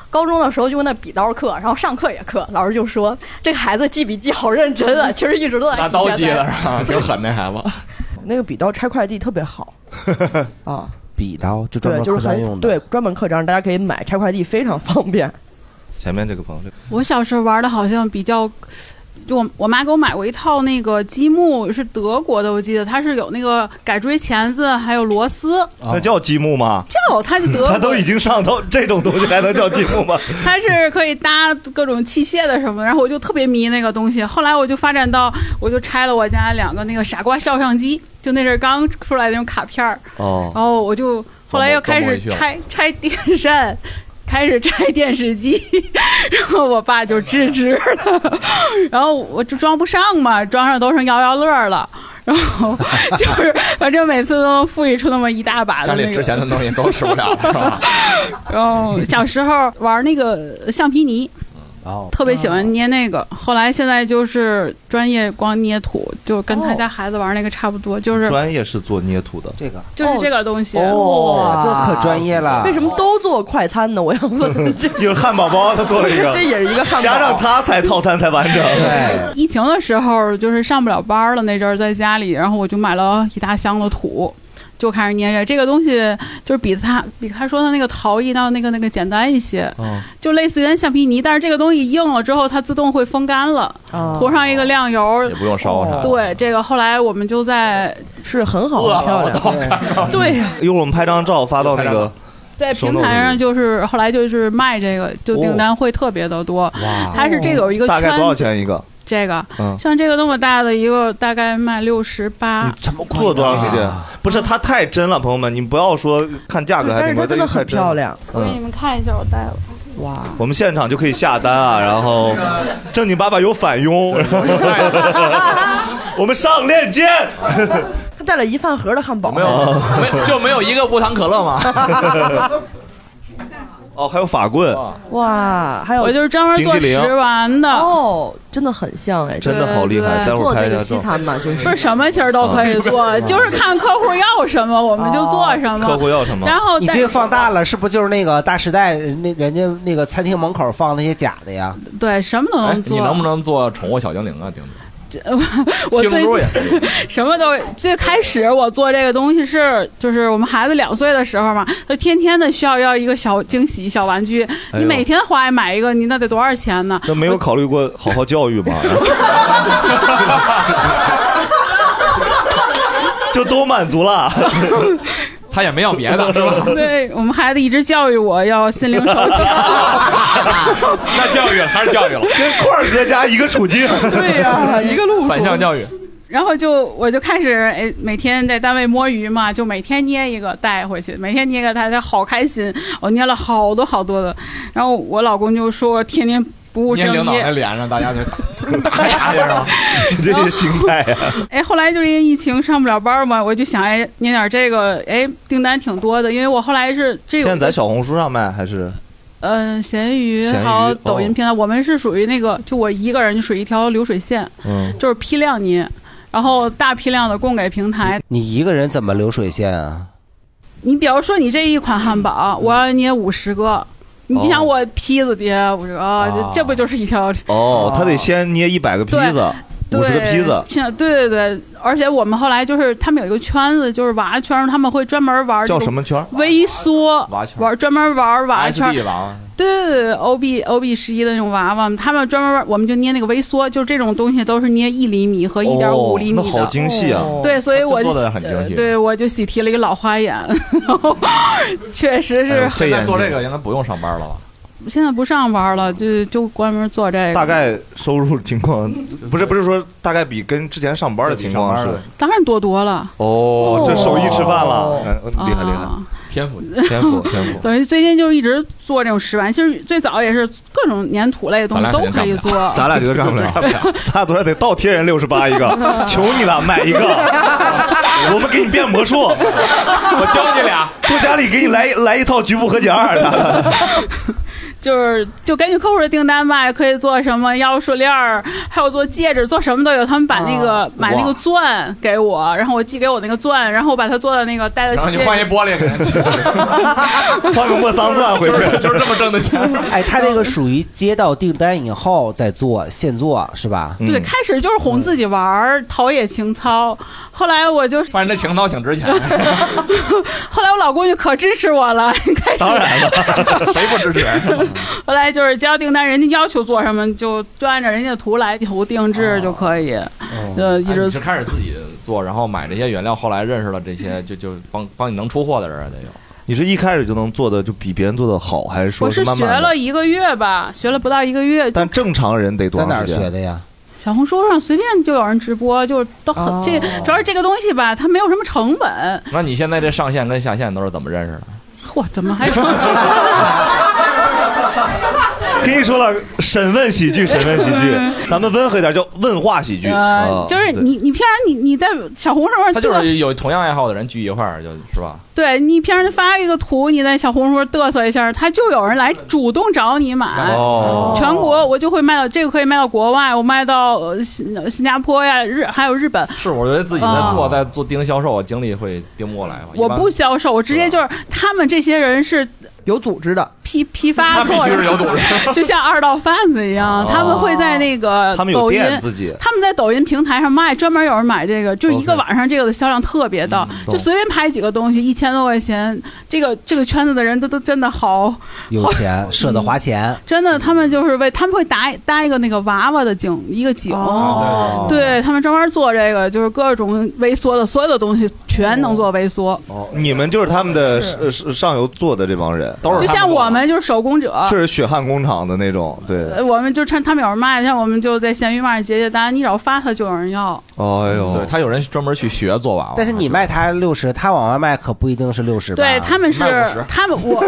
O: 高中的时候就那笔刀课，然后上课也课，老师就说这个孩子记笔记好认真啊，其实一直都在
E: 拿
O: 记
E: 刀
O: 现
E: 记
O: 在
E: 的是吧？挺狠那孩子。
D: 那个笔刀拆快递特别 好，啊，
C: 笔刀就专
D: 对，
C: 门
D: 就
C: 刻
D: 是
C: 章
D: 很
C: 用的。
D: 对专门刻章，大家可以买拆快递，非常方便。
B: 前面这个朋友，
P: 我小时候玩的好像比较，就我我妈给我买过一套那个积木，是德国的，我记得它是有那个改锥钳子，还有螺丝。
C: 哦
B: 那叫积木吗？
P: 叫 它是德国，
B: 他都已经上头，这种东西还能叫积木 吗？
P: 它是可以搭各种器械的什么的，然后我就特别迷那个东西。后来我就发展到，我就拆了我家两个那个傻瓜照相机，就那阵儿刚出来那种卡片儿，
B: 哦
P: 然后我就后来又开始
E: 装模
P: 拆拆电扇，开始拆电视机， 然后我爸就制止了，然后我就装不上嘛，装上都成摇摇乐了。然后就是 反正每次都能富裕出那么一大把的、
Q: 家
P: 那个。
Q: 里值钱的东西都吃不了了，是吧？
P: 然后小时候玩那个橡皮泥，
C: 哦
P: 特别喜欢捏那
Q: 哦
P: 个。后来现在就是专业光捏土，就跟
Q: 哦
P: 他家孩子玩那个差不多，就是
B: 专业是做捏土的，
C: 这个
P: 就是这个东西。
C: 哦，这可专业了。
D: 为什么都做快餐呢？我要 问，
B: 就是汉堡包，他做了一个，
P: 这也是一个汉堡
B: 加上他才套餐才完整。
P: 对疫情的时候就是上不了班儿了，那阵儿在家里，然后我就买了一大箱的土。就开始捏着这个东西，就是比他比他说的那个陶艺到那个那个简单一些，
B: 嗯，
P: 就类似于橡皮泥，但是这个东西硬了之后，它自动会风干了，
D: 哦
P: 涂上一个亮油，
E: 也不用
B: 啊
E: 烧啥。
P: 对，这个后来我们就在
D: 是很好
B: 我
P: 漂亮，对呀，
B: 一会儿我们拍张照发到那个
P: 在
B: 手
P: 平
B: 抖
P: 台
B: 音
P: 上就是后来就是卖这个，就订单会特别的多。它是这个有一个
B: 哦大
P: 圈
B: 概多少
P: 子
B: 钱一个？
P: 这个
B: 嗯
P: 像这个那么大的一个，大概卖六十八。
B: 做多长时间？不是，它太真了，朋友们，你不要说看价格还挺贵，
P: 嗯但是它真
B: 这
P: 的
B: 个太
P: 很
B: 真了
P: 漂亮
B: 嗯
P: 我
I: 给你们看一下，我带了。哇，
B: 我们现场就可以下单啊，然后正经八百有返佣，然后我们上链接。
D: 他带了一饭盒的汉堡，
B: 没有
E: 没就没有一个无糖可乐吗？
B: 哦，还有法棍，
D: 哇，还有
P: 我就是专门做食玩的
D: 哦，真的很像哎，
B: 真的好厉害
D: 对对对
B: 待会儿
D: 做
B: 拍
D: 那
B: 一下
D: 个西
B: 照
D: 餐嘛，就是啊
P: 不是什么其实都可以做，啊就是看客户要什么我们就做什么。然后
C: 你
P: 但
C: 这个放大了，是不是就是那个大时代那人家那个餐厅门口放那些假的呀？
P: 对什么都能
E: 哎
C: 哎
E: 你能不
P: 做。
E: 能做宠物小精灵啊，丁子？
P: 我
E: 七龙
P: 最
E: 珠也
P: 什么都最开始我做这个东西是就是我们孩子两岁的时候嘛，他天天的需要要一个小惊喜小玩具，
B: 哎呦
P: 你每天花买一个，你那得多少钱呢？
B: 那没有考虑过好好教育吗？ 就都满足了，
E: 他也没要别 的，是吧？
P: 对我们孩子一直教育我要心灵手 巧，
E: 那教育了还是教育了，
B: 跟块儿哥家一个处境。
P: 对呀一个路数
E: 反向教育。
P: 然后就我就开始哎，每天在单位摸鱼嘛，就每天捏一个带回去，每天捏一个他他好开心，我捏了好多好多的。然后我老公就说天天不务
E: 捏
P: 正
E: 领导
P: 业
E: 那，脸上，大家就 打打啥 呀，是吧？
B: 这些心态 呀。
P: 哎，后来就是因为疫情上不了班儿嘛，我就想哎捏点这个，哎订单挺多的，因为我后来是这
B: 现
P: 个
B: 在在小红书上卖还是？
P: 嗯、闲鱼
B: 闲鱼
P: 还有抖
B: 哦
P: 音平台，我们是属于那个就我一个人就属于一条流水线，
B: 嗯
P: 就是批量捏，然后大批量的供给平台。
C: 你一个人怎么流水线啊？
P: 你比如说你这一款汉
B: 嗯
P: 堡，我要捏五十个，你想我坯子捏五十个，啊
B: 哦
P: 这这不就是一条？
B: 哦，
E: 啊
B: 他得先捏一百个坯子，
P: 对
B: 五十个坯子。
P: 像对对对，而且我们后来就是他们有一个圈子，就是娃圈，他们会专门玩这
B: 叫
P: 种
B: 什么圈？
P: 微缩
E: 娃圈
P: 玩专门玩娃圈。
E: SB 王
P: 对对对，O B O B 十一的那种娃娃，他们专门玩，我们就捏那个微缩，就是这种东西都是捏一厘米和一点五
B: 哦
P: 厘米的、
B: 那好精细啊哦
P: 对，所以我就
B: 这做得很精细
P: 对我就喜提了一个老花眼，确实
B: 哎
P: 是。
E: 现在做这个应该不用上班了吧？
P: 现在不上班了，就就关门做这个。
B: 大概收入情况不是不是说大概比跟之前上班的情况是
E: 对比上班
P: 当然多多了。
B: 哦，这手艺吃饭了
E: 哦，
B: 哎厉害厉害，
P: 啊
E: 天 赋
B: 天赋天赋。
P: 等于最近就是一直做这种食玩，其实最早也是各种粘土类的东西都可以做。
B: 咱俩绝对干不了， 咱俩昨天得倒贴人六十八一 个，求你了，买一个，我们给你变魔术， 我
E: 教你俩，
B: 多家里给你来来一套局部和解 二啥的，
P: 就是就根据客户的订单吧，可以做什么腰束链儿，还有做戒指，做什么都有。他们把那个、
E: 啊
P: 买那个钻给我，然后我寄给我那个钻，然后我把它做的那个戴在
E: 然后你
P: 戒指
E: 换一玻璃给人 去，
B: 换个莫桑钻回去，
E: 就是这么挣的钱。
C: 哎，他这个属于接到订单以后再做，现做是吧？
E: 嗯
P: 对，开始就是哄自己玩儿，陶冶情操。后来我就，
E: 反正这情操挺值钱，
P: 后来我老公就可支持我了， 开始。
E: 当 然了， 谁不值钱？
P: 后来就是接到订单，人家要求做什么就就按照人家的图来图定制就可以。呃，一
E: 哦哎
P: 直
E: 你是开始自己做，然后买这些原料，后来认识了这些，就就帮帮你能出货的人啊得有。
B: 你是一开始就能做的就比别人做的好，还是说
P: 我是
B: 慢
P: 学
B: 慢的？
P: 了一个月吧，学了不到一个月就
B: 但正常人得多
C: 在哪
B: 长
C: 儿
B: 时间？
C: 学的呀？
P: 小红书上随便就有人直播，就是都很、
E: 哦
P: 这主要是这个东西吧，它没有什么成本。
E: 那你现在这上线 跟下线都是怎么认识的？
P: 嚯，怎么还成？
B: 跟你说了，审问喜剧，审问喜 剧，咱们温和一点叫问话喜剧。啊
P: 呃，就是
B: 对
P: 你，你平常你你在小红书上
E: 他就是有同样爱好的人聚一块儿，就是吧？
P: 对你平常发一个图，你在小红书嘚瑟一下，他就有人来主动找你买。
E: 哦
P: 全国我就会卖到这个可以卖到国外，我卖到呃新新加坡呀、日还有日本。
E: 是，我觉得自己
B: 哦
E: 在做，在做盯销售，精力会盯不过来吧？
P: 我
E: 啊一般
P: 不销售，我直接就是他们这些人是
D: 有组织的
P: 批批发
E: 那必
P: 错
E: 须
P: 的，
E: 是有组 织
P: 就像二道贩子一样，他们会在那个
B: 他们有
P: 抖音
B: 店自己
P: 他们在抖音平台上卖，专门有人买这个，就是一个
B: OK
P: 晚上这个的销量特别大，
B: 懂
P: 就随便拍几个东西，一千多块钱，这个这个圈子的人都都真的好
C: 有钱舍得花钱，
P: 真的，他们就是为他们会搭搭一个那个娃娃的景，一个景，
C: 哦
P: 对他们专门做这个，就是各种微缩的所有的东西全能做微缩，
B: 哦，你们就是他们的是是上游做的这帮人，都
P: 就像我们就是啊手工者，
B: 这是血汗工厂的那种，对。
P: 呃我们就趁他们有人卖，像我们就在闲鱼上接接单，你只要发他就有人要。
B: 哎呦，
E: 对他有人专门去学做娃娃，
C: 但是你卖他六十，他往外卖可不一定是六十吧？
P: 对，他们是他们 我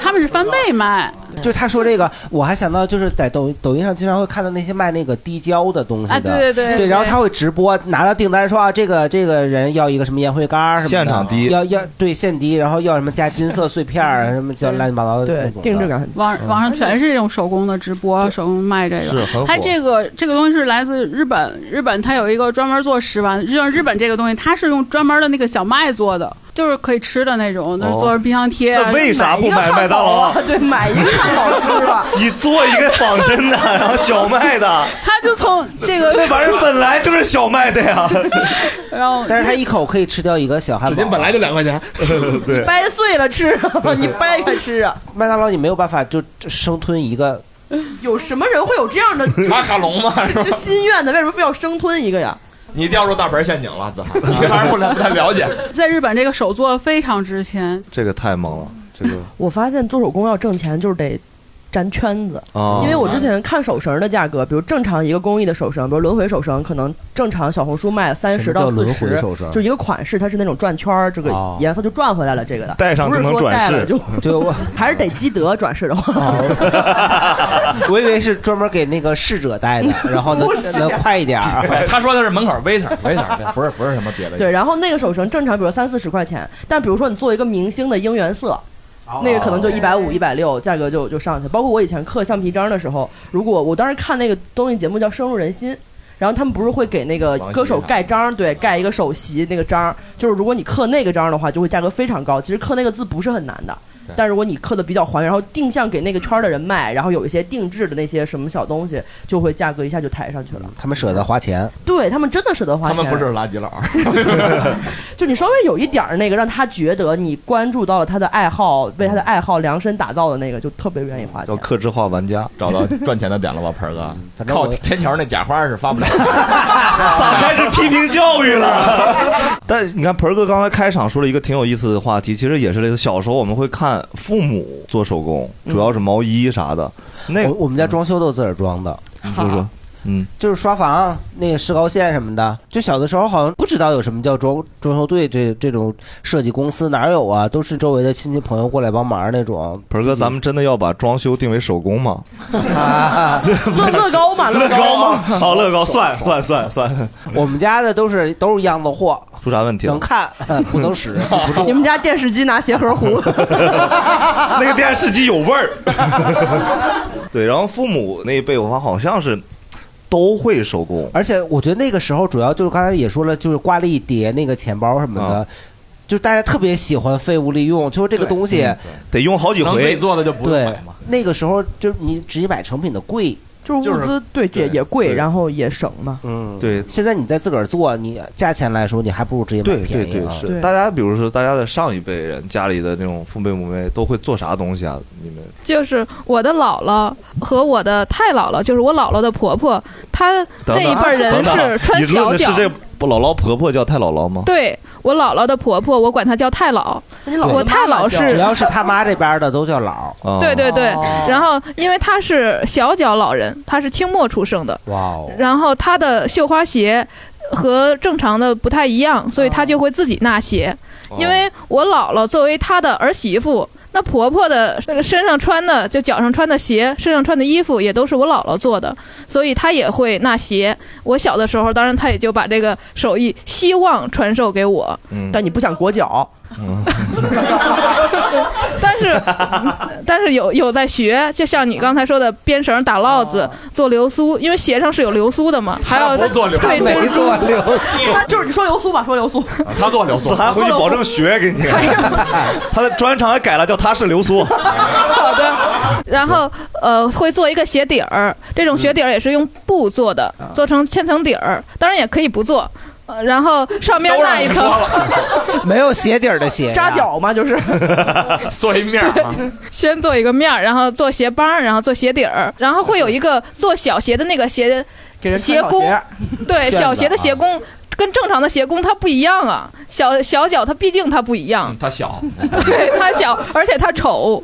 P: 他们是翻倍卖，
C: 就他说这个，我还想到就是在抖抖音上经常会看到那些卖那个滴胶的东西的，
P: 啊对对对对
C: 然后他会直播拿到订单说啊，这个这个人要一个什么烟灰缸什么的，
B: 现场滴
C: 要要对现滴，然后要什么加金色碎片 儿什么叫乱七八糟的那种的，
D: 感
P: 网
B: 嗯
P: 网上全是这种手工的直播，手工卖这
C: 是
P: 个
C: 很火。
P: 它这个这个东西是来自日本，日本它有一个专门做食玩，像日本这个东西，它是用专门的那个小麦做的，就是可以吃的那种，就是做成冰箱贴啊。
B: 哦那为啥不买麦当劳啊
P: 买 一个汉堡啊对，买一个汉堡吃
D: 啊
P: 吧。
B: 你做一个仿真的，然后小麦 的，
P: 他就从这个
B: 那玩意儿本来就是小麦的呀，
P: 然后
C: 但是他一口可以吃掉一个小汉堡，
B: 指定本来
C: 就两块 钱，
B: 对
D: 掰碎了吃，你掰开吃啊？
C: 麦当劳你没有办法就就生吞一个，
D: 有什么人会有这样的
E: 马卡龙 嘛是吧
D: 就心愿的，为什么非要生吞一个呀？
E: 你掉入大盆陷阱了，子 涵，你还是不了不太了解。
P: 在日本这个手作非常值钱，
B: 这个太猛了，这个
D: 我发现做手工要挣钱就是得。粘圈子
B: 哦，
D: 因为我之前看手绳的价格，比如正常一个工艺的手绳，比如轮回手绳，可能正常小红书卖三
C: 什
D: 十
C: 么叫
D: 到四
C: 轮回
D: 十
C: 手绳，
D: 就一个款式，它是那种转圈儿，这个
C: 哦
D: 颜色就转回来了。这个的
C: 戴上
D: 不是
C: 就能
D: 说
C: 转
D: 戴了
C: 世
D: 就
C: 嗯对 我哦
D: 还是得积德转世的话，
C: 我以为是专门给那个逝 者带的，然后
D: 不是
C: 能能快一点 儿。
E: 对哎他说的是门口 waiter，waiter 不是不是什么别的。
D: 对，然后那个手绳正常，比如三四十块钱，但比如说你做一个明星的应援色，
E: 哦
D: 那个可能就一百五、一百六，价格就就上去。包括我以前刻橡皮章的时候，如果我当时看那个综艺节目叫《深入人心》。然后他们不是会给那个歌手盖章，对，盖一个首席那个章，就是如果你刻那个章的话，就会价格非常高。其实刻那个字不是很难的
E: 对，
D: 但如果你刻的比较还原，然后定向给那个圈儿的人卖，然后有一些定制的那些什么小东西，就会价格一下就抬上去了。
C: 他们舍得花钱，
D: 对他们真的舍得花
E: 嗯他
D: 钱，
E: 们不是垃圾佬，
D: 就你稍微有一点儿那个，让他觉得你关注到了他的爱好，为他的爱好量身打造的那个，就特别愿意花钱
B: 叫。克制化玩家，
E: 找到赚钱的点了 吧，盆儿哥？
B: 正我
E: 靠天桥那假花是发不 了。
B: 咋开始批评教育了？但你看，盆儿哥刚才开场说了一个挺有意思的话题，其实也是类似。小时候我们会看父母做手工，主要是毛衣啥的。那
C: 我我们家装修都自个儿装的，
B: 你说说，嗯，
C: 就是刷房那个石膏线什么的。就小的时候好像不知道有什么叫装装修队这这种设计公司哪有啊，都是周围的亲戚朋友过来帮忙那 种。
B: 盆儿哥，咱们真的要把装修定为手工吗？
D: 乐乐高嘛，
B: 乐高
D: 高
B: 吗？ 好，乐高算算算算，
C: 我们家的都是都是样子货，
B: 出啥问题了？
C: 能看不能 使，记不 住。
D: 你们家电视机拿鞋盒糊，
B: 那个电视机有味儿。 对，然后父母那一辈，我发现好像是都会手工，
C: 而且我觉得那个时候主要就是刚才也说了，就是挂了一叠那个钱包什么
B: 啊
C: 的，就大家特别喜欢废物利用，就是这个东西
B: 得用好几
E: 能自己
B: 回。
E: 做的就不
C: 对
E: 用买嘛。
C: 那个时候就是你直接买成品的贵，
D: 就是物资对也也贵，然后也省嘛。
C: 嗯，
B: 对。
C: 现在你再自个儿做，你价钱来说，你还不如直接
B: 对
C: 买
B: 对
C: 便宜
B: 对，
C: 啊。
B: 是大家，比如说大家的上一辈人家里的那种父辈母辈都会做啥东西啊？你们
J: 就是我的姥姥和我的太姥姥，就是我姥姥的婆婆，她
B: 等
J: 那
B: 等啊
J: 一辈儿人
B: 等等
J: 是穿
B: 你论
J: 小
B: 的
J: 脚
B: 是。这不姥姥婆婆叫太姥姥吗？
J: 对我姥姥的婆婆，我管她叫太姥。我太姥是
C: 只要是他妈这边的都叫老。
B: 啊
J: 对对对，
D: 哦
J: 然后因为她是小脚老人，她是清末出生的，
C: 哇哦，
J: 然后她的绣花鞋和正常的不
C: 哦
J: 太一样，所以她就会自己纳鞋。因为我姥姥作为她的儿媳妇，那婆婆的这个身上穿的，就脚上穿的鞋，身上穿的衣服也都是我姥姥做的，所以她也会纳鞋。我小的时候，当然她也就把这个手艺希望传授给我。
C: 嗯
D: 但你不想裹脚，
J: 但是，但是有有在学，就像你刚才说的，编绳、打烙子、做流苏，因为鞋上是有流苏的嘛，还有对珍珠。
C: 流苏，
D: 他 就是你说流苏吧，说流苏，
B: 他做流苏，子涵回去保证学给 你。
J: 哎
B: 他的专场还改了，叫他是流苏。
J: 好的， 然后呃会做一个鞋底儿，这种鞋底儿也是用布做的，做成千层底儿，当然也可以不做。呃然后上面那一层，
C: 没有鞋底儿的鞋，
J: 扎脚
D: 嘛，就是
Q: 做一面儿啊，
J: 先做一个面儿，然后做鞋帮儿，然后做鞋底儿，然后会有一个做小鞋的那个鞋
D: 给人穿
J: 鞋
D: 小
J: 工
D: 鞋，
J: 对，小
D: 炫的啊
J: 鞋的鞋工。跟正常的鞋工它不一样啊，小小脚它毕竟它不一样，
Q: 他小，
D: 嗯
J: 对，它小，而且它丑，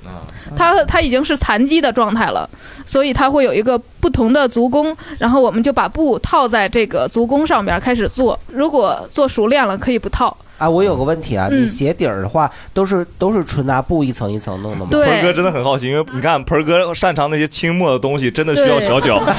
J: 它它已经是残疾的状态了，所以它会有一个不同的足弓，然后我们就把布套在这个足弓上边儿开始做。如果做熟练了，可以不套。
C: 啊，我有个问题啊，
J: 嗯
C: 你鞋底儿的话都是都是纯拿布一层一层弄的吗？
J: 对
B: 盆哥真的很好奇，因为你看盆哥擅长那些清末的东西，真的需要
J: 对
B: 小脚。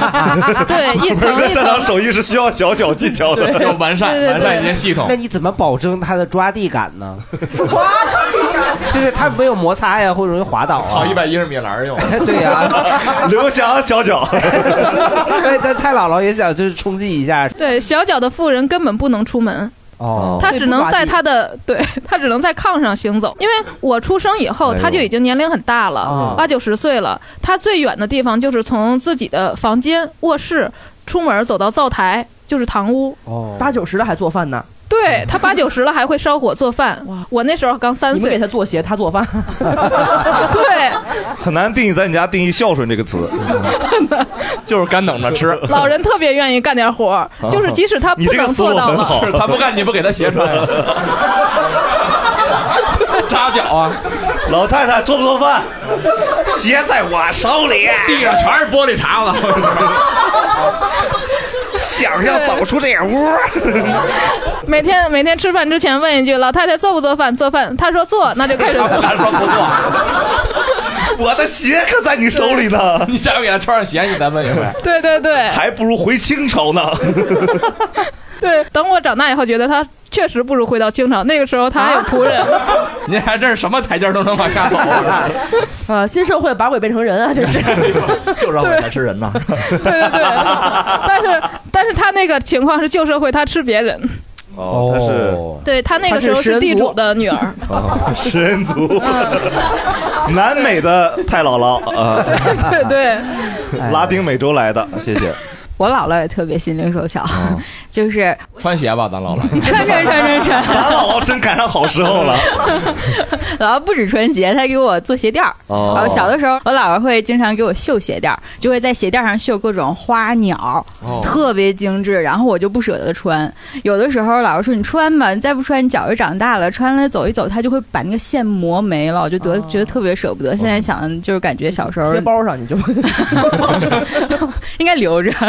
J: 啊对，一
B: 盆
J: 层
B: 哥
J: 一
B: 擅长
J: 层。
B: 手艺是需要小脚技巧的，
Q: 要完善
J: 对对完善一些
Q: 系统
C: 那你怎么保证它的抓地感呢？抓地感就是它没有摩擦呀，会容易滑倒啊
Q: 跑。一百一十米栏儿用。
C: 对 呀，
B: 刘翔小脚。
C: 对，咱太姥姥也想就是冲击一下。
J: 对，小脚的妇人根本不能出门，
C: 哦
J: 她只能在她的对， 她只能在炕上行走。因为我出生以后，
C: 哎呦
J: 她就已经年龄很大了
C: 啊，
J: 八九十岁了。她最远的地方就是从自己的房间、卧室出门走到灶台，就是堂屋。
C: 哦，
D: 八九十了还做饭呢，
J: 对她八九十了还会烧火做饭，我那时候刚三
D: 你们
J: 岁
D: 给。他做鞋，他做饭，
J: 对，
B: 很难定义在你家定义孝顺这个词，
Q: 就是干等着吃。
J: 老人特别愿意干点活儿，
C: 哦
J: 就是即使他不能做到了，
Q: 是他不干，你不给他鞋穿呀？扎脚啊！
B: 老太太做不做饭？鞋在我手里，
Q: 地上全是玻璃碴子。
B: 想要走出这屋，
J: 每天每天吃饭之前问一句老太太做不做饭，做饭，她说做，那就开始做。
B: 我的鞋可在你手里呢。
Q: 你下回给他穿上鞋，你再问一回。
J: 对对对
B: 还不如回清朝呢。
J: 对，等我长大以后，觉得她确实不如回到清朝，那个时候她还有仆人。
Q: 您还真是什么台阶儿都能往下走 啊，
D: 啊，新社会把鬼变成人啊，这是。
Q: 就让我才是人呐。
J: 但是但是她那个情况是旧社会，她吃别人。
B: 哦，他是
J: 对她那个时候是地主的女 儿，
B: 哦食人族，南美的太姥姥啊，
J: 对对。
B: 拉丁美洲来的，哎 谢谢。
L: 我姥姥也特别心灵手巧，
E: 哦
L: 就是
Q: 穿鞋吧，咱老了。
L: 穿穿穿穿 穿，
B: 咱姥姥真赶上好 时候了。
L: 姥姥不止穿鞋，她给我做鞋垫儿。
B: 哦
L: 然后小的时候，我姥姥会经常给我绣鞋垫儿，就会在鞋垫上绣各种花鸟，
R: 哦
L: 特别精致。然后我就不舍得穿，有的时候姥姥说你穿吧，你再不穿你脚就长大了，穿了走一走，她就会把那个线磨没了，我就得、觉得特别舍不得。现在想就是感觉小时候
D: 哦贴包上你就
L: 应该留着。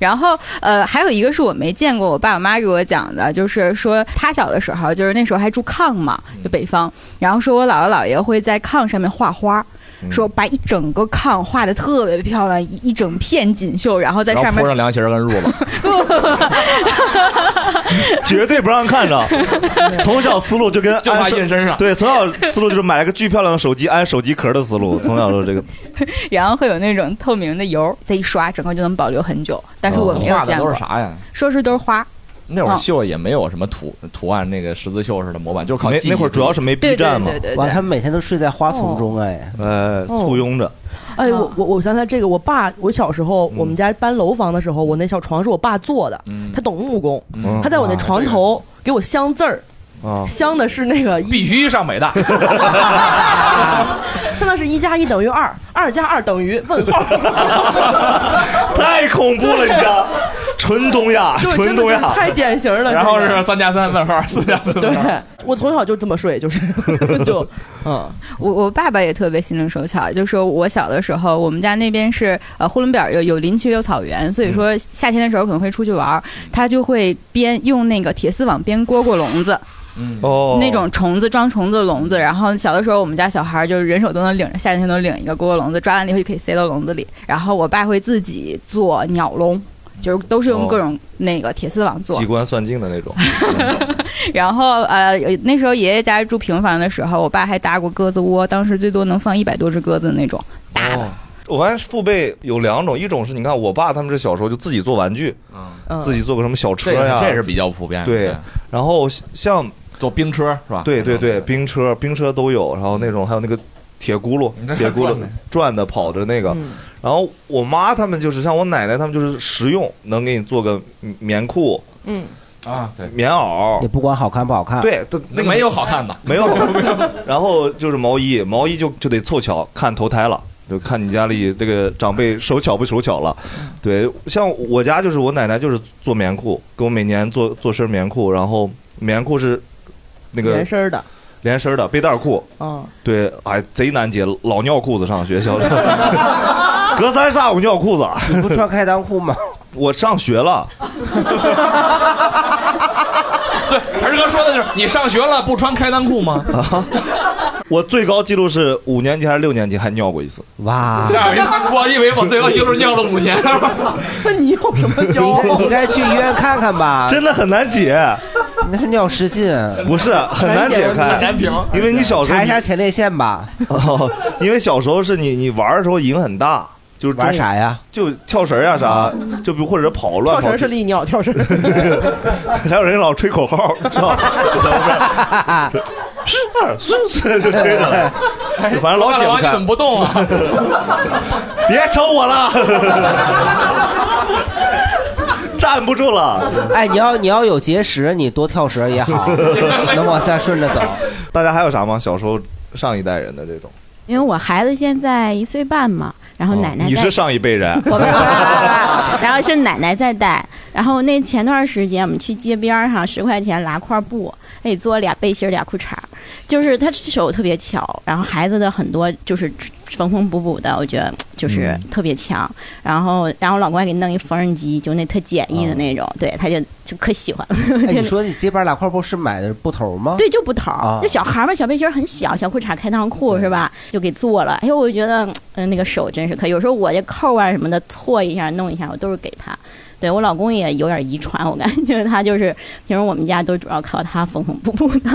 L: 然后呃，还有一个是我没见过，我爸我妈给我讲的，就是说他小的时候，就是那时候还住炕嘛，就北方，然后说我姥姥姥爷会在炕上面画花。
Q: 嗯
L: 说把一整个炕画的特别漂亮，一一整片锦绣，然后在
Q: 然后
L: 上面
Q: 铺上凉席儿跟褥子，
B: 绝对不让看着。从小思路就跟
Q: 就怕
B: 安生
Q: 印身上
B: 对，从小思路就是买了个巨漂亮的手机，安 手机壳的思路，从小就是这个。
L: 然后会有那种透明的油，再一刷，整个就能保留很久。但是我没有
Q: 哦画的
L: 见过，
Q: 都是啥呀？
L: 说是都是花，
Q: 那会儿
L: 哦
Q: 绣也没有什么图图案，那个十字绣似的模板，就是靠
B: 没
Q: 记忆
B: 那会儿主要是没 B 站嘛对对对对对
C: 完，他们每天都睡在花丛中，哎，
B: 呃，簇拥着。
D: 哎，我我我想起来这个，我爸，我小时候我们家搬楼房的时候，我那小床是我爸做的，他懂木工，
Q: 嗯
D: 他在我那床头给我镶字儿，
B: 啊
D: 镶的是那个
Q: 必须上北大。
D: 相当是一加一等于二，二加二等于问号，
B: 太恐怖了，你知道？纯东亚，
D: 对
B: 纯东亚
D: 真的，是太典型了
Q: 然后
D: 这个
Q: 是三加三问号，四加四问号。
D: 对我从小就这么睡，就是就嗯，
L: 我我爸爸也特别心灵手巧，就说我小的时候，我们家那边是呃呼伦贝尔有有林区有草原，
B: 嗯
L: 所以说夏天的时候可能会出去玩儿，他就会编用那个铁丝网编蝈蝈笼子。
E: 嗯
B: 哦，
L: 那种虫子装虫子笼子，然后小的时候我们家小孩就是人手都能领着，夏天能领一个蝈蝈笼子，抓完了以后就可以塞到笼子里。然后我爸会自己做鸟笼，就是都是用各种那个铁丝网做。
B: 哦机关算尽的那种，
L: 然后呃，那时候爷爷家住平房的时候，我爸还搭过鸽子窝，当时最多能放一百多只鸽子的那种。
B: 哦，我发现父辈有两种，一种是你看我爸他们是小时候就自己做玩具，
E: 嗯
B: 自己做个什么小车
E: 这
B: 呀，
E: 个这是比较普遍
B: 啊
E: 的
B: 对
E: 对，
B: 然后像
E: 做冰车是吧？
B: 对对对，冰车冰车都有，然后那种还有那个铁轱辘
E: 这，还
B: 铁轱辘
E: 转的
B: 转的跑着那个。然后我妈他们就是像我奶奶他们就是实用，能给你做个棉裤、
D: 嗯
E: 啊，对，
B: 棉袄，
C: 也不管好看不好看。
B: 对，都那个
E: 没有好看的，
B: 没有， 然后就是毛衣，毛衣就就得凑巧看投胎了。就看你家里这个长辈手巧不手巧了，对，像我家就是我奶奶就是做棉裤，给我每年做做身棉裤，然后棉裤是那个
D: 连身儿的，
B: 连身儿的背带儿裤，
D: 嗯，
B: 对，哎，贼难解，老尿裤子上学，小时候， 隔三差五尿裤子，啊
C: 你不穿开裆裤吗？
B: 我上学 了，
E: 盆儿哥说的就是你上学了不穿开裆裤吗？
B: 我最高记录是五年级还是六年级还尿过一次，啊
C: 哇
E: 吓我 一跳，我以为我最后就是尿了五年。
D: 那你有什么骄
C: 你应该
D: 傲？
C: 你应该去医院看看吧。
B: 真的很难解，
C: 那是尿失禁，
B: 不是很难解开，因为你小时候
C: 查一
B: 你
C: 下前列腺吧。
B: 哦，因为小时候是你你玩儿的时候瘾很大，就是中
C: 玩啥呀？
B: 就跳绳儿呀啥，就比如或者跑乱
D: 跳
B: 跑。
D: 绳是利尿，跳绳。
B: 还有人老吹口号，知道吗？是二是是就吹着了，反正老解不
E: 大
B: 开
E: 佬你怎么不动啊？
B: 别瞅我了，站不住了。
C: 哎，你要你要有结石，你多跳绳也 好，能往下顺着走。
B: 大家还有啥吗？小时候上一代人的这种，
N: 因为我孩子现在一岁半嘛，然后奶奶
B: 哦你
N: 带
B: 是上一辈人，
N: 然后是奶奶在带。然后那前段时间我们去街边儿上，十块钱拿块布，给做俩背心儿俩裤衩儿，就是他手特别巧，然后孩子的很多就是缝缝补补的，我觉得就是特别强。然后，然后我老公还给弄一缝纫机，就那特简易的那种，对，他就就可喜欢了。
C: 哎，你说你街边拉块布是买的布头吗？
N: 对，就不头儿。
C: 啊
N: 那小孩儿嘛，小背心儿很小，小裤衩开裆裤是吧？就给做了。哎呦，我觉得嗯、那个手真是可以。有时候我这扣啊什么的错一下、弄一下，我都是给他。对我老公也有点遗传，我感觉他就是平时我们家都主要靠他缝缝补补的。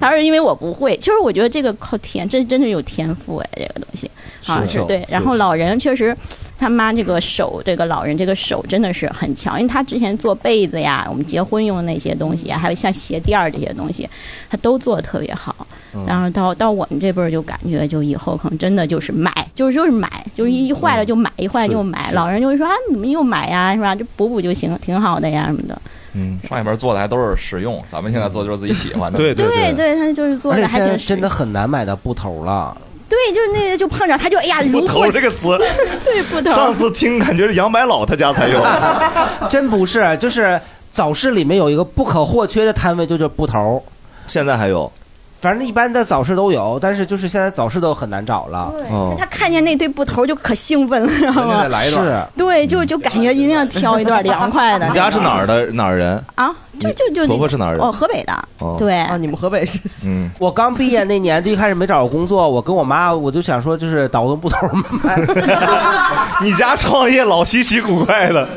N: 他说因为我不会，其实我觉得这个靠天，这真是有天赋哎，这个东西啊
L: 是
N: 是对
L: 是。
N: 然后老人确实，他妈这个手，这个老人这个手真的是很强，因为他之前做被子呀，我们结婚用的那些东西啊，还有像鞋垫儿这些东西，他都做的特别好。
J: 嗯
N: 然后到到我们这辈儿就感觉，就以后可能真的就是买，就是就是买，就是一一坏了就买，一坏了就买。老人就会说啊，你怎么又买呀，是吧？就补补就行，挺好的呀什么的。
E: 嗯，上一边做的还都是实用，咱们现在做就是自己喜欢的。
B: 对
N: 对他就是做
C: 而
N: 的
C: 且
N: 还
C: 现在
N: 挺实
C: 真的很难买到布头了。
N: 对，就是那个就碰着他就哎呀，如
B: 不
N: 获
B: 头这个词，
N: 对不头。
B: 上次听感觉是杨白老他家才有。
C: 真不是，就是早市里面有一个不可或缺的摊位，就叫布头。
B: 现在还有，
C: 反正一般的早市都有，但是就是现在早市都很难找了。
B: 哦
N: 他看见那堆布头就可兴奋了，知道
B: 人家
N: 吗？
B: 再来一段是嗯
N: 对，就就感觉一定要挑一段凉快的。
B: 你家是哪儿的哪儿人？
N: 啊？就就就
B: 婆婆是哪儿人
N: 哦，河北的。
B: 哦
N: 对
D: 啊，你们河北是
B: 嗯，
C: 我刚毕业那年就一开始没找着工作，我跟我妈我就想说就是倒腾布头卖，
B: 你家创业老稀奇古怪的，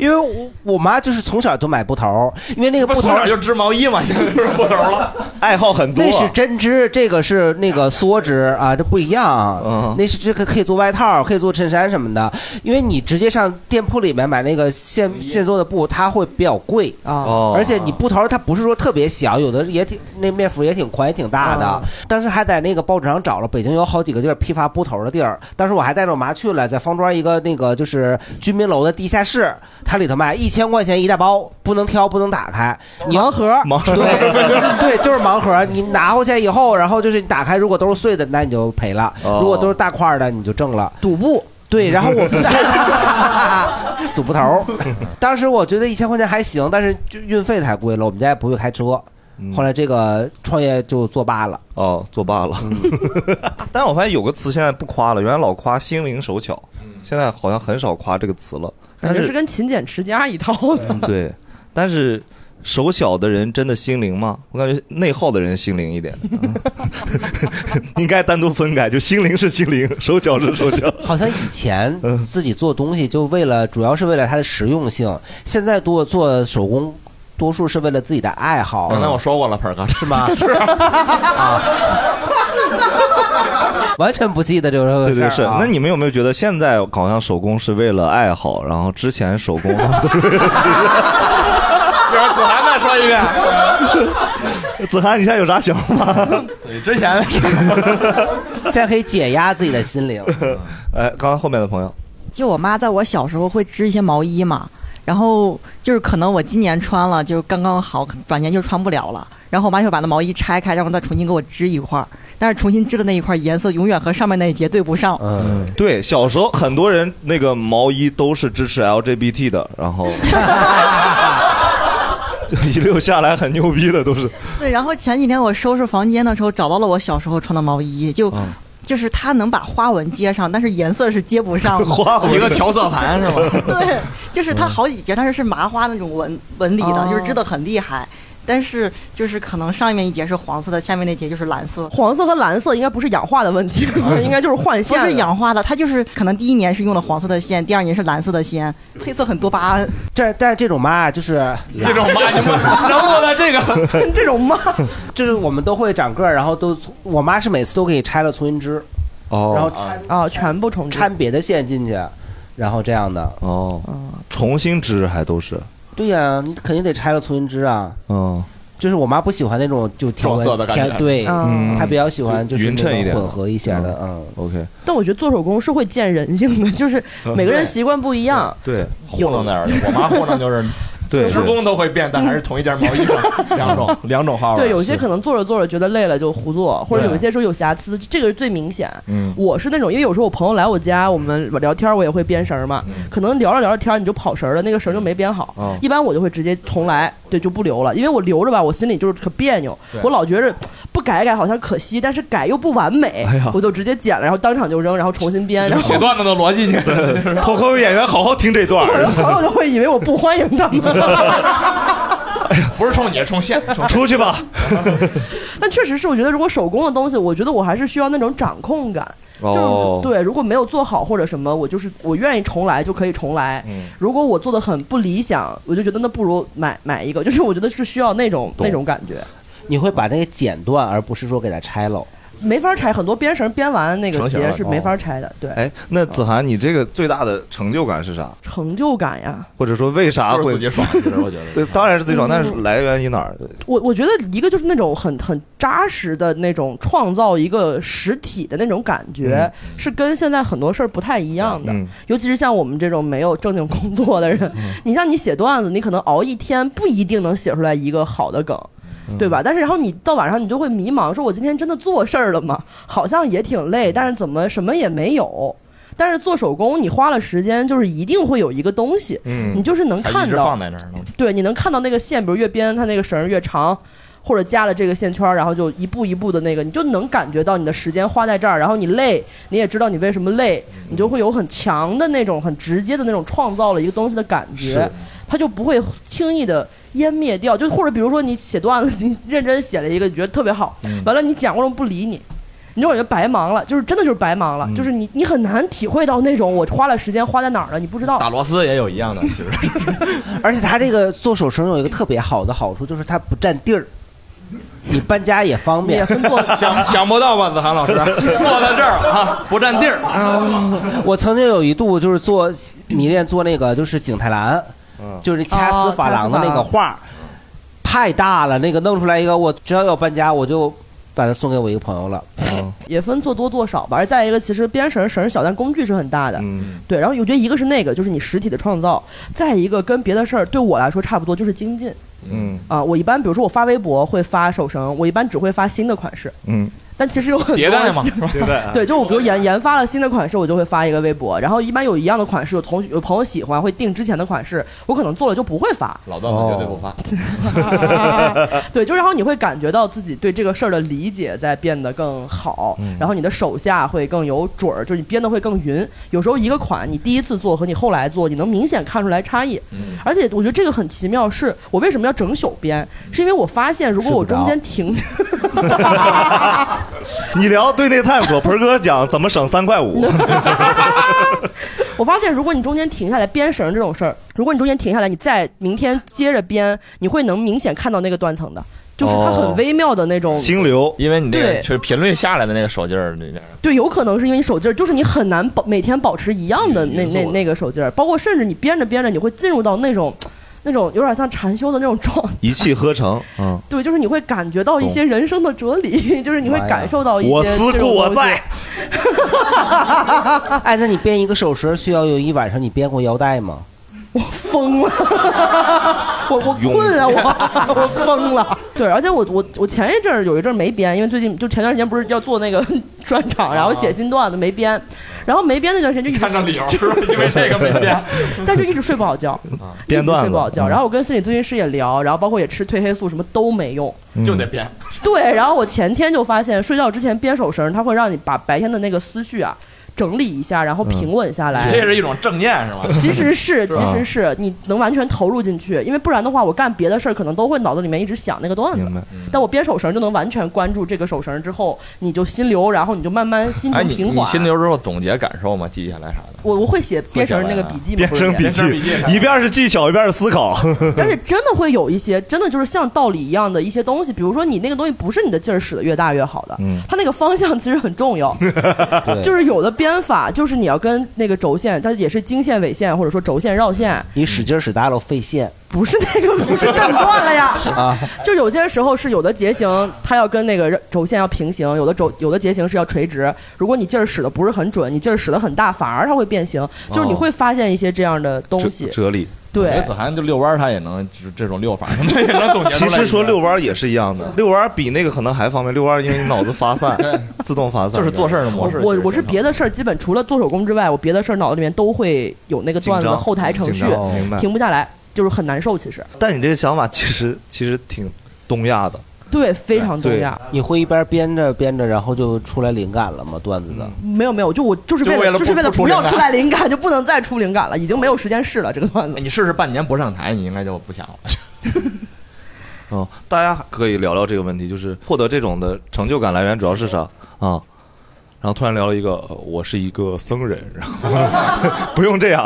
C: 因为我我妈就是从小就买布头，因为那个布
E: 不
C: 头
E: 从小就织毛衣嘛，现在就是布头了。
B: 爱好很多。
C: 那是针织，这个是那个梭织啊，这不一样。
B: 嗯
C: 那是这个可以做外套，可以做衬衫什么的。因为你直接上店铺里面买那个现现做的布，它会比较贵
B: 嗯
D: 啊
B: 哦
C: 而且你布头它不是说特别小，有的也挺那面幅也挺宽，也挺大
B: 嗯
C: 的。当时还在那个报纸上找了，北京有好几个地儿批发布头的地儿。当时我还带着我妈去了，在方庄一个那个就是居民楼的地下室，它里头卖一千块钱一大包，不能挑，不能打开。你
D: 盲盒，
B: 盲 盒
C: 对，就是盲盒。你拿回去以后，然后就是你打开，如果都是碎的，那你就赔了；如果都是大块儿的，你就挣了。
D: 赌布。
C: 对，然后我赌布头儿。当时我觉得一千块钱还行，但是就运费太贵了，我们家也不会开车。后来这个创业就作罢了。
B: 哦，作罢了。
C: 嗯
B: 但我发现有个词现在不夸了，原来老夸心灵手巧，
C: 嗯
B: 现在好像很少夸这个词了。
D: 感
B: 但
D: 觉
B: 是嗯
D: 是跟勤俭持家一套的。
B: 对，但是手小的人真的心灵吗？我感觉内耗的人心灵一点， 嗯应该单独分开，就心灵是心灵，手脚是手脚。
C: 好像以前自己做东西就为了，主要是为了它的实用性。现在多做手工，多数是为了自己的爱好。
E: 刚才我说过了，盆儿哥啊
C: 是 吗？
B: 啊
C: 完全不记得这个
B: 对对是
C: 事儿啊。
B: 那你们有没有觉得现在好像手工是为了爱好，然后之前手工
E: 让子涵再说一遍。
C: 嗯
B: 子涵，你现在有啥想法？
E: 之前
C: 现在可以解压自己的 心灵。
B: 哎，刚刚后面的朋友，
R: 就我妈在我小时候会织一些毛衣嘛，然后就是可能我今年穿了，就是刚刚好，转年就穿不了了。然后我妈就把那毛衣拆开，然后再重新给我织一块儿，但是重新织的那一块儿颜色永远和上面那一截对不上。
B: 嗯，对，小时候很多人那个毛衣都是支持 LGBT 的，然 后就一溜下来很牛逼的都是。
R: 对，然后前几天我收拾房间的时候找到了我小时候穿的毛衣，就。
E: 嗯
R: 就是它能把花纹接上，但是颜色是接不上的。
E: 花纹一嗯个调色盘是吗
R: 对，就是它好几节，但是是麻花那种纹纹理的，
D: 哦
R: 就是织的很厉害。但是就是可能上面一节是黄色的，下面那节就是蓝色。
D: 黄色和蓝色应该不是氧化的问题， 应该就是换线。
R: 不是氧化的，它就是可能第一年是用的黄色的线，第二年是蓝色的线，配色很多巴胺。
C: 这但是这种妈啊就是
R: 这种妈
E: 你们能落到这 个
C: 这种妈，就是我们都会长个儿，然后都从我妈是每次都给你拆了重新织，
B: 哦
C: 然后掺
D: 哦全部重
C: 掺别的线进去，然后这样的。
B: 哦，
C: 嗯
B: 重新织还都是，
C: 对呀、你肯定得拆了重新织啊。
B: 嗯，
C: 就是我妈不喜欢那种就条
B: 撞色的
C: 纹
B: 感觉
C: 天，对，
D: 嗯
C: 她比较喜欢就是
B: 匀称一
C: 那
B: 点
C: 种
B: 的
C: 混合一些的，嗯。
B: OK，
D: 但我觉得做手工是会见人性的，就是
E: 嗯
D: 每个人
E: 对
D: 习惯不一样。
B: 对，
E: 糊弄那儿去。我妈糊弄就是，
B: 对
E: 职工都会变，但还是同一件毛衣上两种两种花纹。
D: 对，有些可能做着做着觉得累了就胡做，或者
E: 对
D: 有些时候有瑕疵，这个是最明显。
E: 嗯
D: 我是那种，因为有时候我朋友来我家，我们聊天我也会编绳儿嘛，可能聊着聊着天儿你就跑绳儿了，那个绳儿就没编好。
E: 嗯哦
D: 一般我就会直接重来，对，就不留了，因为我留着吧，我心里就是可别扭
E: 对，
D: 我老觉着不改改好像可惜，但是改又不完美，
E: 哎呀
D: 我就直接剪了，然后当场就扔，然后重新编。然后
E: 嗯写段子的逻辑，你
B: 脱口秀演员好好听这段儿。
D: 朋友就会以为我不欢迎他们。
E: 不是冲你，冲线，冲
B: 出去吧。
D: 但确实是，我觉得如果手工的东西，我觉得我还是需要那种掌控感。
E: 哦
D: 就是对，如果没有做好或者什么，我就是我愿意重来就可以重来。
E: 嗯
D: 如果我做的很不理想，我就觉得那不如买买一个， 就是我觉得是需要那种那种感觉，
C: 你会把那个剪断，而不是说给它拆喽。
D: 没法拆。很多编绳编完那个
B: 成型了
D: 结是没法拆的，对，
B: 哎，那子涵，你这个最大的成就感是啥？
D: 成就感呀。
B: 或者说为啥
E: 就是
B: 会
E: 自己爽其实我觉得
B: 对，当然是自己爽，
D: 嗯
B: 但是来源于哪儿？
D: 我我觉得一个就是那种很很扎实的那种创造一个实体的那种感觉，是跟现在很多事儿不太一样的。
E: 嗯
D: 尤其是像我们这种没有正经工作的人， 你像你写段子，你可能熬一天不一定能写出来一个好的梗。
E: 嗯
D: 对吧？但是然后你到晚上你就会迷茫，说我今天真的做事儿了吗？好像也挺
E: 嗯
D: 累，但是怎么什么也没有。但是做手工，你花了时间，就是一定会有一个东西，
E: 嗯
D: 你就是能看
E: 还一直
D: 到
E: 放在那儿呢。
D: 对，你能看到那个线，比如越编它那个绳儿越长，或者加了这个线圈儿，然后就一步一步的那个，你就能感觉到你的时间花在这儿，然后你累，你也知道你为什么累，
E: 嗯
D: 你就会有很强的那种很直接的那种创造了一个东西的感觉
E: 是，
D: 它就不会轻易的。湮灭掉，就或者比如说你写段子， 你认真写了一个，你觉得特别好，
E: 嗯
D: 完了你讲过了不理你，你就感觉白忙了，就是真的就是白忙
E: 嗯
D: 了，就是你你很难体会到那种我花了时间花在哪儿了，你不知道。
E: 打螺丝也有一样的，其实
C: 而且它这个做手绳有一个特别好的好处，就是它不占地儿，你搬家也方便。
E: 想想不到吧，子涵 老师落在这儿了啊，不占地儿。
D: 嗯
C: 我曾经有一度就是做迷恋做那个就是景泰蓝，
B: 嗯
C: 就是掐丝哦珐琅的那个画儿，太大了，那个弄出来一个，我只要要搬家，我就把它送给我一个朋友了。
B: 嗯
D: 也分做多做少吧。而再一个，其实编绳绳小，但工具是很大的。
B: 嗯，
D: 对。然后我觉得一个是那个，就是你实体的创造；再一个跟别的事儿对我来说差不多，就是精进
B: 嗯
D: 啊。我一般比如说我发微博会发手绳，我一般只会发新的款式。
B: 嗯，
D: 但其实有很多
E: 迭代嘛啊
B: 迭代
D: 对，就我比如研研发了新的款式，我就会发一个微博，然后一般有一样的款式，有同有朋友喜欢会订之前的款式，我可能做了就不会发。
E: 老段子绝对不
D: 哦
E: 发。
D: 对，就然后你会感觉到自己对这个事儿的理解在变得更好，然后你的手下会更有准儿，就是你编的会更匀。有时候一个款你第一次做和你后来做，你能明显看出来差异。而且我觉得这个很奇妙，是我为什么要整宿编，是因为我发现如果我中间停，
B: 你聊对内探索，盆儿哥讲怎么省三块五，
D: 我发现如果你中间停下来编绳这种事儿，如果你中间停下来，你再明天接着编，你会能明显看到那个断层的，就是它很微妙的那种。
B: 流，
E: 因为你那个
D: 对
E: 就是频率下来的那个手劲儿，那那
D: 对，有可能是因为你手劲儿，就是你很难保每天保持一样
B: 嗯
D: 的那那那个手劲儿，包括甚至你编着编着，你会进入到那种，那种有点像禅修的那种状态。
B: 一气呵成。嗯，
D: 对，就是你会感觉到一些人生的哲理， 就是你会感受到一些。
B: 我思故我在。
C: 哎，那你编一个手绳需要用一晚上，你编过腰带吗？
D: 疯了， 我我
C: 勇
D: 困啊， 我我疯了。对，而且我我我前一阵儿有一阵儿没编，因为最近就前段时间不是要做那个 专
B: 啊
D: 场，然后写新段子没编，然后没编那段时间就一直看
E: 上理由是因为这个没编，
D: 但是一直睡不好觉，一
E: 嗯
D: 直
B: 编段
D: 睡
B: 子
D: 不好觉。
B: 嗯
D: 然后我跟心理咨询师也聊，然后包括也吃褪黑素，什么都没用。
E: 就得编。
D: 对，然后我前天就发现，睡觉之前编手绳，它会让你把白天的那个思绪啊整理一下，然后平稳下来。
E: 你嗯这是一种正念是吗？
D: 其实是，其
E: 吧
D: 实是你能完全投入进去，因为不然的话，我干别的事儿可能都会脑子里面一直想那个段子。但我编手绳就能完全关注这个手绳之后，你就心流，然后你就慢慢心
E: 哎，
D: 情
E: 你
D: 平
E: 你
D: 缓。
E: 心流之后总结感受吗？记下来啥的？
D: 我我会写编绳那
E: 啊
D: 个笔记嘛，
B: 变成笔
D: 不是也
B: 记，一边是技 巧，一边是思考。
D: 而且真的会有一些，真的就是像道理一样的一些东西，比如说你那个东西不是你的劲儿使得越大越好的，
B: 嗯
D: 它那个方向其实很 重要。就是有的编法，就是你要跟那个轴线，它也是经线、纬线，或者说轴线、绕线，
C: 你使劲使大了费线
D: 不是那个， 不是断断了呀。
C: 啊！
D: 就有些时候是有的节型，它要跟那个轴线要平行；有的轴有的节型是要垂直。如果你劲儿使的不是很准，你劲儿使的很大，反而它会变形。就是你会发现一些这样的东西。
B: 哦理。
D: 对
E: 我觉得子涵就遛弯儿，他也能就是这种遛法，他也能总结出
B: 其
E: 来。
B: 实说遛弯儿也是一样的，遛弯儿比那个可能还方便。遛弯儿因为你脑子发散，自动发散，
E: 就是做事儿的模
D: 我我是别的事儿，基本除了做手工之外，我别的事儿脑子里面都会有那个段子
B: 紧张
D: 后台程序
B: 紧张明白，
D: 停不下来，就是很难受。其实
B: 但你这个想法其实其实 挺东亚的，
D: 对，非常重要。
C: 你会一边编着编着，然后就出来灵感了吗？段子的
D: 没有没有，就我就是
C: 就
D: 为
C: 为了
D: 了就是
C: 不
D: 为了
C: 不出
D: 不要
C: 灵感
D: 出来灵感，就不能再出灵感了，已经没有时间试了这个段子。
E: 你试试半年不上台，你应该就 不想了。
B: 嗯，大家可以聊聊这个问题，就是获得这种的成就感来源主要是啥啊、然后突然聊了一个，呃我是一个僧人，然后 不用这样，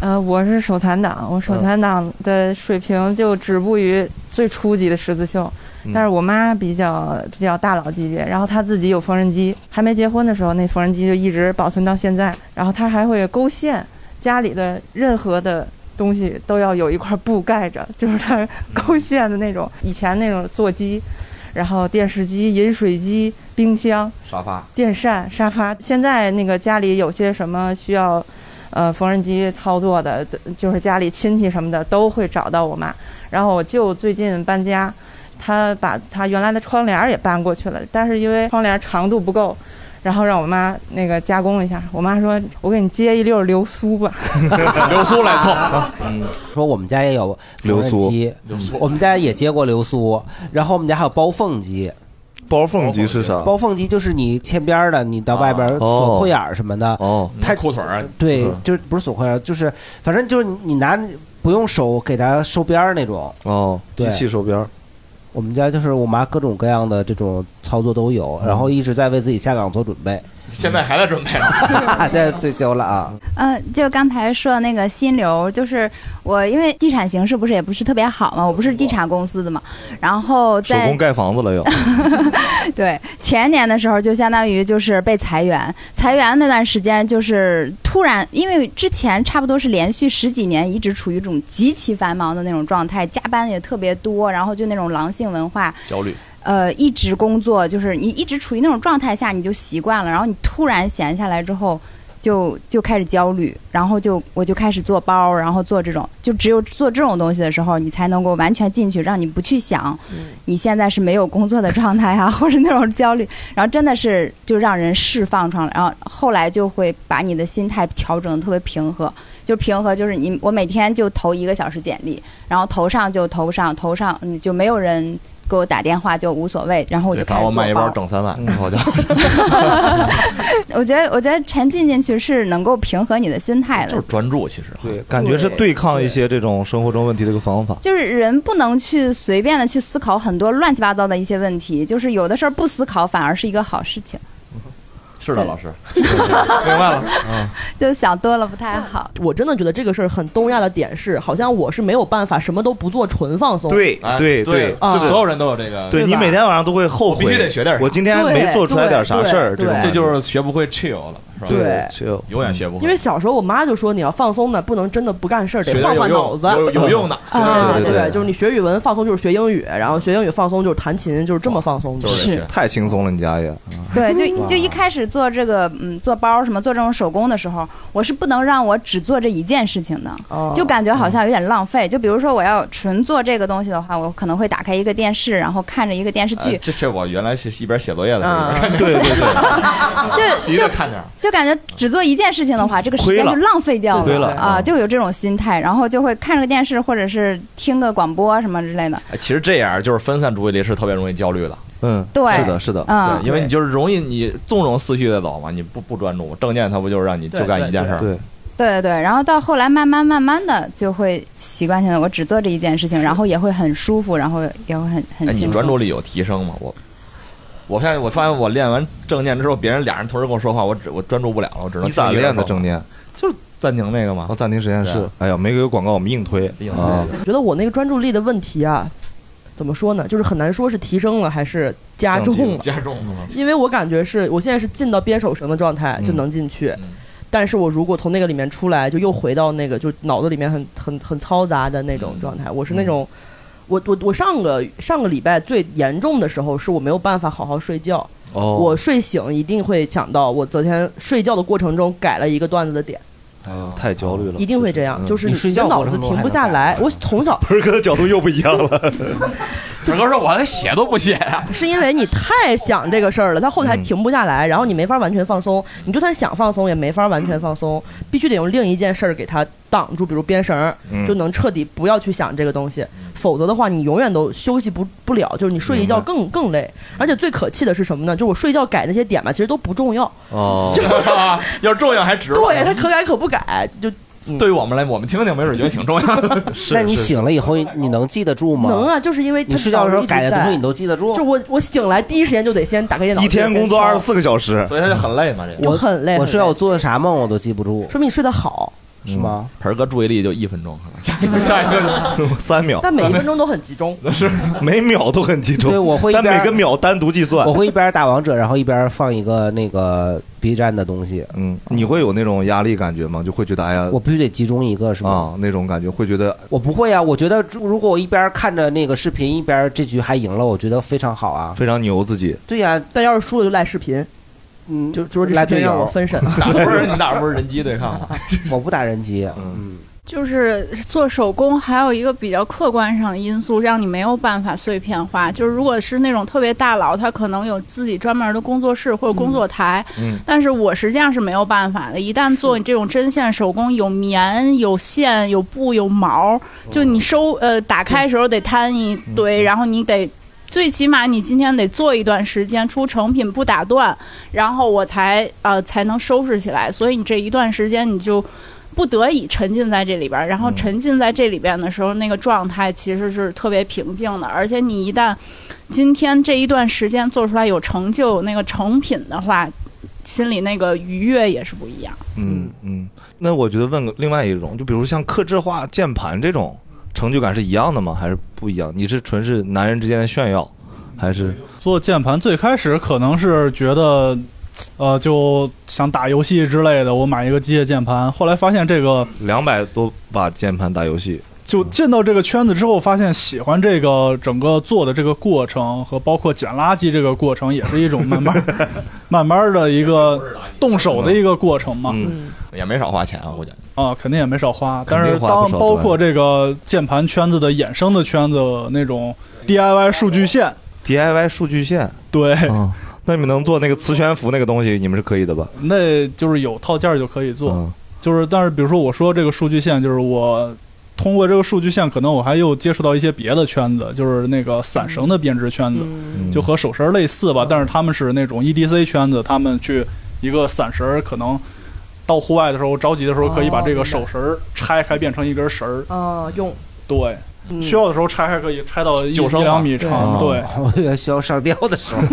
S: 呃，我是手残党，我
B: 嗯
S: 手残党的水平就止步于最初级的十字绣，
B: 嗯
S: 但是我妈比较比较大佬级别，然后她自己有缝纫机，还没结婚的时候那缝纫机就一直保存到现在，然后她还会勾线，家里的任何的。东西都要有一块布盖着，就是
B: 嗯
S: 她勾线的那种，以前那种座机，然后电视机、饮水机、冰箱，
E: 沙发
S: 电扇、沙发。现在那个家里有些什么需要，呃，缝纫机操作的，就是家里亲戚什么的都会找到我妈。然后我舅最近搬家，他把他原来的窗帘儿也搬过去了，但是因为窗帘长度不够。然后让我妈那个加工了一下，我妈说：“我给你接一溜儿流苏吧。
E: 流苏来凑。
C: 嗯，说我们家也有
B: 啊流苏
C: 缝纫机，我们家也接过流苏，然后我们家还有包缝机。
B: 包缝机是啥？啊
C: 包缝机就是你嵌边儿的，你到外边儿锁裤眼儿什么的。
B: 哦，
C: 它
E: 裤腿儿
C: 对
B: 嗯，
C: 就是不是锁裤眼儿，就是反正就是你拿不用手给它收边儿那种。
B: 哦，
C: 对
B: 机器手边儿，
C: 我们家就是我妈各种各样的这种操作都有，然后
B: 嗯
C: 一直在为自己下岗做准备。
E: 现在还在准备呢。
C: 啊， 这退休了啊！
H: 嗯，就刚才说的那个心流，就是我因为地产形势不是也不是特别好嘛，我不是地产公司的嘛，然后
B: 手
H: 在
B: 工盖房子 了又。
H: 对，前年的时候就相当于就是被裁员，裁员那段时间就是突然，因为之前差不多是连续十几年一直处于一种极其繁忙的那种状态，加班也特别多，然后就那种狼性文化，
E: 焦虑。
H: 呃，一直工作，就是你一直处于那种状态下，你就习惯了，然后你突然闲下来之后，就就开始焦虑，然后就我就开始做包，然后做这种，就只有做这种东西的时候，你才能够完全进去，让你不去想你现在是没有工作的状态啊， 或者那种焦虑，然后真的是就让人释放出来，然后后来就会把你的心态调整得特别平和，就平和就是你我每天就投一个小时简历，然后投上就投上，投上嗯就没有人。给我打电话就无所谓，然后我就
E: 对，
H: 开始
E: 反正我
H: 做
E: 卖一
H: 包
E: 包整三万，然后就
H: 我觉得，我觉得沉浸进去是能够平和你的心态的，
E: 专注，其实
B: 对，感觉是对抗一些这种生活中问题的一个方法。
H: 就是人不能去随便的去思考很多乱七八糟的一些问题，就是有的事儿不思考反而是一个好事情，
E: 是
H: 的
E: 的，
H: 老
E: 老 师，明白了，嗯。
H: 就想多了不太好。
D: 我真的觉得这个事儿很东亚的点是，好像我是没有办法什么都不做，纯放松。
B: 对
E: 哎
B: 对
E: 对
B: 啊
E: 所有人都有这个
B: 对
E: 对
B: 你
E: 吧
B: 每天晚上都会后
E: 我
B: 悔，
E: 必须得学点啥
B: 我今天没做出来点啥事儿，这种
E: 这就是学不会 chill 了，是吧？
B: 对 chill
E: 永远学不
D: 因
E: 会。
D: 为小时候我妈就说，你要放松呢，不能真的不干事儿，
E: 学
D: 得
E: 点
D: 换
E: 有
D: 换
E: 用
D: 脑子。
E: 有 有用的
D: 啊，
B: 对
D: 对
B: 对对
D: 就是你学语文放松就是学英语，然后学英语放松就是弹琴，就是这么放松的。
B: 太轻松了，你家也。
H: 对，就
B: 哇
H: 就一开始做这个，嗯，做包什么做这种手工的时候，我是不能让我只做这一件事情的，
E: 哦
H: 就感觉好
E: 嗯
H: 像有点浪费。就比如说我要纯做这个东西的话，我可能会打开一个电视，然后看着一个电视
E: 呃
H: 剧，
E: 这这我原来是一边写作业的时候，一
H: 嗯
E: 边看对对
H: 就
E: 必须得看点儿。
H: 就感觉只做一件事情的话，这个时间就浪费掉
E: 亏
H: 了
E: 了嗯
H: 啊，就有这种心态，然后就会看着个电视或者是听个广播什么之类的。
E: 哎其实这样就是分散注意力是特别容易焦虑的。
B: 嗯，
H: 对是的是的嗯
E: 对，因为你就是容易你纵容思绪在走嘛，你不不专注，证件它不就是让你就干一件事儿？
B: 对，
H: 对对对，然后到后来慢慢慢慢的就会习惯性的，我只做这一件事情，然后也会很舒服，然后也会很
E: 哎，
H: 很
E: 你
H: 轻
E: 专
H: 松。
E: 注力有提升吗？我，我现在我发现我练完证件之后，别人俩人同时跟我说话，我只我专注不了了，我只能
B: 你咋
E: 听一个
B: 练的
E: 人说话
B: 正念？
E: 就是暂停那个嘛。
B: 我暂停实验室
E: 哦对。啊
B: 哎呀，没给广告，我们硬推
E: 硬推
B: 啊。
D: 我觉得我那个专注力的问题啊，怎么说呢？就是很难说是提升了还是加重了。
E: 加重了。
D: 因为我感觉是我现在是进到编手绳的状态
E: 嗯
D: 就能进去，但是我如果从那个里面出来，就又回到那个就脑子里面很很很嘈杂的那种
E: 嗯
D: 状态。我是那种，我我我上个上个礼拜最严重的时候是我没有办法好好睡觉，
B: 哦
D: 我睡醒一定会想到我昨天睡觉的过程中改了一个段子的点。
B: 哎呀，太焦虑了，
D: 一定会这
E: 嗯
D: 样，就是的脑子停不下
B: 来。
D: 来。我从小
B: 盆儿哥的角度又不一样了。
E: 鹏哥说：“我连写都不写啊呀、
D: 是因为你太想这个事儿了，他后台停不下来，然后你没法完全放松，你就算想放松也没法完全放松，必须得用另一件事儿给它挡住，比如编绳儿
E: 嗯，
D: 就能彻底不要去想这个东西，否则的话你永远都休息不不了，就是你睡一觉
C: 嗯
D: 更更累，而且最可气的是什么呢？就是我睡觉改那些点吧，其实都不重要，
E: 哦，要重要还值吗？
D: 对，它可改可不改，就
E: 对于我们来，我们听听，没准觉得挺重 要的。
C: 那你醒了以后，你能记得住吗？
D: 能啊，就是因为它
C: 嗯你睡觉的时候
D: 脑子一直
C: 改的东西
D: 在
C: 你都记得住
D: 就我我醒来第一时间就得先打开电脑，
B: 一天工作
D: 先
B: 二
D: 敲
B: 十四个小时，
E: 所以他就很累嘛。这
D: 就很累
C: 我
D: 很
C: 睡
D: 累
C: 觉我做的啥梦我都记不住，
D: 说明你睡得好。
C: 是吗？
E: 嗯盆儿哥注意力就一分钟，下一个下一个
B: 三秒
D: 啊但每一分钟都很集中。
E: 是
B: 每秒都很集中。
C: 对我会一
B: 但
C: 边
B: 每个秒单独计算。
C: 我会一边打王者，然后一边放一个那个 B 站的东西。
B: 嗯，你会有那种压力感觉吗？就会觉得哎呀，我
C: 必须得集中一个是
B: 吗？啊，那种感觉会觉得
C: 我不会啊，我觉得如果我一边看着那个视频，一边这局还赢了，我觉得非常好啊。
B: 非常牛自己。
C: 对呀、
D: 但要是输了就赖视频，
C: 嗯，
D: 就就说这
C: 赖
D: 视频
C: 队友
D: 让我分 神。
E: 打不是你打不是人机对抗吗？
C: 我不打人机，嗯，
P: 就是做手工，还有一个比较客观上的因素，让你没有办法碎片化。就是如果是那种特别大佬，他可能有自己专门的工作室或者工作台，
B: 嗯
P: 但是我实际上是没有办法的。一旦做你这种针线手工，有棉、有线、有布、有毛，就你收呃打开时候得摊一堆，然后你得。最起码你今天得做一段时间，出成品不打断，然后我才呃才能收拾起来。所以你这一段时间你就不得已沉浸在这里边儿，然后沉浸在这里边的时候，那个状态其实是特别平静的。而且你一旦今天这一段时间做出来有成就、有那个成品的话，心里那个愉悦也是不一样。
B: 嗯嗯。那我觉得问个另外一种，就比如像刻制化键盘这种，成就感是一样的吗？还是不一样？你是纯是男人之间的炫耀，还是
G: 做键盘最开始可能是觉得，呃，就想打游戏之类的，我买一个机械键盘。后来发现这个，
B: 两百多把键盘打游戏？
G: 就进到这个圈子之后，发现喜欢这个整个做的这个过程和包括捡垃圾这个过程，也是一种慢慢慢慢的一个动手的一个过程嘛。嗯
E: 也没少花钱啊，我觉得。
G: 啊，肯定也没少花，但
E: 肯
G: 是
E: 定花不
G: 当
E: 少
G: 包括这个键盘圈子的衍生的圈子那种 DIY 数据线，
B: DIY 数据线，嗯
G: 对、
B: 那你们能做那个磁悬浮那个东西，你们是可以的吧？嗯
G: 那就是有套件儿就可以做。就是，但是比如说我说这个数据线，就是我通过这个数据线，可能我还又接触到一些别的圈子，就是那个散绳的编织圈子，就和手绳儿类似吧，但是他们是那种 EDC 圈子，他们去一个散绳儿可能。到户外的时候，着急的时候可以把这个手绳儿拆开，变成一根绳儿。
D: 哦，用
G: 对，
D: 嗯
G: 需要的时候拆开可以拆到一
E: 救生
G: 一两
E: 嘛
G: 米
B: 啊
G: 长。对，
C: 嗯 我以为需要上吊的时候。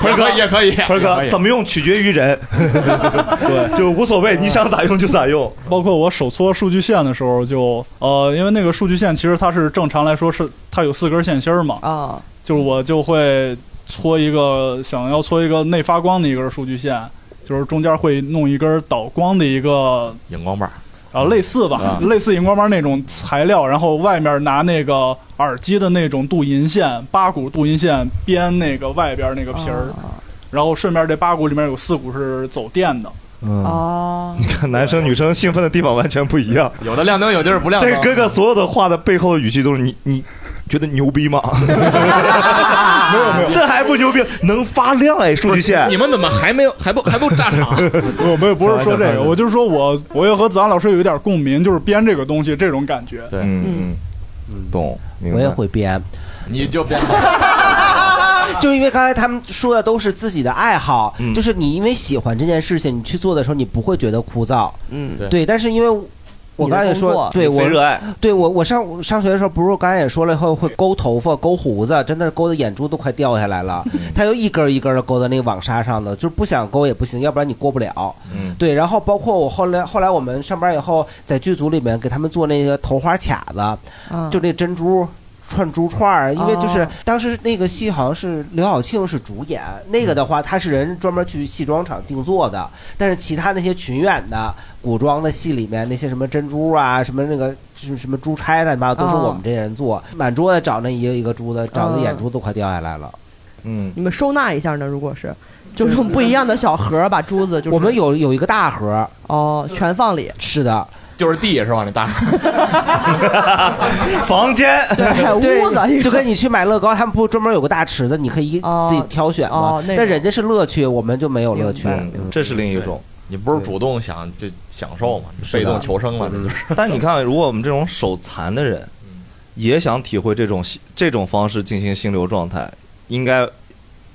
B: 盆哥也可以，盆
G: 也可
B: 哥
G: 以
B: 怎么用取决于人，对，就无所谓，你想咋用就咋用。
G: 包括我手搓数据线的时候就，呃，因为那个数据线其实它是正常来说是它有四根线芯儿嘛，
D: 啊，
G: 就是我就会搓一个想要搓一个内发光的一根数据线，就是中间会弄一根导光的一个
E: 荧光棒，
G: 啊，类似吧，
E: 嗯
G: 类似荧光棒那种材料，然后外面拿那个耳机的那种镀银线，八股镀银线编那个外边那个皮儿，然后顺便这八股里面有四股是走电的，
B: 嗯
D: 哦，
B: 你看 男生女生兴奋的地方完全不一样，
E: 啊 有的亮灯，有的是不亮
B: 这
E: 灯。
B: 个哥哥所有的话的背后的语气都是你你觉得牛逼 吗？
G: 没有没有，
B: 这还不牛逼，能发亮哎，数据线。
E: 你们怎么还没有还不还不 炸场？
G: 我们不是说
E: 开玩
G: 这个，
E: 笑
G: 我就是说我我也和子安老师有一点共鸣，就是编这个东西这种感觉。
E: 对，
B: 嗯嗯，懂。
C: 我也会编，
E: 你就别
C: 就是因为刚才他们说的都是自己的爱好，
E: 嗯
C: 就是你因为喜欢这件事情，你去做的时候你不会觉得枯燥，
D: 嗯
C: 对，但是因为我刚才也说，对我，对我我上我上学的时候，不是我刚才也说了，后会勾头发、勾胡子，真的是勾的眼珠都快掉下来了。
E: 嗯
C: 他又一根儿一根的勾在那个网纱上的，就是不想勾也不行，要不然你过不了。
B: 嗯，
C: 对，然后包括我后来后来我们上班以后，在剧组里面给他们做那个头花卡子，
D: 嗯
C: 就那珍珠。串珠串儿，因为就是
D: 哦
C: 当时那个戏好像是刘晓庆是主演，那个的
D: 嗯
C: 话他是人专门去戏装厂定做的，但是其他那些群演的古装的戏里面那些什么珍珠啊，什么那个什么什么珠钗乱七八糟都是
D: 哦
C: 我们这些人做，满桌子找那一个一个珠子，找的
D: 嗯
C: 眼珠都快掉下来了。
B: 嗯，
D: 你们收纳一下呢？如果是，就是用不一样的小盒把珠子，就是
C: 我们有有一个大盒，
D: 哦，全放里。
C: 是的，
E: 就是地也是往里搭。
B: 房间
C: 对
D: 屋子一个
C: 就跟你去买乐高，他们不专门有个大池子，你可以自己挑选吗？
E: 哦那种
C: 但人家是乐趣，我们就没有乐趣。嗯
B: 这是另一种。
E: 嗯你不是主动想就享受嘛，
B: 是
E: 被
B: 的嗯
E: 动求生嘛，这就是。嗯
B: 但你看，如果我们这种手残的人，也想体会这种心这种方式进行心流状态，应该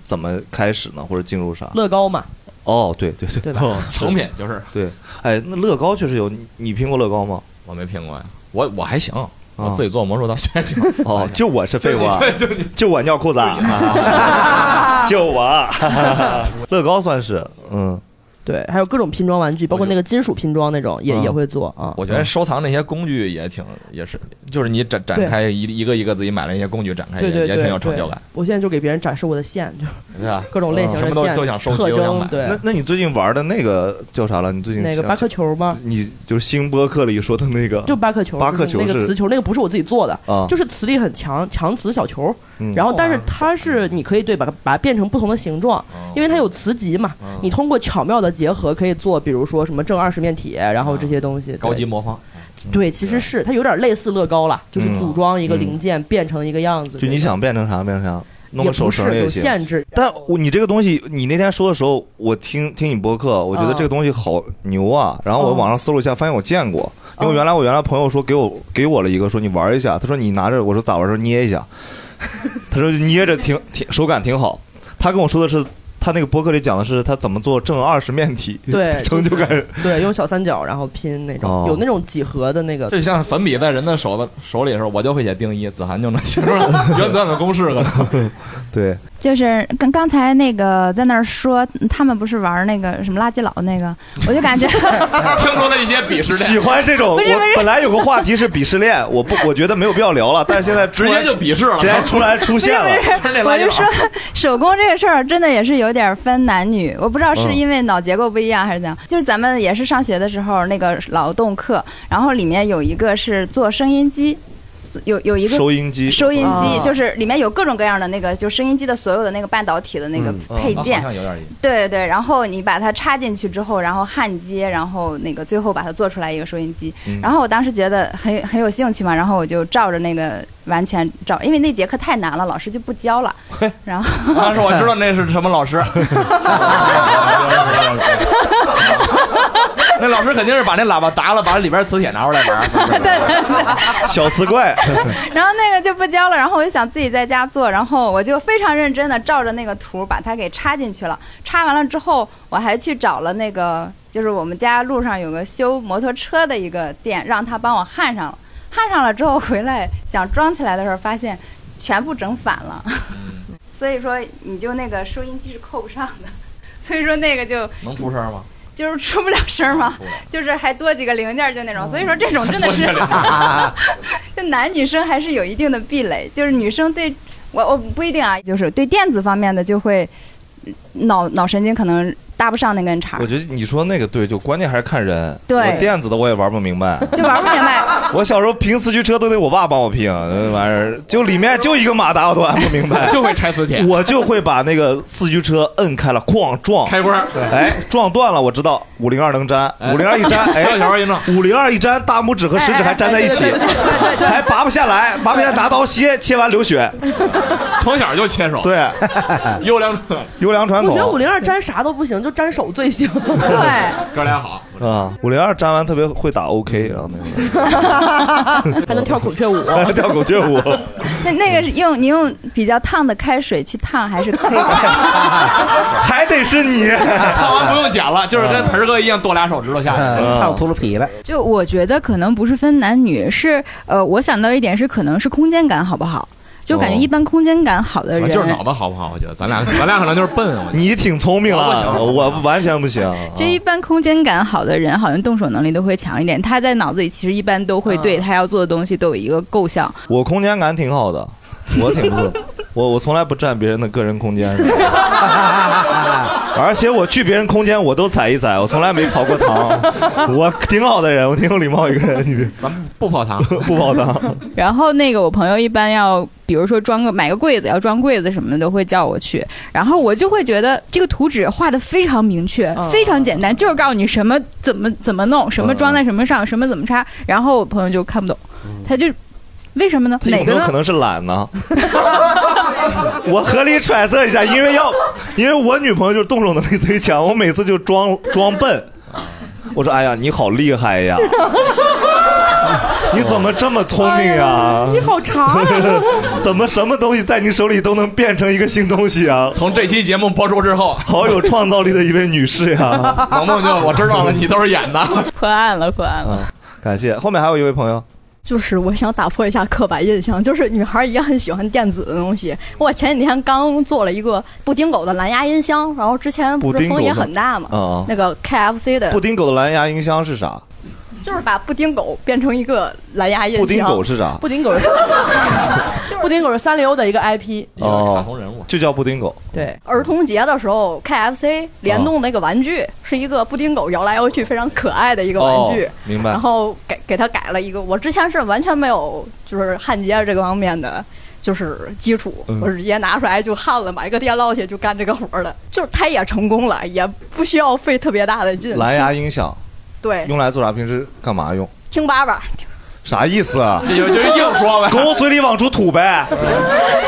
B: 怎么开始呢？或者进入啥？
D: 乐高嘛，
B: 哦，对对对，
D: 对吧
B: 哦是
E: 成品就是
B: 对。哎，那乐高确实有，你你拼过乐高吗？啊
E: 我没拼过呀，我我还行，我自己做魔术道具。
B: 哦，就我是废物啊，
E: 哎就你
B: 就我尿裤子啊，
D: 啊
B: 就我，啊乐高算是嗯，
D: 对，还有各种拼装玩具，包括那个金属拼装那种，也
E: 嗯
D: 也会做啊。
E: 我觉得收藏那些工具也挺，也是，就是你展展开一一个一个自己买了一些工具展开，
D: 对对
E: 也也
D: 对，
E: 挺有成
D: 对
E: 就感，
D: 我现在就给别人展示我的线，就
E: 对吧？嗯
D: 各种类型的
E: 什么都
D: 线
E: 都想收集，
D: 啊特
E: 都想
D: 征
E: 买。
D: 对
B: 那那你最近玩的那个叫啥了？你最近
D: 那个
B: 想
D: 巴克球吗？
B: 你就是新播客里说的那个，
D: 就巴克球，
B: 巴克球
D: 就是那个
B: 是
D: 磁球，那个不是我自己做的
B: 啊，
D: 就是磁力很强，强磁小球
B: 嗯。
D: 然后，但是它是你可以对把它把它变成不同的形状，
B: 哦
D: 因为它有磁极嘛
E: 嗯。
D: 你通过巧妙的结合，可以做比如说什么正二十面体，然后这些东西。对
E: 啊高级魔方，
D: 对，其实是它有点类似乐高了，就是
B: 啊嗯
D: 组装一个
B: 嗯
D: 零件变成一个样子。
B: 就你
D: 这种
B: 想变成啥变成啥，弄
D: 也
B: 个手
D: 不是
B: 绳也
D: 有
B: 行。
D: 限制，
B: 但我你这个东西，你那天说的时候，我听听你播客，我觉得
D: 嗯
B: 这个东西好牛啊。然后我
D: 哦
B: 网上搜了一下，发现我见过，因为原来我原来朋友说给我给我了一个，说你玩一下，他说你拿着，我说咋玩？说捏一下， 他说捏着挺挺手感挺好。他跟我说的是，他那个播客里讲的是他怎么做正二十面体，
D: 对
B: 成就感。
D: 对，用小三角然后拼那
B: 哦
D: 种，有那种几何的那个。
E: 这像粉笔在人的手的手里的时候，我就会写定义，子涵就能写出来 原子弹的公式可能。
B: 对，
H: 就是刚刚才那个在那儿说，嗯他们不是玩那个什么垃圾佬那个，我就 感觉
E: 听说的一些鄙视链，
B: 喜欢这种，
H: 不是
B: 我
H: 不是
B: 本来有个话题是鄙视链，我不，我觉得没有必要聊了，但是现在直
E: 直接就鄙视了
B: 直接出来出现了，
H: 不是不是，我就说手工这个事儿真的也是有点分男女，我不知道
B: 嗯
H: 是因为脑结构不一样还是怎样。就是咱们也是上学的时候那个劳动课，然后里面有一个是做声音机。有有一个
B: 收音机
H: 收音机
B: 啊
H: 就是里面有各种各样的那个，就声音机的所有的那个半导体的那个
B: 嗯
H: 配件
B: 啊好，像有点意思
H: 对对，然后你把它插进去之后，然后焊接，然后那个最后把它做出来一个收音机。
T: 嗯
H: 然后我当时觉得很很有兴趣嘛，然后我就照着那个完全照，因为那节课太难了，老师就不教了。然后
E: 当 时我知道那是什么 老师，那老师肯定是把那喇叭砸了，把里边磁铁拿出来玩。
B: 小磁 怪，
H: 然后那个就不教了，然后我就想自己在家做，然后我就非常认真的照着那个图把它给插进去了。插完了之后，我还去找了那个，就是我们家路上有个修摩托车的一个店，让他帮我焊上了。焊上了之后回来想装起来的时候，发现全部整反了。 所以说，你就那个收音机是扣不上的，所以说那个就
E: 能出声吗？
H: 就是出不了嗯声儿嘛，就是还多几个零件儿就那种，所以说这种真的是， 就男女生还是有一定的壁垒，就是女生对我我不一定啊，就是对电子方面的就会脑脑神经可能搭不上那根茬儿
B: 我，觉得你说那个对，就关键还是看人。
H: 对
B: 我电子的我也玩不明 白。
H: 就玩不明白。
B: 我小时候拼四驱车都得我爸帮我拼，那玩意儿就里面就一个马达，我都按啊不明白，
E: 就会拆磁铁
B: 我就会把那个四驱车摁开了，哐撞
E: 开关对
B: 哎，撞断了，我知道五零二能粘，五零二一粘，哎，
E: 跳一圈一弄
B: 五零二一粘，大拇指和食指还粘在一起，还拔不下来，拔不下来拿刀切，切完流血。
E: 从小就切手，
B: 对，
E: 优良传
B: 优良传
D: 我
B: 统。
D: 觉得五零二粘啥都不行，就粘手 最行。对，
E: 哥俩好，
B: 啊，五零二粘完特别会打 OK，然后那个。
D: 还能跳孔雀舞
B: 跳孔雀舞。
H: 那那个是用你用比较烫的开水去烫还是可以的，
B: 还得是 你。
E: 烫完不用剪了，就是跟
B: 嗯
E: 盆儿哥一样剁俩手指头下去，
C: 嗯烫秃噜皮了。
L: 就我觉得可能不是分男女，是呃，我想到一点是可能是空间感好不好，就感觉
E: 哦
L: 一般空间感好的人，
E: 就是脑子好不好？我觉得咱俩咱俩可能就是笨，
B: 你挺聪明了，我完全不行。
E: 啊
L: 就一般空间感好的人，好像动手能力都会强一点。他在脑子里其实一般都
E: 嗯
L: 会对他要做的东西都有一个构想。
B: 我空间感挺好的，我挺 不错，我我从来不占别人的个人空间，而且我去别人空间我都踩一踩，我从来没跑过 堂，我挺好的人，我挺有礼貌一个人，你别
E: 咱们不跑堂，
B: 不跑堂，
L: 然后那个我朋友一般要，比如说装个买个柜子，要装柜子什么的，都会叫我去。然后我就会觉得这个图纸画的非常明确，非常简单，就是告诉你什么怎么怎么弄，什么装在什么上，什么怎么插。然后我朋友就看不懂，他就为什么呢？
B: 他有
L: 哪
B: 没
L: 个
B: 有
L: 呢？
B: 可能是懒呢？我合理揣测一下，因为要因为我女朋友就是动手能力贼强，我每次就装装笨，我说哎呀你好厉害呀， 你怎么这么聪
T: 哎
B: 明呀？
D: 你好长
T: 啊
D: 呀
B: 怎么什么东西在你手里都能变成一个新东西啊？
E: 从这期节目播出之后，
B: 好有创造力的一位女士
E: 嗯
B: 呀！
E: 萌萌就我 知道了，你都是演的。
B: 嗯
L: 破案了，破案了。
B: 啊感谢，后面还有一位朋友，
T: 就是我想打破一下刻板印象，就是女孩儿一样很喜欢电子的东西。我前几天刚做了一个布丁狗的蓝牙音箱，然后之前不是风也很大嘛，
B: 布丁狗的啊
T: 那个 KFC 的
B: 布丁狗的蓝牙音箱是啥？
T: 就是把布丁狗变成一个蓝牙音箱。
B: 布丁狗是啥
D: 布丁狗是， 布丁狗是三丽鸥的一个 IP。
B: 哦，卡通人物就叫布丁狗。
D: 对，
T: 儿童节的时候，KFC 联动那个玩具、是一个布丁狗摇来摇去，非常可爱的一个玩具。
B: 哦明白
T: 然后给给它改了一个，我之前是完全没有就是焊接这个方面的。就是基础，
B: 嗯
T: 我直接拿出来就焊了，买个电烙铁就干这个活儿了。就是它也成功了，也不需要费特别大的劲。
B: 蓝牙音响
T: 对，
B: 用来做啥？平时干嘛用？
T: 听叭叭，
B: 啥意思啊？
E: 这就就是硬说呗，
B: 狗嘴里往出吐 呗。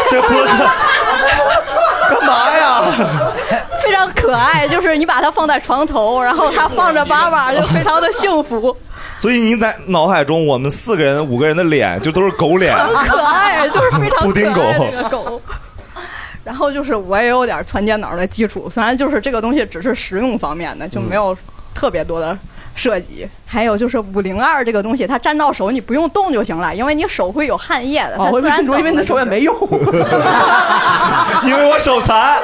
B: 这播客干嘛呀？
T: 非常可爱。就是你把它放在床头，然后它放着叭叭，就非常的幸福。
B: 所以你在脑海中，我们四个人、五个人的脸就都是狗 脸，
T: 很可爱，啊就是非常
B: 布丁
T: 可
B: 狗
T: 爱的一个狗。 然后就是我也有点传电脑的基础，虽然就是这个东西只是实用方面的，就没
D: 嗯
T: 有特别多的设计。还有就是五零二这个东西，它沾到手你不用动就行了，因为你手会有汗 液的，
D: 哦
T: 它
D: 我以
T: 自
D: 为
T: 然
D: 你说因为你的手 也没用。
B: 因为我手残，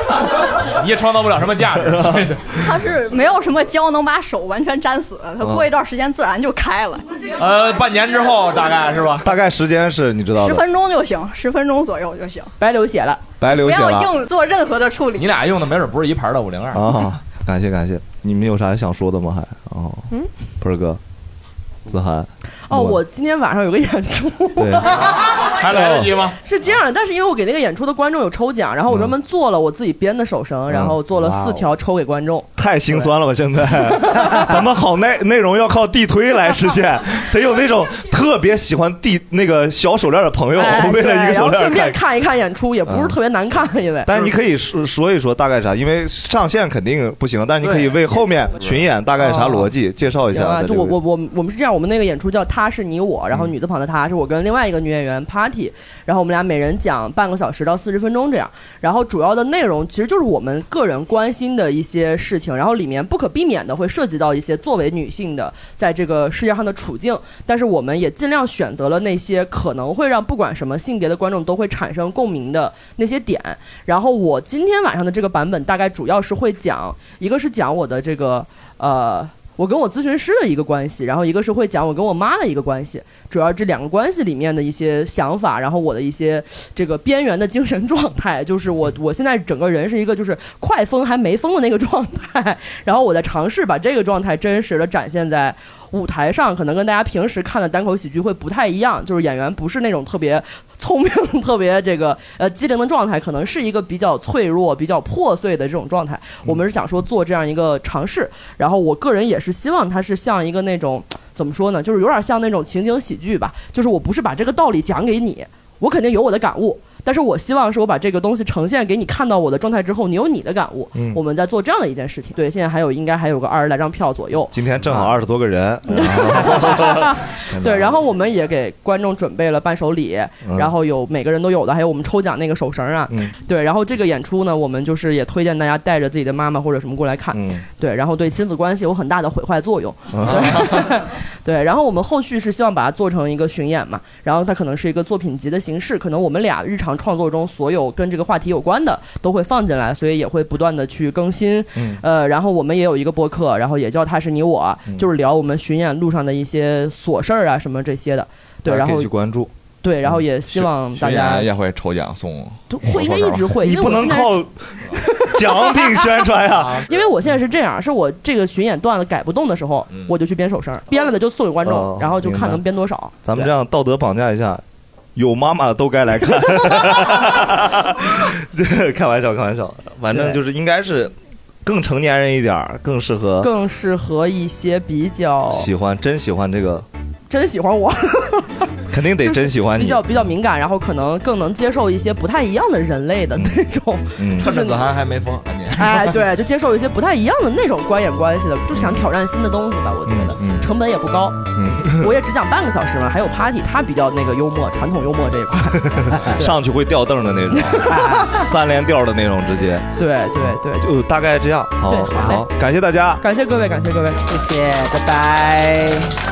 E: 你也创造不了什么价值。
B: 嗯
E: 对的
T: 它是没有什么胶能把手完全粘死的，它
B: 嗯
T: 过一段时间自然就开了，
D: 哎
E: 呃，半年之后大概是吧？
B: 大概时间是你知道
T: 十
B: 的。
T: 分钟就行，十分钟左右就行，
D: 白流血了，
B: 白流
T: 不
B: 血
T: 要
B: 了
T: 硬做任何的处理。
E: 你俩用的没准不是一盘的五零二
B: 啊！感谢感谢，你们有啥想说的吗？还哦，
D: 嗯，
B: 鹏儿哥，子涵，
D: 哦，我今天晚上有个演出，
B: 嗯
D: 哦
B: 对，还来得及吗？
D: 是这样的，但是因为我给那个演出的观众有抽奖，
B: 嗯
D: 然后我专门做了我自己编的手绳，然后做了四条抽给观众。
B: 哦太心酸了吧！现在 咱们好内内容要靠地推来实现，得有那种特别喜欢地那个小手链的朋友，
D: 哎
B: 为了一
D: 对
B: 个
D: 然
B: 手
D: 后顺
B: 链
D: 便
B: 看。嗯
D: 看一看演出，也不是特别难看，因为。
B: 但是你可以说说一说大概啥，因为上线肯定不行，但是你可以为后面巡演大概啥逻辑介绍一
D: 行
B: 下
D: 啊，
B: 在
D: 就
B: 这
D: 我
B: 个。嗯
D: 我我们我们是这样，我们那个演出叫《他是你我》，然后女字旁的她是我跟另外一个女演员 Party，然后我们俩每人讲半个小时到四十分钟这样，然后主要的内容其实就是我们个人关心的一些事情，然后里面不可避免的会涉及到一些作为女性的在这个世界上的处境，但是我们也尽量选择了那些可能会让不管什么性别的观众都会产生共鸣的那些点。然后我今天晚上的这个版本大概主要是会讲，一个是讲我的这个呃。我跟我咨询师的一个关系，然后一个是会讲我跟我妈的一个关系，主要这两个关系里面的一些想法，然后我的一些这个边缘的精神状态，就是我我现在整个人是一个就是快疯还没疯的那个状态，然后我在尝试把这个状态真实的展现在舞台上，可能跟大家平时看的单口喜剧会不太一样，就是演员不是那种特别聪明、 特别这个呃机灵的状态，可能是一个比较脆弱、比较破碎的这种状态。我们是想说做这样一个尝试，然后我个人也是希望它是像一个那种怎么说呢，就是有点像那种情景喜剧吧，就是我不是把这个道理讲给你，我肯定有我的感悟。但是我希望是我把这个东西呈现给你，看到我的状态之后，你有你的感悟。
B: 嗯
D: 我们在做这样的一件事情。对，现在还有应该还有个二十来张票左 右。
B: 今天正好二十多个 人，
D: 啊对，然后我们也给观众准备了伴手礼，
B: 嗯
D: 然后有每个人都有的，还有我们抽奖那个手绳啊。
B: 嗯
D: 对，然后这个演出呢，我们就是也推荐大家带着自己的妈妈或者什么过来看。
B: 嗯
D: 对，然后对亲子关系有很大的毁坏作用。对，然后我们后续是希望把它做成一个巡演嘛，然后它可能是一个作品集的形式，可能我们俩日常创作中所有跟这个话题有关的都会放进来，所以也会不断的去更新。
B: 嗯
D: 呃，然后我们也有一个播客，然后也叫他是你我，就是聊我们巡演路上的一些琐事儿啊什么这些的。对，
B: 大
D: 然
B: 家可
D: 后
B: 以去关注。嗯
D: 对，然后也希望大
E: 巡
D: 家
E: 演也会抽奖送，
D: 会应该一直会，
B: 你
D: 因为
B: 不
D: 我
B: 能
D: 现在
B: 靠奖品宣传呀。
E: 啊
D: 因为我现在是这样，是我这个巡演段子改不动的时候，我就去编手绳，编了的就送给
B: 嗯
D: 观
B: 哦
D: 众，然后就看
B: 明白
D: 能编多少。
B: 咱们这样道德绑架一下，有妈妈的都该来看。 这开玩笑，开玩笑，反正就是应该是更成年人一点儿，更适合
D: 更适合一些比较
B: 喜欢真喜欢这个，
D: 真喜欢我，
B: 肯定得真喜欢
D: 比
B: 你。
D: 较比较敏感，然后可能更能接受一些不太一样的人类的那种，
B: 嗯，
E: 趁着子涵还没疯，啊赶紧。
D: 哎，对，就接受一些不太一样的那种观演关系的，就是想挑战新的东西吧，我觉得
E: 嗯嗯
D: 成本也不高。
B: 嗯，
D: 我也只讲半个小时嘛，还有 party，他比较那个幽默，传统幽默这一块。
B: 上去会掉凳的 那种，三连吊的那种，直接。
D: 哎对对对，
B: 就呃大概这样。好，
D: 对好嘞
B: 好，感谢大家。
D: 感谢各位，感谢各位，
C: 谢谢，拜拜。